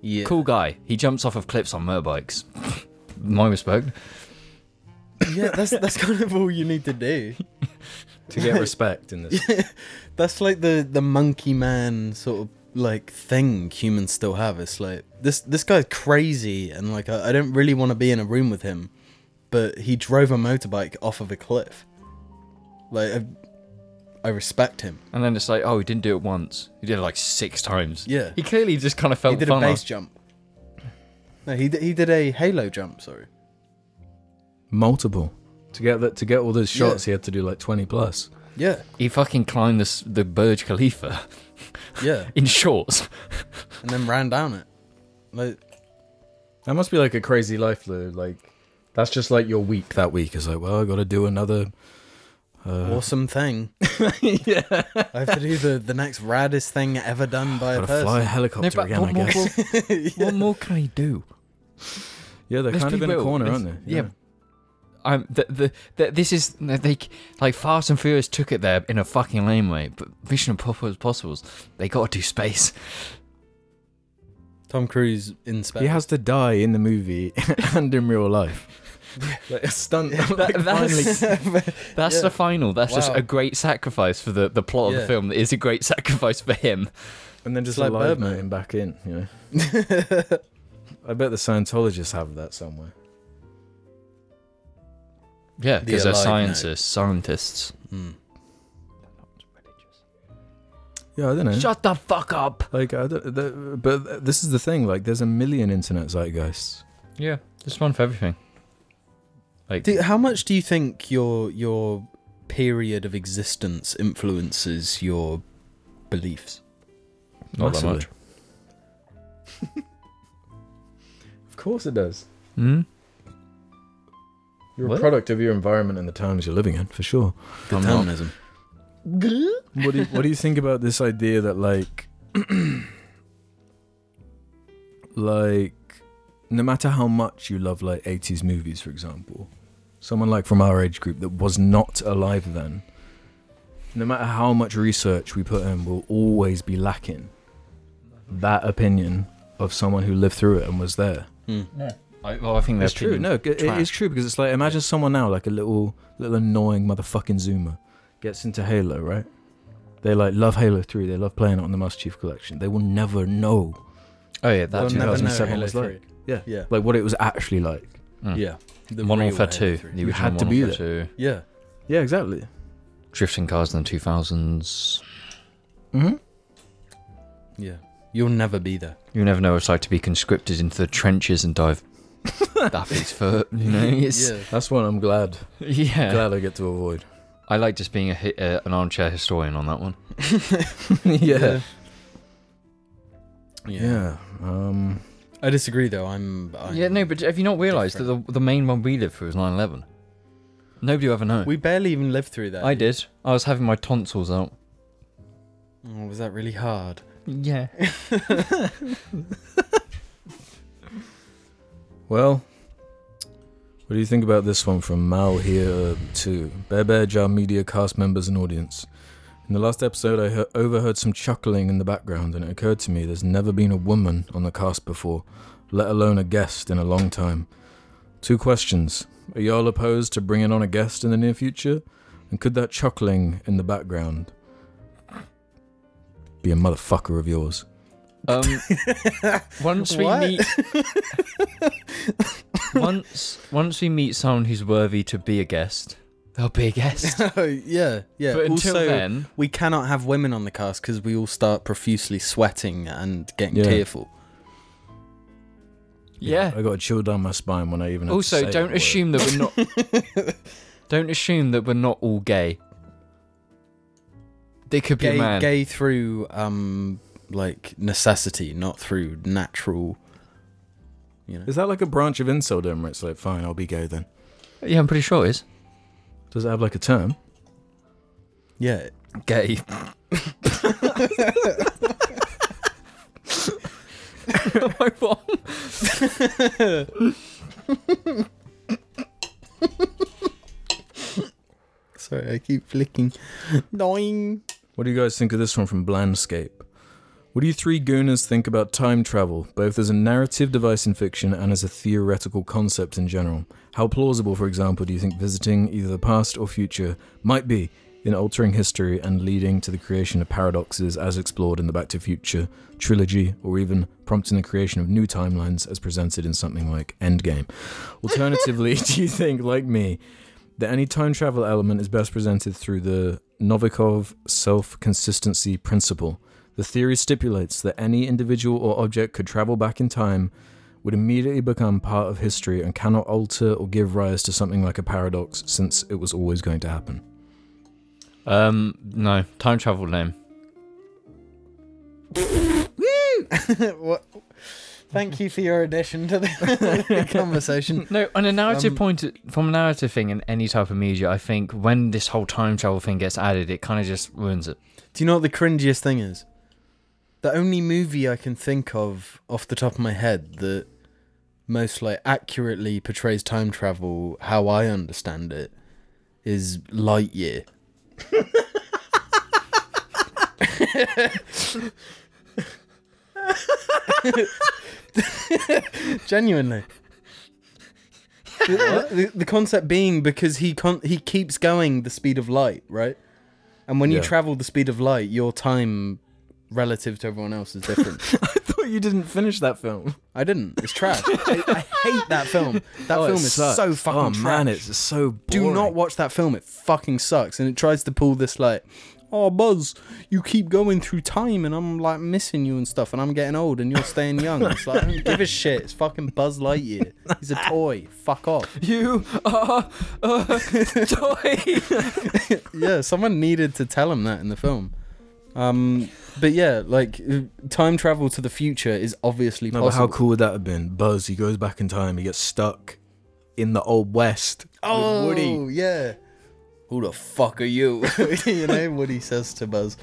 [SPEAKER 2] Yeah.
[SPEAKER 3] Cool guy. He jumps off of cliffs on motorbikes. My respect.
[SPEAKER 2] Yeah, that's that's kind of all you need to do.
[SPEAKER 4] To get respect in this.
[SPEAKER 2] That's like the the monkey man sort of like thing humans still have. It's like this this guy's crazy and like I, I don't really want to be in a room with him, but he drove a motorbike off of a cliff. Like I, I respect him.
[SPEAKER 3] And then it's like, oh, he didn't do it once. He did it like six times.
[SPEAKER 2] Yeah.
[SPEAKER 3] He clearly just kind of felt
[SPEAKER 2] He did
[SPEAKER 3] fun.
[SPEAKER 2] a base jump. No, he d- he did a halo jump. Sorry.
[SPEAKER 6] Multiple.
[SPEAKER 4] to get that to get all those shots
[SPEAKER 2] Yeah.
[SPEAKER 4] he had to do like twenty plus.
[SPEAKER 2] Yeah,
[SPEAKER 3] He fucking climbed this, the Burj Khalifa
[SPEAKER 2] yeah,
[SPEAKER 3] in shorts.
[SPEAKER 2] and then ran down it. Like
[SPEAKER 4] That must be like a crazy life though. Like that's just like your week that week. It's like, well, I gotta do another Uh.
[SPEAKER 2] awesome thing. yeah, I have to do the the next raddest thing ever done by a
[SPEAKER 4] gotta fly a
[SPEAKER 2] person.
[SPEAKER 4] helicopter again, I
[SPEAKER 3] what, more,
[SPEAKER 4] guess.
[SPEAKER 3] what- what more can he do?
[SPEAKER 4] Yeah, they're
[SPEAKER 3] Let's
[SPEAKER 4] kind
[SPEAKER 3] be
[SPEAKER 4] of in a
[SPEAKER 3] real.
[SPEAKER 4] corner,
[SPEAKER 3] Let's-
[SPEAKER 4] aren't they?
[SPEAKER 3] Yeah. I'm, the, the, the, this is they like Fast and Furious took it there in a fucking lame way, but Mission Impossible Possibles they got to do space.
[SPEAKER 2] Tom Cruise in space.
[SPEAKER 4] He has to die in the movie and in real life. Like a stunt.
[SPEAKER 3] That- that's that's
[SPEAKER 2] Yeah.
[SPEAKER 3] the final. That's just
[SPEAKER 2] Wow.
[SPEAKER 3] a great sacrifice for the, the plot of
[SPEAKER 2] Yeah.
[SPEAKER 3] the film. That is a great sacrifice for him.
[SPEAKER 4] and then just
[SPEAKER 2] like
[SPEAKER 4] like live
[SPEAKER 2] Birdman.
[SPEAKER 4] him back in, you know. I bet the Scientologists have that somewhere.
[SPEAKER 3] Yeah,
[SPEAKER 2] The
[SPEAKER 3] because they're
[SPEAKER 2] alive note.
[SPEAKER 3] scientists. Scientists.
[SPEAKER 2] Hmm.
[SPEAKER 4] Yeah, I don't know.
[SPEAKER 3] Shut the fuck up.
[SPEAKER 4] like, I don't, the, but this is the thing. Like, there's a million internet zeitgeists.
[SPEAKER 3] Yeah, just one for everything. Like,
[SPEAKER 2] Do, how much do you think your your period of existence influences your beliefs?
[SPEAKER 3] not that
[SPEAKER 4] Massively.
[SPEAKER 3] much.
[SPEAKER 4] Of course, it does.
[SPEAKER 3] Hmm?
[SPEAKER 4] You're
[SPEAKER 3] What?
[SPEAKER 4] a product of your environment and the times you're living in, for sure.
[SPEAKER 3] I'm not.
[SPEAKER 2] Determinism.
[SPEAKER 4] What do you, what do you think about this idea that like, like, no matter how much you love like '80s movies, for example, someone like from our age group that was not alive then, no matter how much research we put in, will always be lacking that opinion of someone who lived through it and was there.
[SPEAKER 3] I, well, I think that's
[SPEAKER 4] It's true. No, it- it
[SPEAKER 3] trash.
[SPEAKER 4] is true because it's like imagine someone now, like a little little annoying motherfucking Zoomer, gets into Halo, right? They like love Halo Three. They love playing it on the Master Chief Collection. They will never know
[SPEAKER 3] Oh yeah,
[SPEAKER 4] Well,
[SPEAKER 3] that's
[SPEAKER 4] never know.
[SPEAKER 3] 2007.
[SPEAKER 4] Halo
[SPEAKER 2] Halo
[SPEAKER 4] was like-
[SPEAKER 2] 3.
[SPEAKER 4] Yeah.
[SPEAKER 2] yeah,
[SPEAKER 4] like what it was actually like.
[SPEAKER 2] yeah. The
[SPEAKER 3] Modern
[SPEAKER 2] real
[SPEAKER 3] Warfare
[SPEAKER 2] Halo
[SPEAKER 3] 2.
[SPEAKER 2] 3.
[SPEAKER 3] The
[SPEAKER 4] You
[SPEAKER 3] original
[SPEAKER 4] had to
[SPEAKER 3] Modern
[SPEAKER 4] be
[SPEAKER 3] Warfare 2.
[SPEAKER 2] Yeah,
[SPEAKER 4] Yeah, exactly.
[SPEAKER 3] Drifting cars in the 2000s.
[SPEAKER 4] Mm-hmm.
[SPEAKER 2] yeah. You'll never be there.
[SPEAKER 3] You never know what it's like to be conscripted into the trenches and dive Daffy's foot. You know, it's,
[SPEAKER 2] yeah,
[SPEAKER 4] That's one I'm glad
[SPEAKER 3] yeah.
[SPEAKER 4] glad I get to avoid.
[SPEAKER 3] I like just being a hi- uh, an armchair historian on that one.
[SPEAKER 4] yeah.
[SPEAKER 2] yeah.
[SPEAKER 4] yeah,
[SPEAKER 2] yeah.
[SPEAKER 4] Um,
[SPEAKER 2] I disagree though. I'm. I'm
[SPEAKER 3] yeah, no, but have you not realised that the, the main one we lived through was 9/11? Nobody will ever know.
[SPEAKER 2] We barely even lived through that.
[SPEAKER 3] I did. I was having my tonsils out.
[SPEAKER 2] Oh, was that really hard?
[SPEAKER 3] Yeah.
[SPEAKER 4] well. What do you think about this one from Mal here to Bear Bear Jar Media cast members and audience? In the last episode, I he- overheard some chuckling in the background, and it occurred to me there's never been a woman on the cast before, let alone a guest in a long time. Two questions. Are y'all opposed to bringing on a guest in the near future? And could that chuckling in the background be a motherfucker of yours?
[SPEAKER 3] Um, once we
[SPEAKER 2] What?
[SPEAKER 3] meet, once once we meet someone who's worthy to be a guest, they'll be a guest.
[SPEAKER 2] yeah, yeah.
[SPEAKER 3] But until
[SPEAKER 2] also,
[SPEAKER 3] then,
[SPEAKER 2] we cannot have women on the cast because we all start profusely sweating and getting
[SPEAKER 4] Yeah.
[SPEAKER 2] tearful.
[SPEAKER 3] yeah.
[SPEAKER 4] I got a chill down my spine when I even. had to say
[SPEAKER 3] Also,
[SPEAKER 4] that
[SPEAKER 3] don't
[SPEAKER 4] word.
[SPEAKER 3] assume that we're not. don't assume that we're not all gay. They could be a
[SPEAKER 2] gay,
[SPEAKER 3] man.
[SPEAKER 2] gay through um like necessity, not through natural. You know,
[SPEAKER 4] Is that like a branch of insult? Emma? It's like, fine, I'll be gay then.
[SPEAKER 3] Yeah, I'm pretty sure it is.
[SPEAKER 4] Does it have like a term?
[SPEAKER 2] Yeah.
[SPEAKER 3] Gay. Am I wrong?
[SPEAKER 2] Sorry, I keep flicking. Doing.
[SPEAKER 4] What do you guys think of this one from Blandscape? What do you three gooners think about time travel, both as a narrative device in fiction and as a theoretical concept in general? How plausible, for example, do you think visiting either the past or future might be in altering history and leading to the creation of paradoxes as explored in the Back to Future trilogy, or even prompting the creation of new timelines as presented in something like Endgame? Alternatively, do you think, like me, that any time travel element is best presented through the Novikov self consistency principle. The theory stipulates that any individual or object could travel back in time, would immediately become part of history, and cannot alter or give rise to something like a paradox since it was always going to happen.
[SPEAKER 3] Um, no. Time travel name.
[SPEAKER 2] what? Thank you for your addition to the conversation.
[SPEAKER 3] No, on a narrative
[SPEAKER 2] Um,
[SPEAKER 3] point, from a narrative thing in any type of media, I think when this whole time travel thing gets added, it kind of just ruins it.
[SPEAKER 2] Do you know what the cringiest thing is? The only movie I can think of off the top of my head that most like accurately portrays time travel how I understand it is Lightyear. Genuinely. The, the- the concept being because he con- he keeps going the speed of light, right? And when you
[SPEAKER 4] Yeah.
[SPEAKER 2] travel the speed of light, your time relative to everyone else is different.
[SPEAKER 4] I thought you didn't finish that film.
[SPEAKER 2] I didn't. It's trash. I, I hate that film. That film is so fucking
[SPEAKER 4] Oh
[SPEAKER 2] trash.
[SPEAKER 4] man, it's so boring.
[SPEAKER 2] Do not watch that film. It fucking sucks. And it tries to pull this like, oh Buzz, you keep going through time, and I'm like missing you and stuff, and I'm getting old, and you're staying young. It's like I don't give a shit. It's fucking Buzz Lightyear. He's a toy. Fuck off.
[SPEAKER 3] You are a toy.
[SPEAKER 2] yeah, someone needed to tell him that in the film. Um, but yeah, like time travel to the future is obviously
[SPEAKER 4] No, but
[SPEAKER 2] possible.
[SPEAKER 4] how cool would that have been? Buzz, he goes back in time, he gets stuck in the old west.
[SPEAKER 2] Oh,
[SPEAKER 4] with Woody.
[SPEAKER 2] yeah. Who the fuck are you? you know, Woody says to Buzz.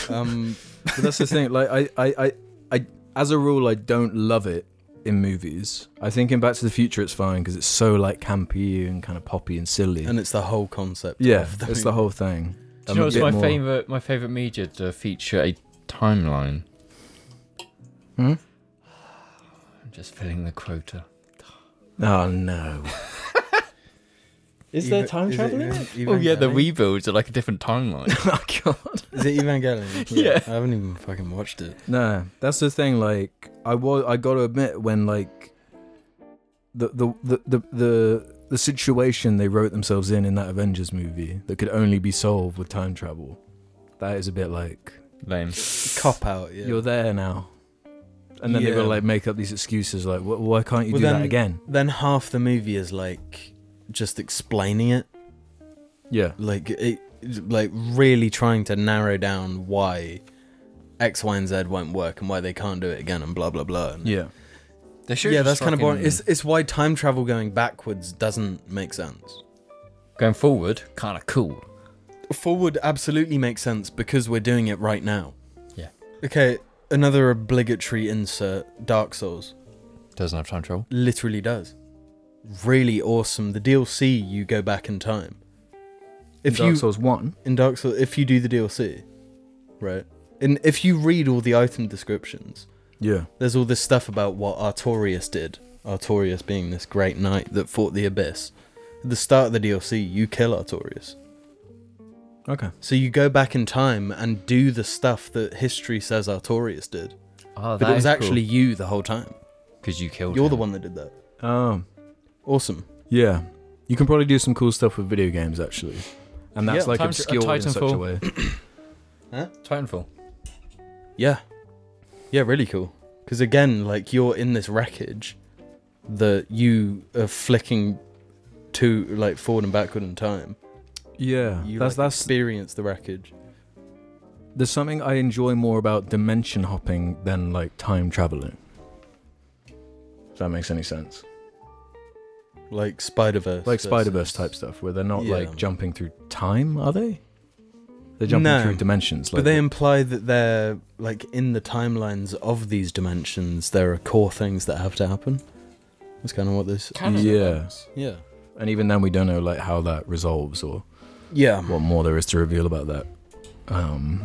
[SPEAKER 2] Um,
[SPEAKER 4] But that's the thing. Like I, I, I, I, as a rule, I don't love it in movies. I think in Back to the Future, it's fine because it's so like campy and kind of poppy and silly.
[SPEAKER 2] and it's the whole concept.
[SPEAKER 4] yeah,
[SPEAKER 2] of the
[SPEAKER 4] it's the whole thing.
[SPEAKER 3] Do
[SPEAKER 4] I'm
[SPEAKER 3] you know
[SPEAKER 4] a
[SPEAKER 3] what's
[SPEAKER 4] bit
[SPEAKER 3] my
[SPEAKER 4] more-
[SPEAKER 3] favorite? My favorite media to feature a timeline.
[SPEAKER 4] Hmm?
[SPEAKER 3] I'm just filling the quota.
[SPEAKER 4] Oh no!
[SPEAKER 2] Is there time travel in it?
[SPEAKER 3] Oh yeah, the rebuilds are like a different timeline.
[SPEAKER 4] oh god!
[SPEAKER 2] Is it Evangelion?
[SPEAKER 3] Yeah.
[SPEAKER 2] I haven't even fucking watched it.
[SPEAKER 4] Nah, that's the thing. Like I was, I gotta admit when like the the the the. the the situation they wrote themselves in in that Avengers movie that could only be solved with time travel. That is a bit like
[SPEAKER 3] Lame.
[SPEAKER 2] Cop out, yeah.
[SPEAKER 4] you're there now. And then they've got to
[SPEAKER 2] Yeah.
[SPEAKER 4] like make up these excuses like, "Wh- why can't you
[SPEAKER 2] Well,
[SPEAKER 4] do
[SPEAKER 2] then-
[SPEAKER 4] that again?
[SPEAKER 2] Then half the movie is like just explaining it,
[SPEAKER 4] Yeah.
[SPEAKER 2] like it, like really trying to narrow down why X, Y, and Z won't work and why they can't do it again and blah blah blah. And
[SPEAKER 4] Yeah.
[SPEAKER 3] They should've
[SPEAKER 2] yeah,
[SPEAKER 3] just
[SPEAKER 2] that's kind of
[SPEAKER 3] fucking-
[SPEAKER 2] boring. It's, it's why time travel going backwards doesn't make sense.
[SPEAKER 3] going forward, kind of cool.
[SPEAKER 2] Forward absolutely makes sense because we're doing it right now.
[SPEAKER 3] Yeah.
[SPEAKER 2] Okay, another obligatory insert Dark Souls
[SPEAKER 3] Doesn't have time travel.
[SPEAKER 2] literally does. Really awesome. The DLC, you go back in time. If
[SPEAKER 4] Dark
[SPEAKER 2] you
[SPEAKER 4] Souls 1.
[SPEAKER 2] in Dark Souls, if you do the DLC, right? And if you read all the item descriptions,
[SPEAKER 4] Yeah.
[SPEAKER 2] there's all this stuff about what Artorias did. Artorias being this great knight that fought the Abyss. At the start of the DLC, you kill Artorias.
[SPEAKER 4] Okay.
[SPEAKER 2] So you go back in time and do the stuff that history says Artorias did.
[SPEAKER 3] Oh,
[SPEAKER 2] But it was actually you the whole time.
[SPEAKER 3] because you killed.
[SPEAKER 2] You're
[SPEAKER 3] him.
[SPEAKER 2] the one that did that.
[SPEAKER 4] Um,
[SPEAKER 2] Awesome.
[SPEAKER 4] yeah. You can probably do some cool stuff with video games, actually. And that's
[SPEAKER 2] Yeah,
[SPEAKER 4] like
[SPEAKER 3] time tra-
[SPEAKER 4] obscured in such a
[SPEAKER 3] Titanfall.
[SPEAKER 4] way.
[SPEAKER 3] Titanfall.
[SPEAKER 2] Yeah. Yeah, really cool. Because again, like you're in this wreckage that you are flicking to like forward and backward in time.
[SPEAKER 4] Yeah.
[SPEAKER 2] You
[SPEAKER 4] that's,
[SPEAKER 2] like,
[SPEAKER 4] that's,
[SPEAKER 2] experience the wreckage.
[SPEAKER 4] there's something I enjoy more about dimension hopping than like time traveling. If that makes any sense.
[SPEAKER 2] like Spider Verse,
[SPEAKER 4] like Spider Verse type stuff, where they're not
[SPEAKER 2] Yeah.
[SPEAKER 4] like jumping through time, are they? They're jumping
[SPEAKER 2] No.
[SPEAKER 4] through dimensions. Like
[SPEAKER 2] But they imply that they're like in the timelines of these dimensions. There are core things that have to happen. That's kind of what this.
[SPEAKER 4] yeah,
[SPEAKER 2] Yeah.
[SPEAKER 4] and even then we don't know like how that resolves or
[SPEAKER 2] Yeah.
[SPEAKER 4] what more there is to reveal about that. Um,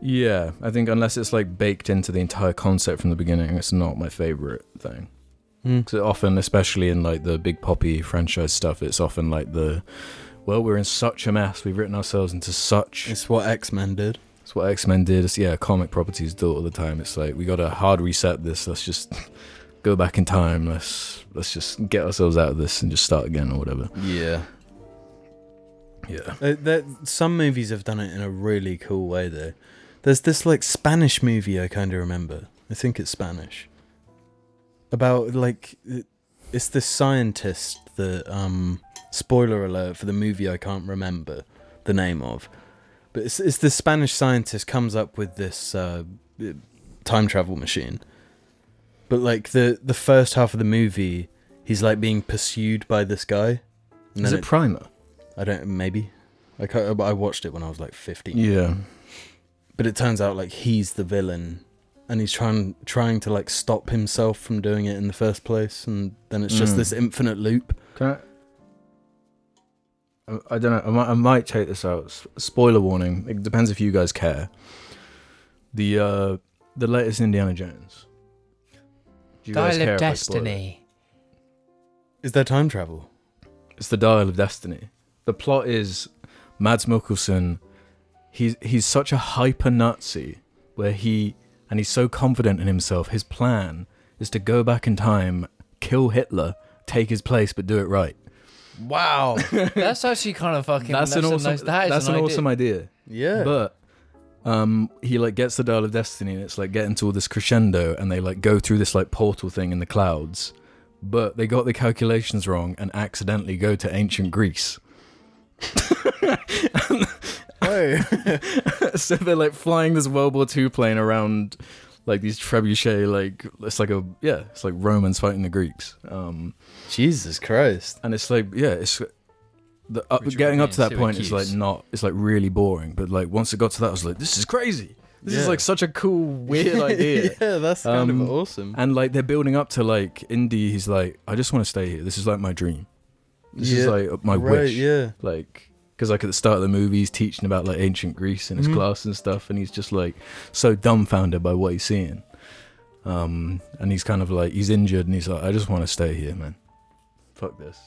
[SPEAKER 4] yeah, I think unless it's like baked into the entire concept from the beginning, it's not my favorite thing.
[SPEAKER 2] Mm.
[SPEAKER 4] Because often, especially in like the Big Poppy franchise stuff, it's often like the well, we're in such a mess. We've written ourselves into such.
[SPEAKER 2] It's what X Men did.
[SPEAKER 4] It's what X Men did. It's, yeah, comic properties do it all the time. It's like we got to hard reset this. Let's just go back in time. Let's let's just get ourselves out of this and just start again or whatever.
[SPEAKER 2] Yeah.
[SPEAKER 4] Yeah.
[SPEAKER 2] Uh, there, some movies have done it in a really cool way, though. There's this like Spanish movie I kind of remember. I think it's Spanish. About like it- it's this scientist that um spoiler alert for the movie I can't remember the name of, but it's it's this Spanish scientist comes up with this uh, uh, time travel machine. But like the the first half of the movie, he's like being pursued by this guy. And
[SPEAKER 4] Is
[SPEAKER 2] then
[SPEAKER 4] it Primer?
[SPEAKER 2] I don't. Maybe. I can't, but I watched it when I was like 15.
[SPEAKER 4] Yeah.
[SPEAKER 2] But it turns out like he's the villain, and he's trying trying to like stop himself from doing it in the first place, and then it's just
[SPEAKER 4] Mm.
[SPEAKER 2] this infinite loop.
[SPEAKER 4] Can I? I- I don't know. I might, I might take this out. S- Spoiler warning. It depends if you guys care. The uh, the latest Indiana Jones. Do you guys care if I spoil it?
[SPEAKER 2] Is there time travel?
[SPEAKER 4] It's the Dial of Destiny. The plot is Mads Mikkelsen. He's he's such a hyper Nazi where he and he's so confident in himself. His plan is to go back in time, kill Hitler, take his place, but do it right.
[SPEAKER 2] Wow.
[SPEAKER 3] That's actually kind of fucking.
[SPEAKER 4] That's, an awesome.
[SPEAKER 3] that is
[SPEAKER 4] that's an,
[SPEAKER 3] idea.
[SPEAKER 4] awesome idea.
[SPEAKER 2] yeah.
[SPEAKER 4] But um, he like gets the dial of destiny, and it's like getting to all this crescendo, and they like go through this like portal thing in the clouds. But they got the calculations wrong and accidentally go to ancient Greece. so they're like flying this World War II plane around, like these trebuchet, like it's like a yeah, it's like Romans fighting the Greeks. Um,
[SPEAKER 2] Jesus Christ.
[SPEAKER 4] and it's like yeah, it's the up,
[SPEAKER 3] Richard
[SPEAKER 4] getting up
[SPEAKER 3] Ryan
[SPEAKER 4] to that point is like
[SPEAKER 3] Syracuse.
[SPEAKER 4] not, it's like really boring. But like once it got to that, I was like, this is crazy. This is
[SPEAKER 2] Yeah.
[SPEAKER 4] like such a cool, weird idea.
[SPEAKER 2] yeah, that's kind
[SPEAKER 4] Um,
[SPEAKER 2] of awesome.
[SPEAKER 4] And like they're building up to like Indy. He's like, I just want to stay here. This is like my dream. This is
[SPEAKER 2] Yeah,
[SPEAKER 4] like my
[SPEAKER 2] right,
[SPEAKER 4] wish.
[SPEAKER 2] yeah.
[SPEAKER 4] Like because like at the start of the movie, he's teaching about like ancient Greece in his class and stuff, and he's just like so dumbfounded by what he's seeing. Um, and he's kind of like he's injured, and he's like, I just want to stay here, man. Fuck this.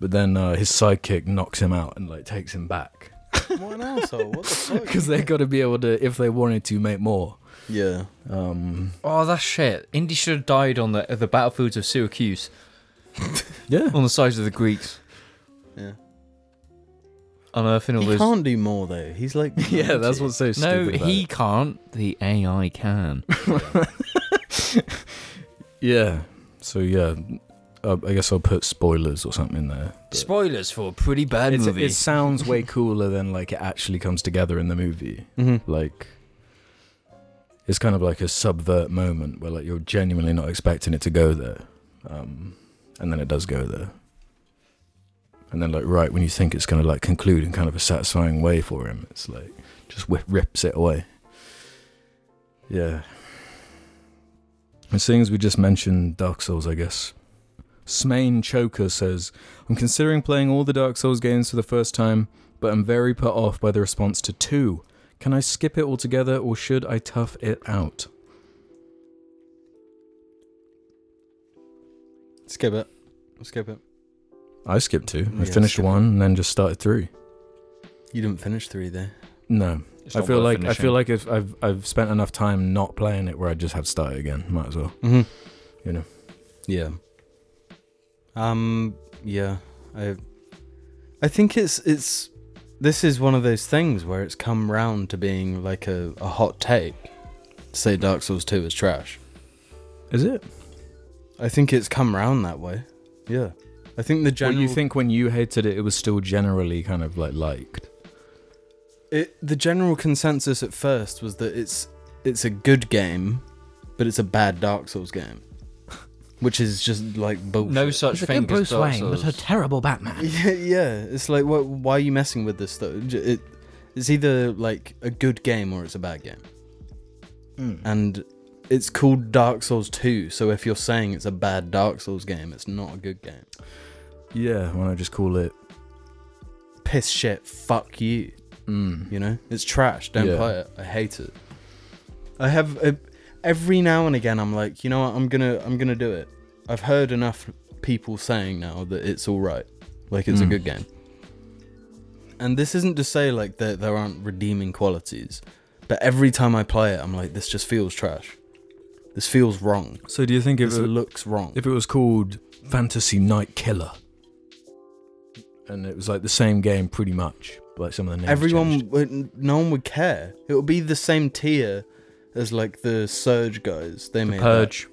[SPEAKER 4] But then uh, his sidekick knocks him out and like takes him back
[SPEAKER 2] what an asshole. What the fuck?
[SPEAKER 4] because they got to be able to, if they wanted to, make more.
[SPEAKER 2] Yeah.
[SPEAKER 4] Um,
[SPEAKER 3] Oh, that's shit. Indy should have died on the uh, the battlefields of Syracuse
[SPEAKER 4] yeah,
[SPEAKER 3] on the sides of the Greeks,
[SPEAKER 2] Yeah.
[SPEAKER 3] unearthing all
[SPEAKER 2] He
[SPEAKER 3] those.
[SPEAKER 2] can't do more though. He's like
[SPEAKER 4] yeah, that's
[SPEAKER 2] 90.
[SPEAKER 4] what's so stupid.
[SPEAKER 3] No,
[SPEAKER 4] about
[SPEAKER 3] he
[SPEAKER 4] it.
[SPEAKER 3] can't. The AI can.
[SPEAKER 4] Yeah. So yeah, uh, I guess I'll put spoilers or something there.
[SPEAKER 3] Spoilers for a pretty bad
[SPEAKER 4] It's,
[SPEAKER 3] movie.
[SPEAKER 4] it sounds way cooler than like it actually comes together in the movie.
[SPEAKER 2] Mhm.
[SPEAKER 4] Like, it's kind of like a subvert moment where like you're genuinely not expecting it to go there, um, and then it does go there. And then like right when you think it's gonna like conclude in kind of a satisfying way for him, it's like just whip, rips it away. Yeah. And seeing as we just mentioned Dark Souls, I guess. Smain Choker says, I'm considering playing all the Dark Souls games for the first time, but I'm very put off by the response to 2. Can I skip it altogether or should I tough it out?
[SPEAKER 2] Skip it. Skip it.
[SPEAKER 4] I skipped 2. I
[SPEAKER 2] Yeah,
[SPEAKER 4] finished
[SPEAKER 2] skip it.
[SPEAKER 4] 1 and then just started 3.
[SPEAKER 2] You didn't finish three there.
[SPEAKER 4] No.
[SPEAKER 3] It's
[SPEAKER 4] I
[SPEAKER 3] not
[SPEAKER 4] feel
[SPEAKER 3] worth
[SPEAKER 4] like I
[SPEAKER 3] finishing.
[SPEAKER 4] feel like if I've I've spent enough time not playing it where I just have started again, might as well.
[SPEAKER 2] Mm-hmm.
[SPEAKER 4] You know.
[SPEAKER 2] Yeah. Um. Yeah. I. I think it's it's. This is one of those things where it's come round to being like a, a hot take. Say Dark Souls Two is trash.
[SPEAKER 4] Is it?
[SPEAKER 2] I think it's come round that way. Yeah. I think the general
[SPEAKER 4] Well, you think when you hated it, it was still generally kind of like liked.
[SPEAKER 2] it, the general consensus at first was that it's it's a good game, but it's a bad Dark Souls game. which is just like bullshit.
[SPEAKER 3] No such thing as
[SPEAKER 7] Bruce
[SPEAKER 3] Dark
[SPEAKER 7] Wayne, but a
[SPEAKER 3] Souls.
[SPEAKER 7] terrible Batman.
[SPEAKER 2] Yeah, yeah. It's like, what, why are you messing with this though? J- It, it's either like a good game or it's a bad game. And it's called Dark Souls 2, so if you're saying it's a bad Dark Souls game, it's not a good game.
[SPEAKER 4] Yeah, why not just call it?
[SPEAKER 2] Piss shit, fuck you.
[SPEAKER 4] Mm.
[SPEAKER 2] You know, it's trash. Don't
[SPEAKER 4] Yeah.
[SPEAKER 2] play it. I hate it. I have uh every now and again. I'm like, you know what? I'm gonna I'm gonna do it. I've heard enough people saying now that it's all right. Like it's a
[SPEAKER 4] Mm.
[SPEAKER 2] good game. And this isn't to say like that there aren't redeeming qualities, but every time I play it, I'm like, this just feels trash. This feels wrong.
[SPEAKER 4] So do you think if
[SPEAKER 2] this
[SPEAKER 4] it,
[SPEAKER 2] looks wrong.
[SPEAKER 4] if it was called Fantasy Night Killer, and it was like the same game pretty much, like some of the names changed.
[SPEAKER 2] Everyone, would, no one would care. It would be the same tier as like the Surge guys. They made that.
[SPEAKER 4] Purge.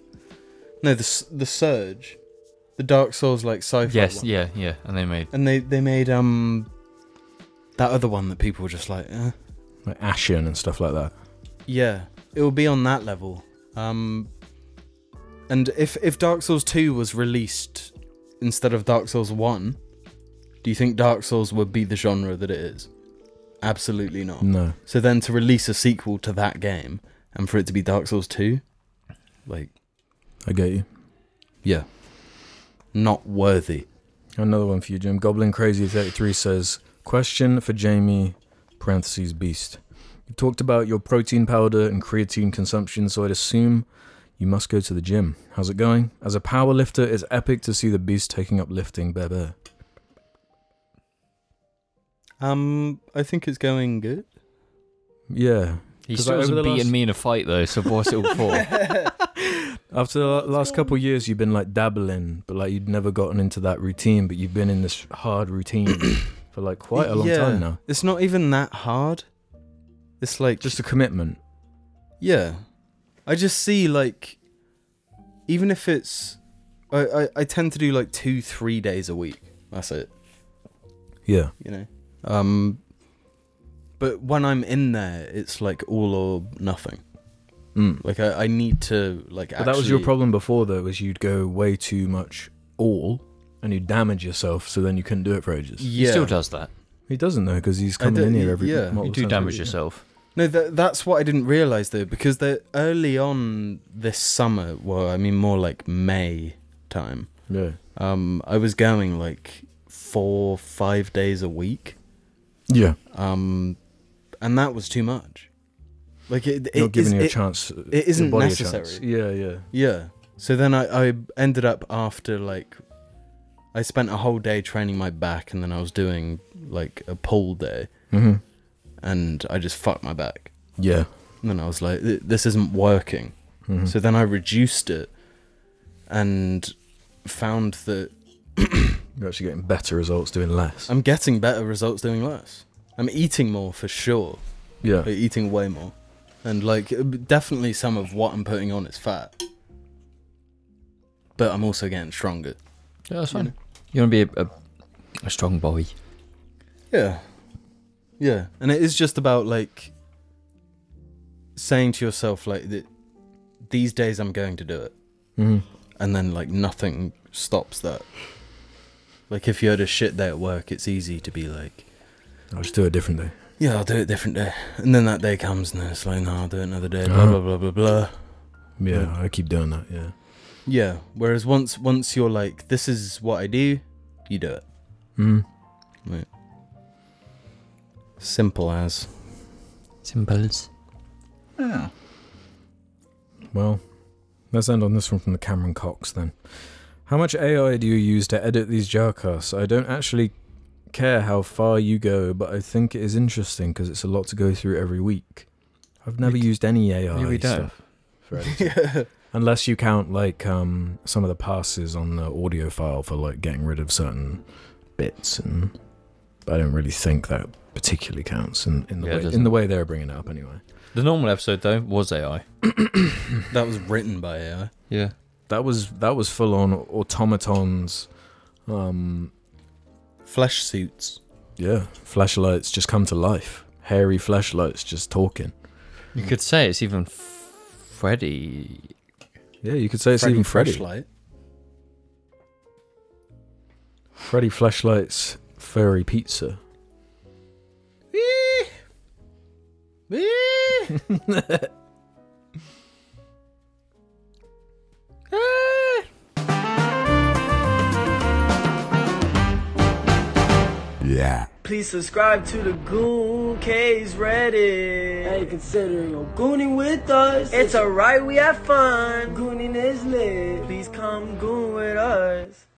[SPEAKER 2] No, the S- the Surge, the Dark Souls like sci-fi.
[SPEAKER 3] Yes,
[SPEAKER 2] one.
[SPEAKER 3] yeah, yeah. And they made
[SPEAKER 2] And they they made um that other one that people were just like, eh.
[SPEAKER 4] like Ashen and stuff like that.
[SPEAKER 2] yeah, it will be on that level. Um, and if if Dark Souls two was released instead of Dark Souls one, do you think Dark Souls would be the genre that it is? Absolutely not.
[SPEAKER 4] No,
[SPEAKER 2] So then to release a sequel to that game and for it to be Dark Souls 2, like,
[SPEAKER 4] I get you.
[SPEAKER 2] yeah, not worthy.
[SPEAKER 4] Another one for you, Jim. Goblin Crazy 33 says, Question for Jamie, parentheses, beast. You talked about your protein powder and creatine consumption, so I'd assume you must go to the gym. How's it going? As a power lifter, it's epic to see the beast taking up lifting, bear bear.
[SPEAKER 2] Um, I think it's going good.
[SPEAKER 4] Yeah.
[SPEAKER 3] He
[SPEAKER 4] 'Cause,
[SPEAKER 3] still
[SPEAKER 4] like,
[SPEAKER 3] hasn't
[SPEAKER 4] over the
[SPEAKER 3] beaten
[SPEAKER 4] last-
[SPEAKER 3] me in a fight though, so what's it all for?
[SPEAKER 4] After the la- last couple of years, you've been like dabbling, but like you'd never gotten into that routine, but you've been in this hard routine for like quite a long
[SPEAKER 2] Yeah.
[SPEAKER 4] time now.
[SPEAKER 2] It's not even that hard. It's like,
[SPEAKER 4] Just a commitment.
[SPEAKER 2] yeah. I just see, like, even if it's. I, I, I tend to do like two, three days a week. That's it.
[SPEAKER 4] Yeah.
[SPEAKER 2] you know. Um, but when I'm in there, it's like all or nothing.
[SPEAKER 3] Hmm.
[SPEAKER 4] Mm.
[SPEAKER 2] Like I, I need to like.
[SPEAKER 4] But that was your
[SPEAKER 2] actually-
[SPEAKER 4] problem before, though, was you'd go way too much all, and you'd damage yourself, so then you couldn't do it for ages.
[SPEAKER 2] Yeah.
[SPEAKER 3] He still does that.
[SPEAKER 4] He doesn't though, because he's
[SPEAKER 2] I
[SPEAKER 4] coming
[SPEAKER 2] don't-
[SPEAKER 4] in here every.
[SPEAKER 2] yeah.
[SPEAKER 4] multiple
[SPEAKER 3] You do
[SPEAKER 4] times
[SPEAKER 3] damage
[SPEAKER 4] a week.
[SPEAKER 3] yourself.
[SPEAKER 2] No, that, that's what I didn't realize though, because they early on this summer. Well, I mean more like May time.
[SPEAKER 4] Yeah.
[SPEAKER 2] Um, I was going like four, five days a week.
[SPEAKER 4] Yeah.
[SPEAKER 2] Um, and that was too much. Like it, it
[SPEAKER 4] Not giving
[SPEAKER 2] is-
[SPEAKER 4] you a
[SPEAKER 2] it-
[SPEAKER 4] chance. It
[SPEAKER 2] isn't
[SPEAKER 4] body a
[SPEAKER 2] necessary.
[SPEAKER 4] chance. Yeah, yeah.
[SPEAKER 2] Yeah. So then I, I ended up after like I spent a whole day training my back and then I was doing like a pull day
[SPEAKER 4] hmm
[SPEAKER 2] and I just fucked my back.
[SPEAKER 4] Yeah.
[SPEAKER 2] And then I was like, "Th- this isn't working.
[SPEAKER 4] Mhm.
[SPEAKER 2] So then I reduced it and found that
[SPEAKER 4] You're actually getting better results doing less.
[SPEAKER 2] I'm getting better results doing less. I'm eating more for sure.
[SPEAKER 4] yeah.
[SPEAKER 2] Like, eating way more. And like uh, definitely some of what I'm putting on is fat. But I'm also getting stronger.
[SPEAKER 3] Yeah, that's fine. You want to be a, a, a strong boy.
[SPEAKER 2] Yeah. Yeah. And it is just about like saying to yourself like that these days I'm going to do it
[SPEAKER 4] hmm
[SPEAKER 2] and then like nothing stops that. Like if you had a shit day at work, it's easy to be like,
[SPEAKER 4] I'll just do it a different day.
[SPEAKER 2] yeah, I'll do it a different day. And then that day comes and it's like, no, I'll do it another day, blah
[SPEAKER 4] Uh-huh.
[SPEAKER 2] blah blah blah blah.
[SPEAKER 4] Yeah,
[SPEAKER 2] Yeah.
[SPEAKER 4] I keep doing that. Yeah.
[SPEAKER 2] Yeah. Whereas once once you're like, this is what I do, you do it.
[SPEAKER 4] Mm.
[SPEAKER 2] Simple as.
[SPEAKER 3] Symbols.
[SPEAKER 7] Yeah.
[SPEAKER 4] Well, let's end on this one from the Cameron Cox then. How much AI do you use to edit these jarcasts? I don't actually care how far you go, but I think it is interesting because it's a lot to go through every week. I've never used any AI
[SPEAKER 3] we don't.
[SPEAKER 4] stuff. For editing. Unless you count like um, some of the passes on the audio file for like getting rid of certain bits, and but I don't really think that particularly counts in, in the
[SPEAKER 3] Yeah, it
[SPEAKER 4] way, in
[SPEAKER 3] doesn't.
[SPEAKER 4] the way they're bringing it up anyway.
[SPEAKER 3] The normal episode though was AI.
[SPEAKER 2] That was written by uh, AI.
[SPEAKER 3] Yeah.
[SPEAKER 4] That was that was full on automatons. Um,
[SPEAKER 2] Flesh suits.
[SPEAKER 4] yeah, flashlights just come to life. Hairy flashlights just talking.
[SPEAKER 3] You could say it's even Freddy.
[SPEAKER 4] Yeah, you could say it's
[SPEAKER 2] Freddy
[SPEAKER 4] even Freddy.
[SPEAKER 2] Fleshlight.
[SPEAKER 4] Freddy Flashlight's Furry Pizza.
[SPEAKER 8] Yeah.
[SPEAKER 1] Please subscribe to the Goon Case Reddit. Hey, consider your gooning with us. It's alright, we have fun. Gooning is lit. Please come goon with us.